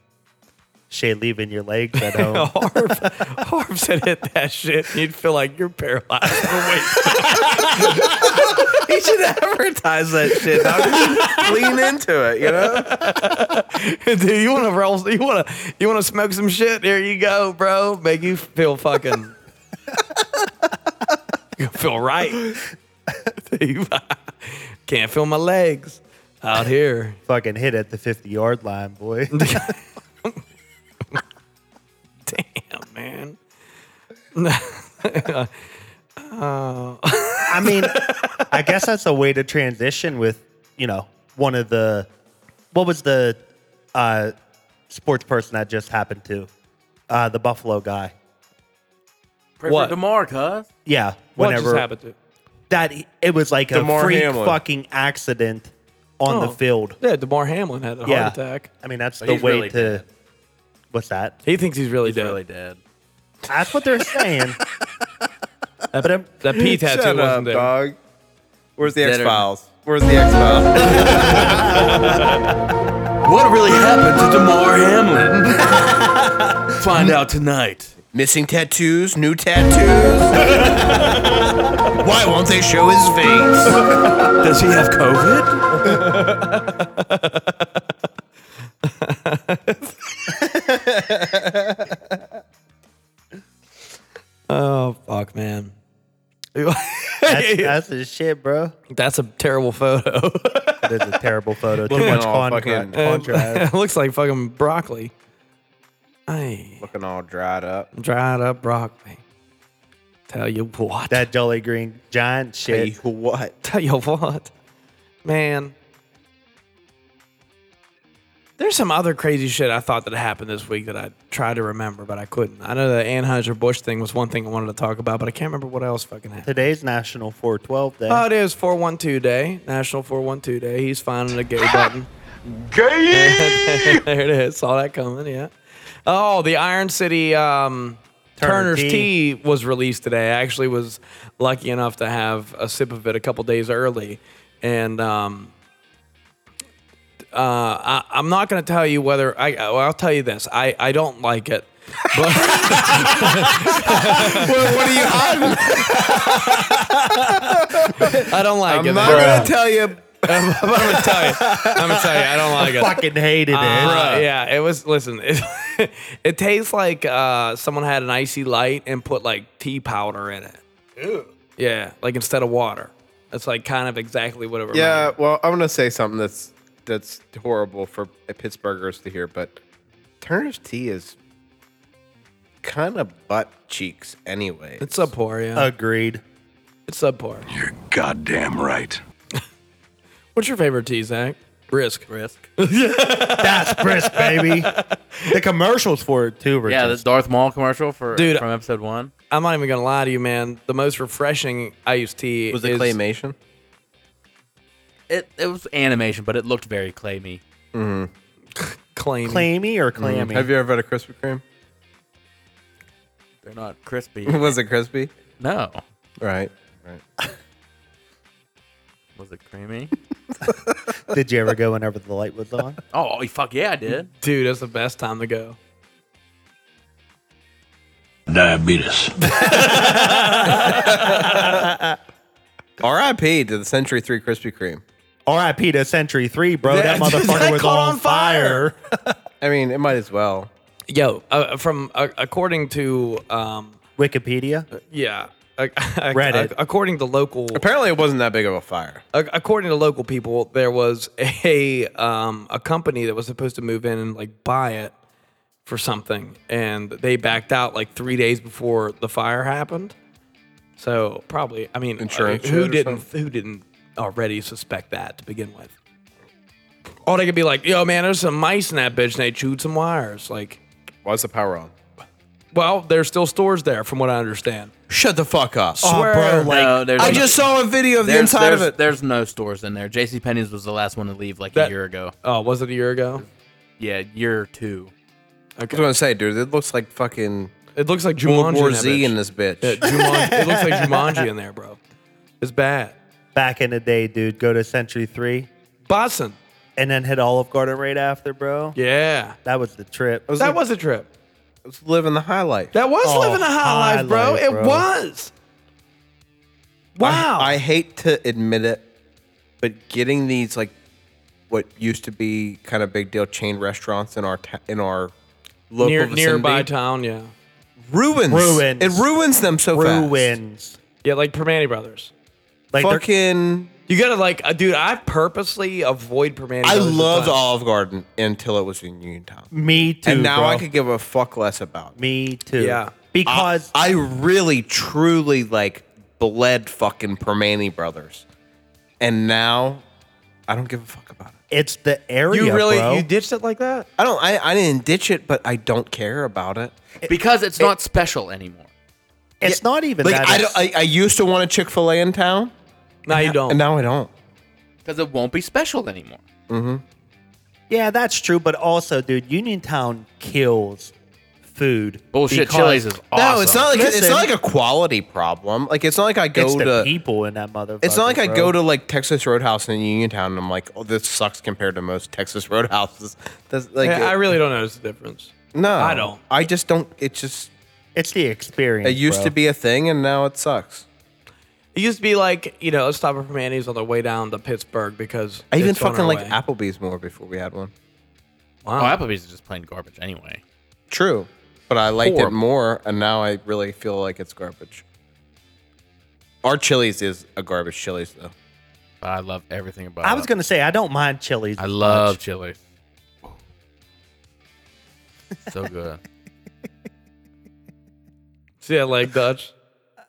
Speaker 2: Shay leaving your legs at home.
Speaker 1: [LAUGHS] Harv, Harv said hit that shit. and You'd feel like you're paralyzed.
Speaker 2: [LAUGHS]
Speaker 1: for weight.
Speaker 5: He should advertise that shit. dog. Lean into it, you
Speaker 1: [LAUGHS]
Speaker 5: know?
Speaker 1: Dude, you want to roll? You want to? You want to smoke some shit? Here you go, bro. Make you feel fucking. [LAUGHS] you feel right. [LAUGHS] Can't feel my legs out here.
Speaker 2: Fucking hit at the 50 yard line, boy.
Speaker 1: Damn, [LAUGHS] man.
Speaker 2: I mean, [LAUGHS] I guess that's a way to transition with, you know, one of the, what was the uh, sports person that just happened to? Uh, the Buffalo guy.
Speaker 4: Pray
Speaker 1: What?
Speaker 4: for DeMar, cuz.
Speaker 2: Yeah.
Speaker 1: What
Speaker 2: Whenever
Speaker 1: just happened to?
Speaker 2: that, it was like
Speaker 5: Damar
Speaker 2: a freak
Speaker 5: Hamlin.
Speaker 2: fucking accident on the
Speaker 1: Oh.
Speaker 2: field.
Speaker 1: Yeah, Demar Hamlin had a
Speaker 2: Yeah.
Speaker 1: heart attack.
Speaker 2: I mean, that's
Speaker 4: But
Speaker 2: the
Speaker 4: Oh, he's
Speaker 2: way
Speaker 4: really
Speaker 2: to.
Speaker 4: dead.
Speaker 2: What's that?
Speaker 1: He thinks he's really
Speaker 4: He's
Speaker 1: dead.
Speaker 4: really dead.
Speaker 2: That's what they're saying.
Speaker 1: [LAUGHS]
Speaker 2: but um, I'm,
Speaker 1: That [LAUGHS] P tattoo
Speaker 5: Shut
Speaker 1: wasn't
Speaker 5: up,
Speaker 1: there.
Speaker 5: dog. Where's the
Speaker 4: Dead or-
Speaker 5: X Files? Where's the X Files?
Speaker 4: What really happened to DeMar Hamlin? Find out tonight.
Speaker 5: [LAUGHS] Missing tattoos, new [LAUGHS] tattoos. Why won't they show his face?
Speaker 4: Does he have COVID?
Speaker 1: [LAUGHS] Oh fuck, man. [LAUGHS]
Speaker 4: [LAUGHS]
Speaker 2: that's, that's the shit, bro.
Speaker 1: That's a terrible photo.
Speaker 2: It is a terrible photo. Too
Speaker 5: Looking
Speaker 2: much
Speaker 5: all
Speaker 2: contrast.
Speaker 5: fucking-
Speaker 1: [LAUGHS]
Speaker 2: contrast.
Speaker 1: it looks like fucking broccoli. Hey,
Speaker 5: Looking all dried up.
Speaker 1: dried up broccoli. Tell you what.
Speaker 2: that Jolly Green giant shit.
Speaker 5: Hey, what?
Speaker 1: Tell you what, man. There's some other crazy shit I thought that happened this week that I tried to remember, but I couldn't. I know the Anheuser Busch thing was one thing I wanted to talk about, but I can't remember what else fucking happened.
Speaker 2: Today's National 412 Day.
Speaker 1: Oh, it is 412 Day, National 412 Day. He's finding a gay button. gay! [LAUGHS] there it is. Saw that coming, yeah. Oh, the Iron City um,
Speaker 2: Turner
Speaker 1: Turner's tea.
Speaker 2: Tea.
Speaker 1: was released today. I actually was lucky enough to have a sip of it a couple days early. And um, uh, I, I'm not going to tell you whether I, well, I'll tell you this. I, I don't like it. [LAUGHS]
Speaker 5: what are you hiding?
Speaker 1: [LAUGHS] I don't like it. man.
Speaker 5: I'm not gonna tell you.
Speaker 1: I'm gonna tell you. I'm gonna tell you. I don't like it.
Speaker 2: fucking hated it.
Speaker 1: Uh, yeah, it was. Listen, [LAUGHS] it, it tastes like uh, someone had an icy light and put like tea powder in it. Yeah, like instead of water. That's like kind of exactly what it reminded
Speaker 5: Yeah, well, I'm gonna say something that's that's horrible for Pittsburghers to hear, but Turner's tea is kind of butt cheeks anyway.
Speaker 1: It's subpar,
Speaker 2: Uh,
Speaker 1: yeah.
Speaker 2: Agreed.
Speaker 1: it's subpar.
Speaker 3: Goddamn right.
Speaker 1: What's your favorite tea, Zach? Risk. Risk.
Speaker 2: That's brisk,
Speaker 4: [LAUGHS]
Speaker 2: baby. The commercials for it too. Richard.
Speaker 4: Yeah, this Darth Maul commercial for
Speaker 1: Dude,
Speaker 4: from episode one.
Speaker 1: I'm not even gonna lie to you, man. The most refreshing iced tea
Speaker 5: was
Speaker 1: is
Speaker 5: it claymation?
Speaker 4: It it was animation, but it looked very clammy.
Speaker 1: claiming.
Speaker 2: Clammy or clammy?
Speaker 5: Have you ever had a Krispy Kreme?
Speaker 4: They're not crispy.
Speaker 5: [LAUGHS] was it crispy?
Speaker 4: [LAUGHS] no.
Speaker 5: Right. Right.
Speaker 4: Was it creamy?
Speaker 2: Did you ever go whenever the light was on?
Speaker 4: [LAUGHS] Oh fuck yeah, I did.
Speaker 1: Dude, that's the best time to go.
Speaker 3: Diabetes.
Speaker 5: R.I.P. to the Century Three Krispy Kreme.
Speaker 2: R.I.P. to Century Three, bro. [LAUGHS] That, motherfucker
Speaker 1: that
Speaker 2: was
Speaker 1: caught
Speaker 2: on,
Speaker 1: on fire.
Speaker 2: fire.
Speaker 5: I mean, it might as well.
Speaker 1: Yo, uh, from uh, according to um,
Speaker 2: Wikipedia.
Speaker 1: yeah, uh, [LAUGHS]
Speaker 2: Reddit.
Speaker 1: according to local
Speaker 5: Apparently, it wasn't that big of a fire.
Speaker 1: Ac- according to local people, there was a um, a company that was supposed to move in and like buy it for something, and they backed out like three days before the fire happened. So probably, I mean, uh,
Speaker 5: Insurance
Speaker 1: who
Speaker 5: shit or
Speaker 1: didn't who didn't already suspect that to begin with? Or they could be like, "Yo, man, there's some mice in that bitch, and they chewed some wires." Like,
Speaker 5: Why's the power on?
Speaker 1: well, there's still stores there, from what I understand.
Speaker 5: Shut the fuck up.
Speaker 4: Oh,
Speaker 1: Swear.
Speaker 2: bro, like
Speaker 4: no, there's
Speaker 5: I just saw a video of the
Speaker 4: there's,
Speaker 5: inside
Speaker 4: there's,
Speaker 5: of it.
Speaker 4: There's no stores in there. J.C. Penney's was the last one to leave like
Speaker 1: That-
Speaker 4: a year ago.
Speaker 1: Oh, was it a year ago?
Speaker 4: Yeah, year or two.
Speaker 5: I was gonna say, dude, it looks like fucking
Speaker 1: It looks like Jumanji.
Speaker 5: World War
Speaker 1: in that
Speaker 5: Z
Speaker 1: bitch.
Speaker 5: in this bitch.
Speaker 1: Yeah, Uh, Jumanji. it looks like
Speaker 5: [LAUGHS]
Speaker 1: Jumanji in there, bro. It's bad.
Speaker 2: back in the day, dude. Go to Century Three.
Speaker 1: Boston.
Speaker 2: and then hit Olive Garden right after, bro.
Speaker 1: Yeah.
Speaker 2: That was the trip.
Speaker 1: that was a trip.
Speaker 5: It's living the high life.
Speaker 1: That was
Speaker 2: Oh,
Speaker 1: living a high,
Speaker 2: high
Speaker 1: life, bro.
Speaker 2: life,
Speaker 1: it
Speaker 2: bro.
Speaker 1: was. Wow.
Speaker 5: I, I hate to admit it, but getting these like what used to be kind of big deal chain restaurants in our ta- in our local
Speaker 1: Near,
Speaker 5: vicinity
Speaker 1: nearby town, yeah.
Speaker 5: ruins
Speaker 2: Ruins.
Speaker 5: it ruins them so fast.
Speaker 2: ruins.
Speaker 1: Yeah, like Permani Brothers.
Speaker 2: Like they're-
Speaker 5: Fucking,
Speaker 1: You gotta like, uh, dude. I purposely avoid Permani.
Speaker 5: I
Speaker 1: Brothers at
Speaker 5: loved
Speaker 1: times.
Speaker 5: Olive Garden until it was in Uniontown,
Speaker 2: me too.
Speaker 5: and now
Speaker 2: bro.
Speaker 5: I could give a fuck less about. it.
Speaker 2: Me too.
Speaker 1: Yeah.
Speaker 2: Because
Speaker 5: I really truly like bled fucking Permani Brothers, and now I don't give a fuck about it.
Speaker 2: it's the area.
Speaker 1: You really
Speaker 2: bro.
Speaker 1: you ditched it like that?
Speaker 5: I don't. I, I didn't ditch it, but I don't care about it.
Speaker 4: because it's not special anymore.
Speaker 2: It's not even
Speaker 5: Like
Speaker 2: that.
Speaker 5: I,
Speaker 2: it's-
Speaker 5: don't- I, I used to want a Chick Fil A in town,
Speaker 1: No, you don't.
Speaker 5: and now I don't.
Speaker 4: Because it won't be special anymore.
Speaker 2: yeah, that's true. But also, dude, Uniontown kills food.
Speaker 4: Bullshit.
Speaker 2: because
Speaker 4: Chili's is awesome.
Speaker 5: No, it's not like it's
Speaker 2: Listen.
Speaker 5: not like a quality problem. Like it's not like I go
Speaker 2: It's
Speaker 5: to.
Speaker 2: the people in that motherfucker.
Speaker 5: it's not like I
Speaker 2: bro.
Speaker 5: go to like Texas Roadhouse in Uniontown and I'm like, oh, this sucks compared to most Texas [LAUGHS] Roadhouses. That's like
Speaker 1: I I really don't notice the difference.
Speaker 5: no,
Speaker 1: I don't.
Speaker 5: I just don't. It just
Speaker 2: It's the experience.
Speaker 5: it used
Speaker 2: bro.
Speaker 5: to be a thing and now it sucks.
Speaker 1: It used to be like, you know, let's stop at Permani's on the way down to Pittsburgh because
Speaker 5: I even
Speaker 1: it's on our
Speaker 5: fucking like
Speaker 1: way.
Speaker 5: Applebee's more before we had one.
Speaker 4: Oh,
Speaker 1: Wow.
Speaker 4: Applebee's is just plain garbage anyway.
Speaker 5: True, but I liked
Speaker 4: Horrible.
Speaker 5: it more, and now I really feel like it's garbage. Our Chili's is a garbage Chili's though.
Speaker 4: But I love everything about.
Speaker 2: I was
Speaker 4: it.
Speaker 2: gonna say I don't mind Chili's.
Speaker 4: I
Speaker 2: as
Speaker 4: love
Speaker 2: much. [LAUGHS]
Speaker 4: Chili's. so good.
Speaker 1: See that leg Dutch?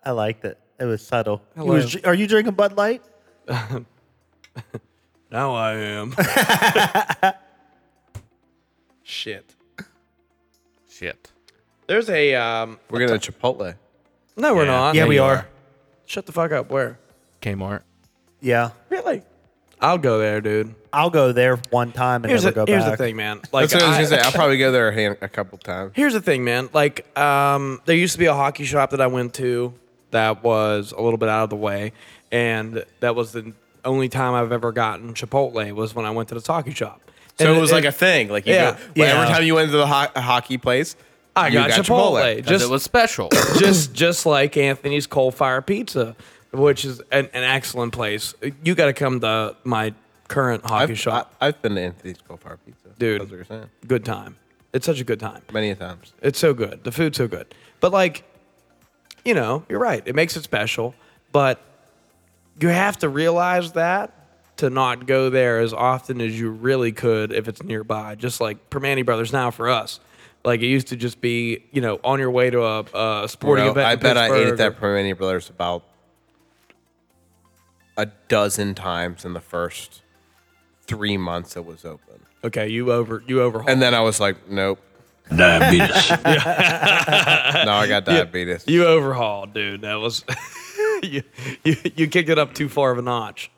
Speaker 2: I liked it. It was subtle. You
Speaker 1: Hello.
Speaker 2: was- are you drinking Bud Light?
Speaker 1: Now I am.
Speaker 5: [LAUGHS]
Speaker 1: Shit.
Speaker 4: Shit.
Speaker 1: There's a um
Speaker 5: We're gonna Chipotle.
Speaker 1: No we're
Speaker 4: Yeah.
Speaker 1: not.
Speaker 2: Yeah, we
Speaker 4: you
Speaker 2: are.
Speaker 4: are.
Speaker 1: Shut the fuck up. Where?
Speaker 4: Kmart.
Speaker 2: Yeah,
Speaker 1: Really? I'll go there, dude.
Speaker 2: I'll go there one time and
Speaker 1: Here's,
Speaker 2: never
Speaker 1: the,
Speaker 2: go
Speaker 1: here's the
Speaker 2: back.
Speaker 1: thing, man. Like
Speaker 5: That's what I was
Speaker 1: I-
Speaker 5: gonna say. I'll probably go there a, hand, a couple times.
Speaker 1: [LAUGHS] Here's the thing, man. Like, um, there used to be a hockey shop that I went to that was a little bit out of the way, and that was the only time I've ever gotten Chipotle was when I went to this hockey shop.
Speaker 5: So
Speaker 1: And
Speaker 5: it was like a thing. Like you
Speaker 1: Yeah.
Speaker 5: go, well, every
Speaker 2: Yeah.
Speaker 5: time you went to the ho- hockey place,
Speaker 1: I
Speaker 5: you
Speaker 1: got, Chipotle.
Speaker 4: Because
Speaker 1: Just
Speaker 4: it was [COUGHS] special.
Speaker 1: just just like Anthony's Coal Fire Pizza, which is an, an excellent place. You got to come to my current hockey
Speaker 5: I've, I,
Speaker 1: shop.
Speaker 5: I've been to Anthony's Gold Fire Pizza,
Speaker 1: Dude.
Speaker 5: That's what you're saying.
Speaker 1: good time. It's such a good time.
Speaker 5: Many times.
Speaker 1: It's so good. The food's so good. But like, you know, you're right. It makes it special. But you have to realize that to not go there as often as you really could if it's nearby. Just like Permani Brothers now for us. Like it used to just be, you know, on your way to a, a sporting
Speaker 5: Bro,
Speaker 1: event.
Speaker 5: I
Speaker 1: in
Speaker 5: bet I ate
Speaker 1: Pittsburgh
Speaker 5: at that Permani Brothers about a dozen times in the first three months it was open,
Speaker 1: or- Okay, you over you overhaul.
Speaker 5: and then I was like, nope.
Speaker 3: Diabetes.
Speaker 5: [LAUGHS] Now I got diabetes.
Speaker 1: you overhauled, dude. That was [LAUGHS] you, you you kicked it up too far of a notch.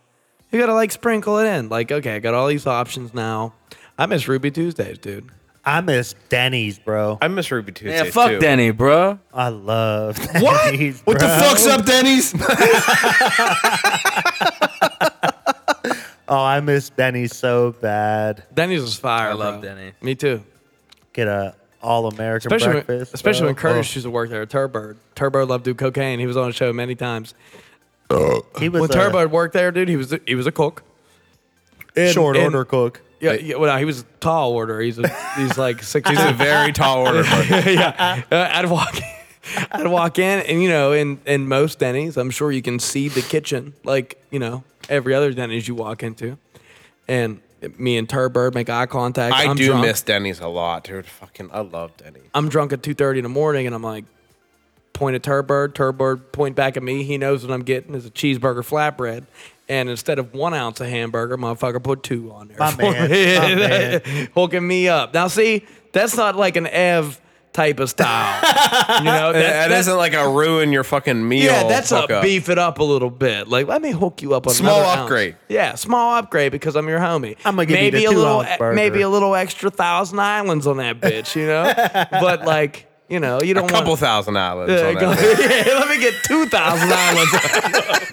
Speaker 1: You gotta like sprinkle it in. Like, okay, I got all these options now. I miss Ruby Tuesdays, dude.
Speaker 2: I miss Denny's, bro.
Speaker 5: I miss Ruby Tuesdays
Speaker 4: yeah, fuck [LAUGHS]
Speaker 5: too.
Speaker 4: Denny, bro.
Speaker 2: I love
Speaker 1: [LAUGHS]
Speaker 5: What?
Speaker 2: Denny's,
Speaker 5: what the
Speaker 2: bro.
Speaker 5: fuck's up, [LAUGHS] Denny's?
Speaker 2: Oh, I miss Denny's so bad.
Speaker 1: Denny's was fire.
Speaker 4: I love
Speaker 1: bro.
Speaker 4: Denny.
Speaker 1: Me too.
Speaker 2: Get a all American
Speaker 1: Especially when,
Speaker 2: breakfast.
Speaker 1: especially
Speaker 2: bro. Oh.
Speaker 1: when Curtis used to work there. Turbo. Turbo loved to do cocaine. He was on the show many times.
Speaker 2: Oh, he was
Speaker 1: When
Speaker 2: a
Speaker 1: Turbo worked there, dude, he was he was a cook. And-
Speaker 2: short
Speaker 1: and-
Speaker 2: order cook.
Speaker 1: Yeah, yeah, well, no, he was a tall order. He's a, he's like six.
Speaker 5: [LAUGHS] He's a
Speaker 1: [LAUGHS]
Speaker 5: very tall order. but
Speaker 1: yeah. Uh, I'd walk [LAUGHS] I'd walk in and you know, in, in most Denny's, I'm sure you can see the kitchen like, you know, every other Denny's you walk into. And me and Turbird make eye contact.
Speaker 5: I
Speaker 1: am
Speaker 5: do
Speaker 1: drunk.
Speaker 5: miss Denny's a lot, dude. Fucking, I love Denny's.
Speaker 1: I'm drunk at two thirty in the morning and I'm like point at Turbird, Turbird point back at me. He knows what I'm getting is a cheeseburger flatbread. And instead of one ounce of hamburger, motherfucker put two on there.
Speaker 2: My
Speaker 1: for [LAUGHS]
Speaker 2: man,
Speaker 1: me.
Speaker 2: my man.
Speaker 1: hooking me up. Now, see, that's not like an Ev type of
Speaker 2: [LAUGHS]
Speaker 1: style. you know,
Speaker 5: That isn't like a ruin your fucking meal.
Speaker 1: Yeah, that's
Speaker 5: fuck
Speaker 1: a
Speaker 5: up.
Speaker 1: beef it up a little bit. Like, let me hook you up on
Speaker 5: Small
Speaker 1: another ounce.
Speaker 5: upgrade.
Speaker 1: Yeah, small upgrade because I'm your homie.
Speaker 2: I'ma give you
Speaker 1: maybe
Speaker 2: the
Speaker 1: a
Speaker 2: two
Speaker 1: little, e-,
Speaker 2: ounce burger.
Speaker 1: maybe a little extra thousand islands on that bitch. You
Speaker 5: [LAUGHS]
Speaker 1: know, but like, you know, you
Speaker 5: A
Speaker 1: don't
Speaker 5: couple
Speaker 1: want. Uh, [LAUGHS]
Speaker 5: thousand islands.
Speaker 1: Yeah,
Speaker 5: on
Speaker 1: go-
Speaker 5: that.
Speaker 2: [LAUGHS]
Speaker 1: yeah, let me get two thousand islands.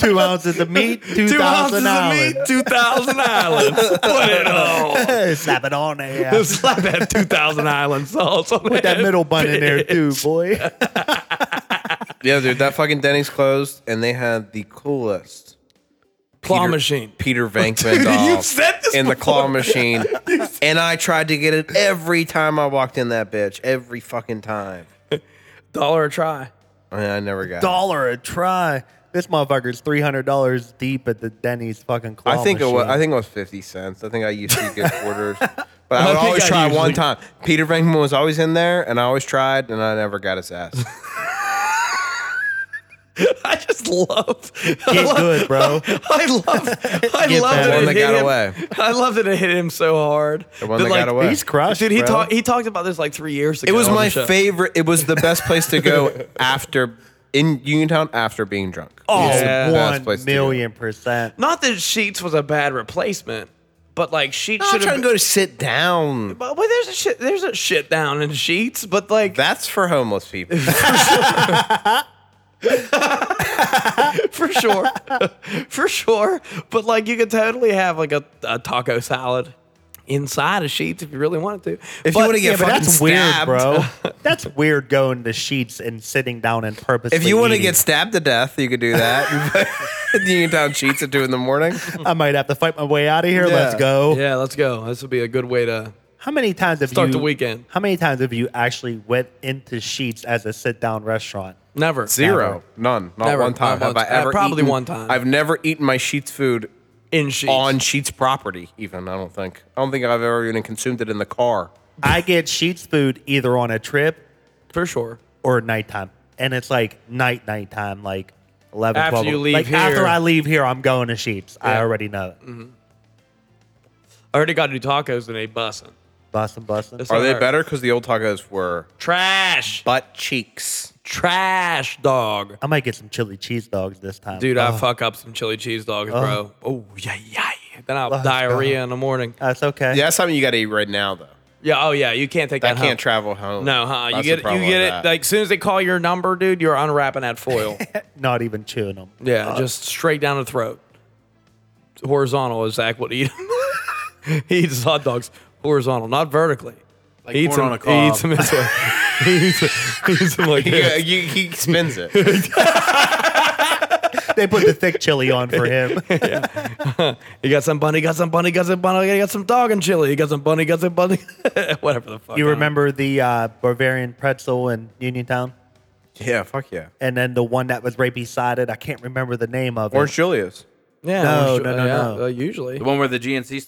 Speaker 2: Two ounces of meat,
Speaker 1: [LAUGHS]
Speaker 2: two
Speaker 1: Two ounces
Speaker 2: thousand
Speaker 1: of meat,
Speaker 2: dollars.
Speaker 1: 2,000 islands. Put it on.
Speaker 2: [LAUGHS] Slap it on there.
Speaker 1: Slap [LAUGHS] that 2,000 island sauce on
Speaker 2: Put that middle bun
Speaker 1: [LAUGHS]
Speaker 2: in there too, boy.
Speaker 5: Yeah, dude, that fucking Denny's closed, and they had the coolest
Speaker 1: claw
Speaker 5: Peter-
Speaker 1: machine.
Speaker 5: Peter Venkman doll
Speaker 1: you've said this
Speaker 5: in the claw
Speaker 1: before.
Speaker 5: machine, and I tried to get it every time I walked in that bitch, every fucking time.
Speaker 1: Dollar a try.
Speaker 5: I, I never got. it.
Speaker 2: Dollar a try. This motherfucker's three hundred dollars deep at the Denny's fucking claw
Speaker 5: I think it was.
Speaker 2: machine.
Speaker 5: I think it was fifty cents. I think I used to [LAUGHS] get quarters, but I
Speaker 1: I
Speaker 5: would
Speaker 1: think
Speaker 5: always
Speaker 1: I
Speaker 5: try one
Speaker 1: usually-
Speaker 5: time. Peter Venkman was always in there, and I always tried, and I never got his [LAUGHS] ass.
Speaker 1: [LAUGHS] I just love. [LAUGHS] I
Speaker 2: Get
Speaker 1: love,
Speaker 2: good, bro.
Speaker 1: I love. I
Speaker 2: Get
Speaker 1: love
Speaker 2: better.
Speaker 1: that
Speaker 5: One
Speaker 1: it
Speaker 5: that
Speaker 1: hit
Speaker 5: got
Speaker 1: him.
Speaker 5: away.
Speaker 1: I love that it hit him so hard.
Speaker 5: The one that
Speaker 1: like,
Speaker 5: got away.
Speaker 2: He's crushed,
Speaker 1: Dude, he
Speaker 2: bro.
Speaker 1: talked. He talked about this like three years ago.
Speaker 5: It was
Speaker 1: on the
Speaker 5: my
Speaker 1: show.
Speaker 5: favorite. It was the best place to [LAUGHS] go after in Uniontown after being drunk.
Speaker 2: Oh,
Speaker 5: It's the best
Speaker 2: one
Speaker 5: place to go.
Speaker 2: million percent.
Speaker 1: Not that Sheets was a bad replacement, but like Sheets
Speaker 5: I'm
Speaker 1: should
Speaker 5: trying
Speaker 1: have.
Speaker 5: to go to sit down.
Speaker 1: But well, there's a shit. There's a shit down in Sheets, but like
Speaker 5: That's for
Speaker 1: [LAUGHS]
Speaker 5: homeless people.
Speaker 1: for sure,
Speaker 5: [LAUGHS]
Speaker 1: for sure. But like you could totally have like a, a taco salad inside of Sheets if you really wanted to.
Speaker 5: If you
Speaker 1: But-
Speaker 5: wanna get
Speaker 1: yeah, but
Speaker 5: fucking
Speaker 1: that's-
Speaker 2: Weird,
Speaker 5: stabbed.
Speaker 2: bro.
Speaker 5: [LAUGHS]
Speaker 2: That's weird going to sheets and sitting down and purposely.
Speaker 5: if you want to
Speaker 2: eating.
Speaker 5: get stabbed to death, you could
Speaker 1: [LAUGHS]
Speaker 5: do that. [LAUGHS] Uniontown cheats at two in the morning.
Speaker 2: I might have to fight my way out of here.
Speaker 5: Yeah.
Speaker 2: Let's go.
Speaker 1: Yeah, let's go. This would be a good way to.
Speaker 2: How many times have
Speaker 1: Start
Speaker 2: you
Speaker 1: the weekend.
Speaker 2: How many times have you actually went into Sheets as a sit down restaurant?
Speaker 1: Never.
Speaker 5: Zero, none, not
Speaker 1: Never,
Speaker 5: one time.
Speaker 1: not
Speaker 5: Have I
Speaker 1: once. Uh,
Speaker 5: ever?
Speaker 1: probably
Speaker 5: eaten-
Speaker 1: one time.
Speaker 5: I've never eaten my sheets food
Speaker 1: in sheets.
Speaker 5: on sheets property. Even I don't think. I don't think I've ever even consumed it in the car.
Speaker 2: I get Sheets food either on a trip
Speaker 1: for sure.
Speaker 2: or nighttime, and it's like night nighttime, like eleven.
Speaker 1: After
Speaker 2: 12,
Speaker 1: you leave
Speaker 2: like after
Speaker 1: here. Mm-hmm.
Speaker 2: I leave here, I'm going to Sheets. I already know it.
Speaker 1: I already got new tacos and they bussin'.
Speaker 2: Bussin', bussin'.
Speaker 1: It's
Speaker 5: Are they
Speaker 1: alright.
Speaker 5: better? Because the old tacos were
Speaker 1: Trash,
Speaker 5: butt cheeks.
Speaker 1: trash dog.
Speaker 2: I might get some chili cheese dogs this time,
Speaker 1: Dude,
Speaker 2: Oh,
Speaker 1: I fuck up some chili cheese dogs, bro. Oh yeah, yeah. Then I'll have
Speaker 2: Let's
Speaker 1: diarrhea in the morning.
Speaker 2: that's okay.
Speaker 5: Yeah, that's something you got to eat right now though.
Speaker 1: Yeah. Oh yeah. You can't take
Speaker 5: That
Speaker 1: that.
Speaker 5: can't
Speaker 1: home.
Speaker 5: travel home.
Speaker 1: No, huh?
Speaker 5: That's the
Speaker 1: you get it.
Speaker 5: problem
Speaker 1: You get
Speaker 5: with
Speaker 1: it.
Speaker 5: that.
Speaker 1: Like as soon as they call your number, dude, you're unwrapping that foil.
Speaker 2: Not even chewing them.
Speaker 1: yeah, just straight down the throat. Horizontal is Zach would eat. 'em. [LAUGHS] he eats hot dogs horizontal, not vertically.
Speaker 4: Like
Speaker 1: he eats
Speaker 4: corn
Speaker 1: them.
Speaker 4: on
Speaker 1: He
Speaker 4: a cob.
Speaker 1: eats them. Into, [LAUGHS] he eats 'em- he eats 'em like
Speaker 5: [LAUGHS] [LAUGHS] Yeah,
Speaker 1: this.
Speaker 5: you, he spins [LAUGHS] it.
Speaker 2: they put the thick chili
Speaker 1: [LAUGHS]
Speaker 2: on for him.
Speaker 1: He got some bunny. Got some bunny. Got some bunny. He got some dog and chili. He got some bunny. Got some bunny. [LAUGHS] Whatever the fuck.
Speaker 2: you
Speaker 1: I don't
Speaker 2: remember the uh, Bavarian pretzel in Uniontown?
Speaker 5: yeah, fuck yeah.
Speaker 2: and then the one that was right beside it. I can't remember the name of
Speaker 5: Orange
Speaker 2: it.
Speaker 5: Julius.
Speaker 1: Yeah.
Speaker 2: No,
Speaker 1: orange-
Speaker 2: no, no,
Speaker 1: yeah,
Speaker 2: no.
Speaker 1: uh, usually.
Speaker 4: The one where the GNC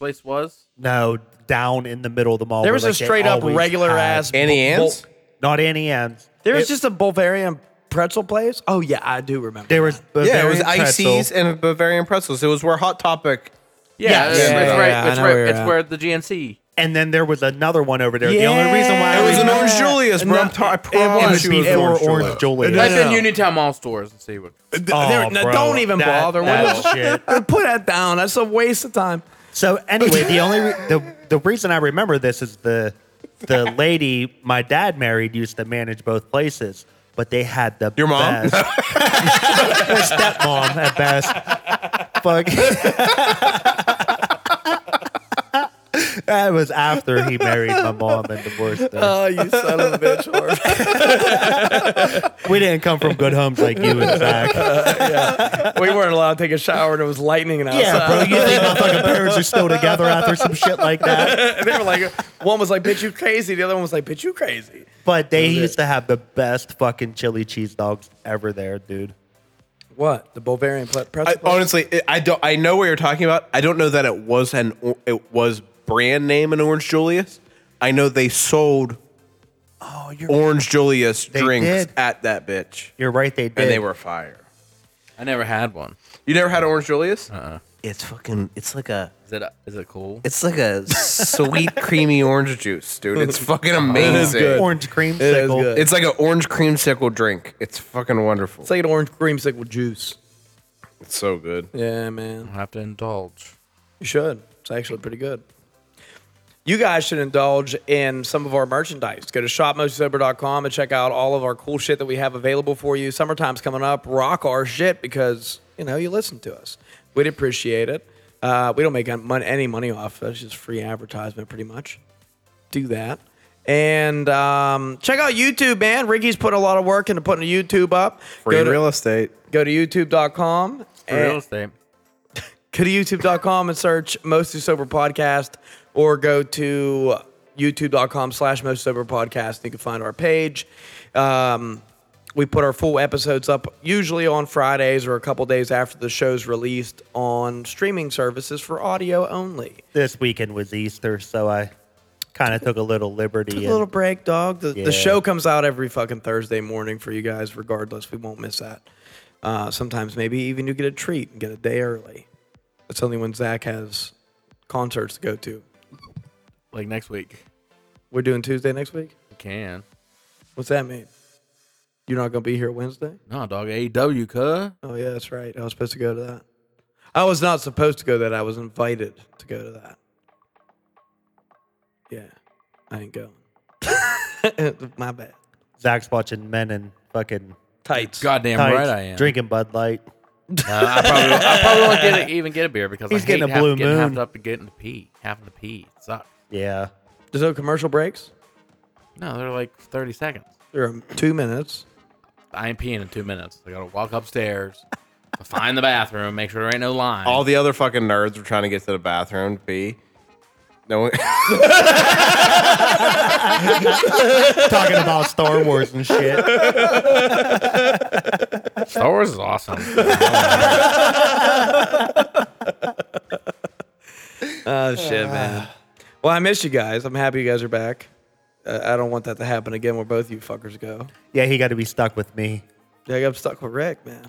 Speaker 4: place was?
Speaker 2: No, down in the middle of the mall.
Speaker 1: There
Speaker 2: where,
Speaker 1: was a
Speaker 2: like, they
Speaker 1: straight up
Speaker 2: always
Speaker 1: regular
Speaker 2: had-
Speaker 1: ass.
Speaker 5: Any
Speaker 1: bul-
Speaker 5: ants?
Speaker 2: Not any ends.
Speaker 1: There was just a Bulgarian pretzel place. Oh yeah, I do remember.
Speaker 2: There was
Speaker 5: yeah, it was
Speaker 2: Bavarian pretzel.
Speaker 5: ICs and Bavarian pretzels. It was where Hot Topic.
Speaker 4: Yeah, it's,
Speaker 5: yeah,
Speaker 4: it's
Speaker 5: yeah,
Speaker 4: right.
Speaker 1: yeah, I
Speaker 4: it's
Speaker 1: know
Speaker 4: right.
Speaker 1: where you're
Speaker 4: It's
Speaker 1: at.
Speaker 4: where the GNC.
Speaker 2: and then there was another one over there. The only reason why
Speaker 5: It
Speaker 2: I
Speaker 5: was an
Speaker 2: remember-
Speaker 5: Orange Julius, bro. I'm t- I promise
Speaker 2: it
Speaker 5: you it
Speaker 2: was
Speaker 5: was
Speaker 2: or
Speaker 5: Orange
Speaker 2: Orange
Speaker 5: Julius.
Speaker 2: Julius.
Speaker 4: Type in
Speaker 1: no.
Speaker 4: Uniontown Mall stores and see what.
Speaker 2: Oh,
Speaker 1: There- no,
Speaker 2: bro,
Speaker 1: don't even
Speaker 2: that-
Speaker 1: bother.
Speaker 2: that
Speaker 1: [LAUGHS] What is-
Speaker 2: shit.
Speaker 1: Put that down. That's a waste of time.
Speaker 2: So anyway, the only re- the the reason I remember this is the the lady my dad married used to manage both places, but they had the
Speaker 5: Your mom? [LAUGHS]
Speaker 2: best. Her stepmom at best. Fuck. that was after he married my mom and divorced her.
Speaker 1: Oh, you son [LAUGHS] of a bitch! Orv.
Speaker 2: we didn't come from good homes like you and Zach.
Speaker 1: we weren't allowed to take a shower, and it was lightning outside.
Speaker 2: Yeah, bro. You think my fucking parents are still together after some shit like that?
Speaker 1: And [LAUGHS] they were like, one was like, "Bitch, you crazy." The other one was like, "Bitch, you crazy."
Speaker 2: But they used to have the best fucking chili cheese dogs ever there, dude.
Speaker 1: What the Bulgarian pl- pretzel?
Speaker 5: I,
Speaker 1: place?
Speaker 5: honestly, it- I don't. I know what you're talking about. I don't know that it was an or- it was brand name in Orange Julius. I know they sold Orange Julius drinks
Speaker 2: did.
Speaker 5: at that bitch,
Speaker 2: You're right, they did.
Speaker 5: and they were fire.
Speaker 4: I never had one.
Speaker 5: You never had Orange Julius? Uh-uh. It's fucking. It's like a.
Speaker 4: Is it is it cool?
Speaker 5: It's like a sweet creamy orange juice, dude. It's fucking amazing.
Speaker 2: orange cream
Speaker 1: is
Speaker 2: sickle.
Speaker 1: good.
Speaker 5: It's like an orange creamsicle drink. It's fucking wonderful.
Speaker 1: it's like an orange creamsicle juice.
Speaker 5: It's so good.
Speaker 1: Yeah, man.
Speaker 4: I have to indulge.
Speaker 1: You should. It's actually pretty good. You guys should indulge in some of our merchandise. Go to shopmostsober.com and check out all of our cool shit that we have available for you. Summertime's coming up. Rock our shit because you know, you listen to us. We'd appreciate it. Uh, we don't make mon- any money off it. It's just free advertisement, pretty much. Do that. And um, check out YouTube, man. Ricky's put a lot of work into putting YouTube up.
Speaker 7: Free
Speaker 1: to,
Speaker 7: real estate.
Speaker 1: go to YouTube.com.
Speaker 2: Eh.
Speaker 4: real
Speaker 1: And
Speaker 4: estate.
Speaker 1: go to YouTube.com and search Mostly Sober Podcast or go to YouTube.com slash Mostly Sober Podcast. You can find our page. Um, we put our full episodes up usually on Fridays or a couple days after the show's released on streaming services for audio only.
Speaker 2: This weekend was Easter, so I kind of took a little liberty.
Speaker 1: Took
Speaker 2: and-
Speaker 1: a little break, dog. The,
Speaker 2: Yeah.
Speaker 1: the show comes out every fucking Thursday morning for you guys, regardless. We won't miss that. Uh, sometimes maybe even you get a treat and get a day early. That's only when Zach has concerts to go to.
Speaker 4: Like next week.
Speaker 1: We're doing Tuesday next week?
Speaker 4: You can.
Speaker 1: What's that mean? You're not going to be here Wednesday?
Speaker 4: No, dog. AEW, cuh.
Speaker 1: Oh, yeah, that's right. I was supposed to go to that. I was not supposed to go to that. I was invited to go to that. Yeah, I ain't going. [LAUGHS] My bad.
Speaker 2: Zach's watching men in fucking
Speaker 1: Tights.
Speaker 4: Goddamn
Speaker 2: tights,
Speaker 4: right I am.
Speaker 2: drinking Bud Light.
Speaker 4: Uh, I probably, I probably won't get
Speaker 2: [LAUGHS]
Speaker 4: a, even get a beer because
Speaker 2: He's
Speaker 4: I
Speaker 2: getting
Speaker 4: hate
Speaker 2: a
Speaker 4: half-
Speaker 2: blue
Speaker 4: getting
Speaker 2: moon.
Speaker 4: half up and getting to pee, having to pee. It sucks.
Speaker 2: Yeah,
Speaker 1: There's no commercial breaks.
Speaker 4: No, they're like thirty seconds.
Speaker 1: There are two minutes.
Speaker 4: I ain't peeing in two minutes. I gotta walk upstairs, [LAUGHS] find the bathroom, make sure there ain't no line.
Speaker 5: All the other fucking nerds were trying to get to the bathroom. B. No one. [LAUGHS]
Speaker 2: talking about Star Wars and shit.
Speaker 4: Star Wars is
Speaker 5: [LAUGHS]
Speaker 4: awesome.
Speaker 1: Oh shit, man. Well, I miss you guys. I'm happy you guys are back. Uh, I don't want that to happen again where both you fuckers go.
Speaker 2: Yeah, he got to be stuck with me.
Speaker 1: Yeah, I got stuck with Rick, man.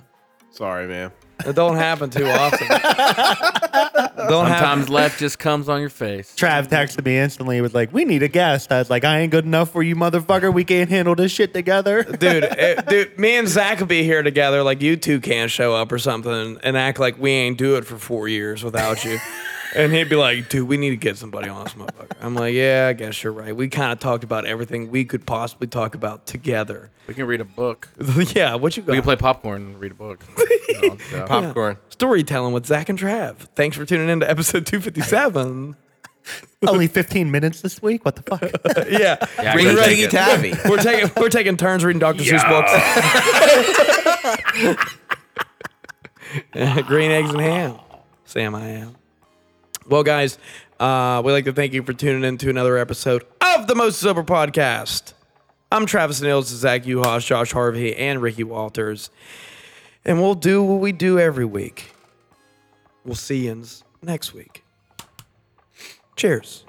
Speaker 5: Sorry, man.
Speaker 1: It don't happen too often. don't happen.
Speaker 4: Sometimes left just comes on your face.
Speaker 2: Trav texted me instantly. He was like, "We need a guest." I was like, "I ain't good enough for you, motherfucker. We can't handle this shit together."
Speaker 1: Dude, it- dude, me and Zach will be here together. Like you two can't show up or something and act like we ain't do it for four years without [LAUGHS] you. and he'd be like, "Dude, we need to get somebody on this motherfucker." I'm like, "Yeah, I guess you're right. We kind of talked about everything we could possibly talk about together." [LAUGHS]
Speaker 4: We can read a book.
Speaker 1: yeah, what you got?
Speaker 4: We can play popcorn and read a
Speaker 5: [LAUGHS]
Speaker 4: book. No, so-
Speaker 5: Popcorn.
Speaker 1: Storytelling with Zach and Trav. Thanks for tuning in to episode 257.
Speaker 2: Only 15 minutes this week. What the [LAUGHS] fuck?
Speaker 1: yeah.
Speaker 4: Yeah, I
Speaker 5: Green
Speaker 4: can take
Speaker 5: Reggie
Speaker 4: it.
Speaker 5: Tabby.
Speaker 1: [LAUGHS] We're taking we're taking turns reading Dr. Seuss books. [LAUGHS] Green eggs and ham. Sam I am. Well, guys, uh, we'd like to thank you for tuning in to another episode of the Most Sober Podcast. I'm Travis Nils, Zach Uhas, Josh Harvey, and Ricky Walters. And we'll do what we do every week. We'll see you next week. Cheers.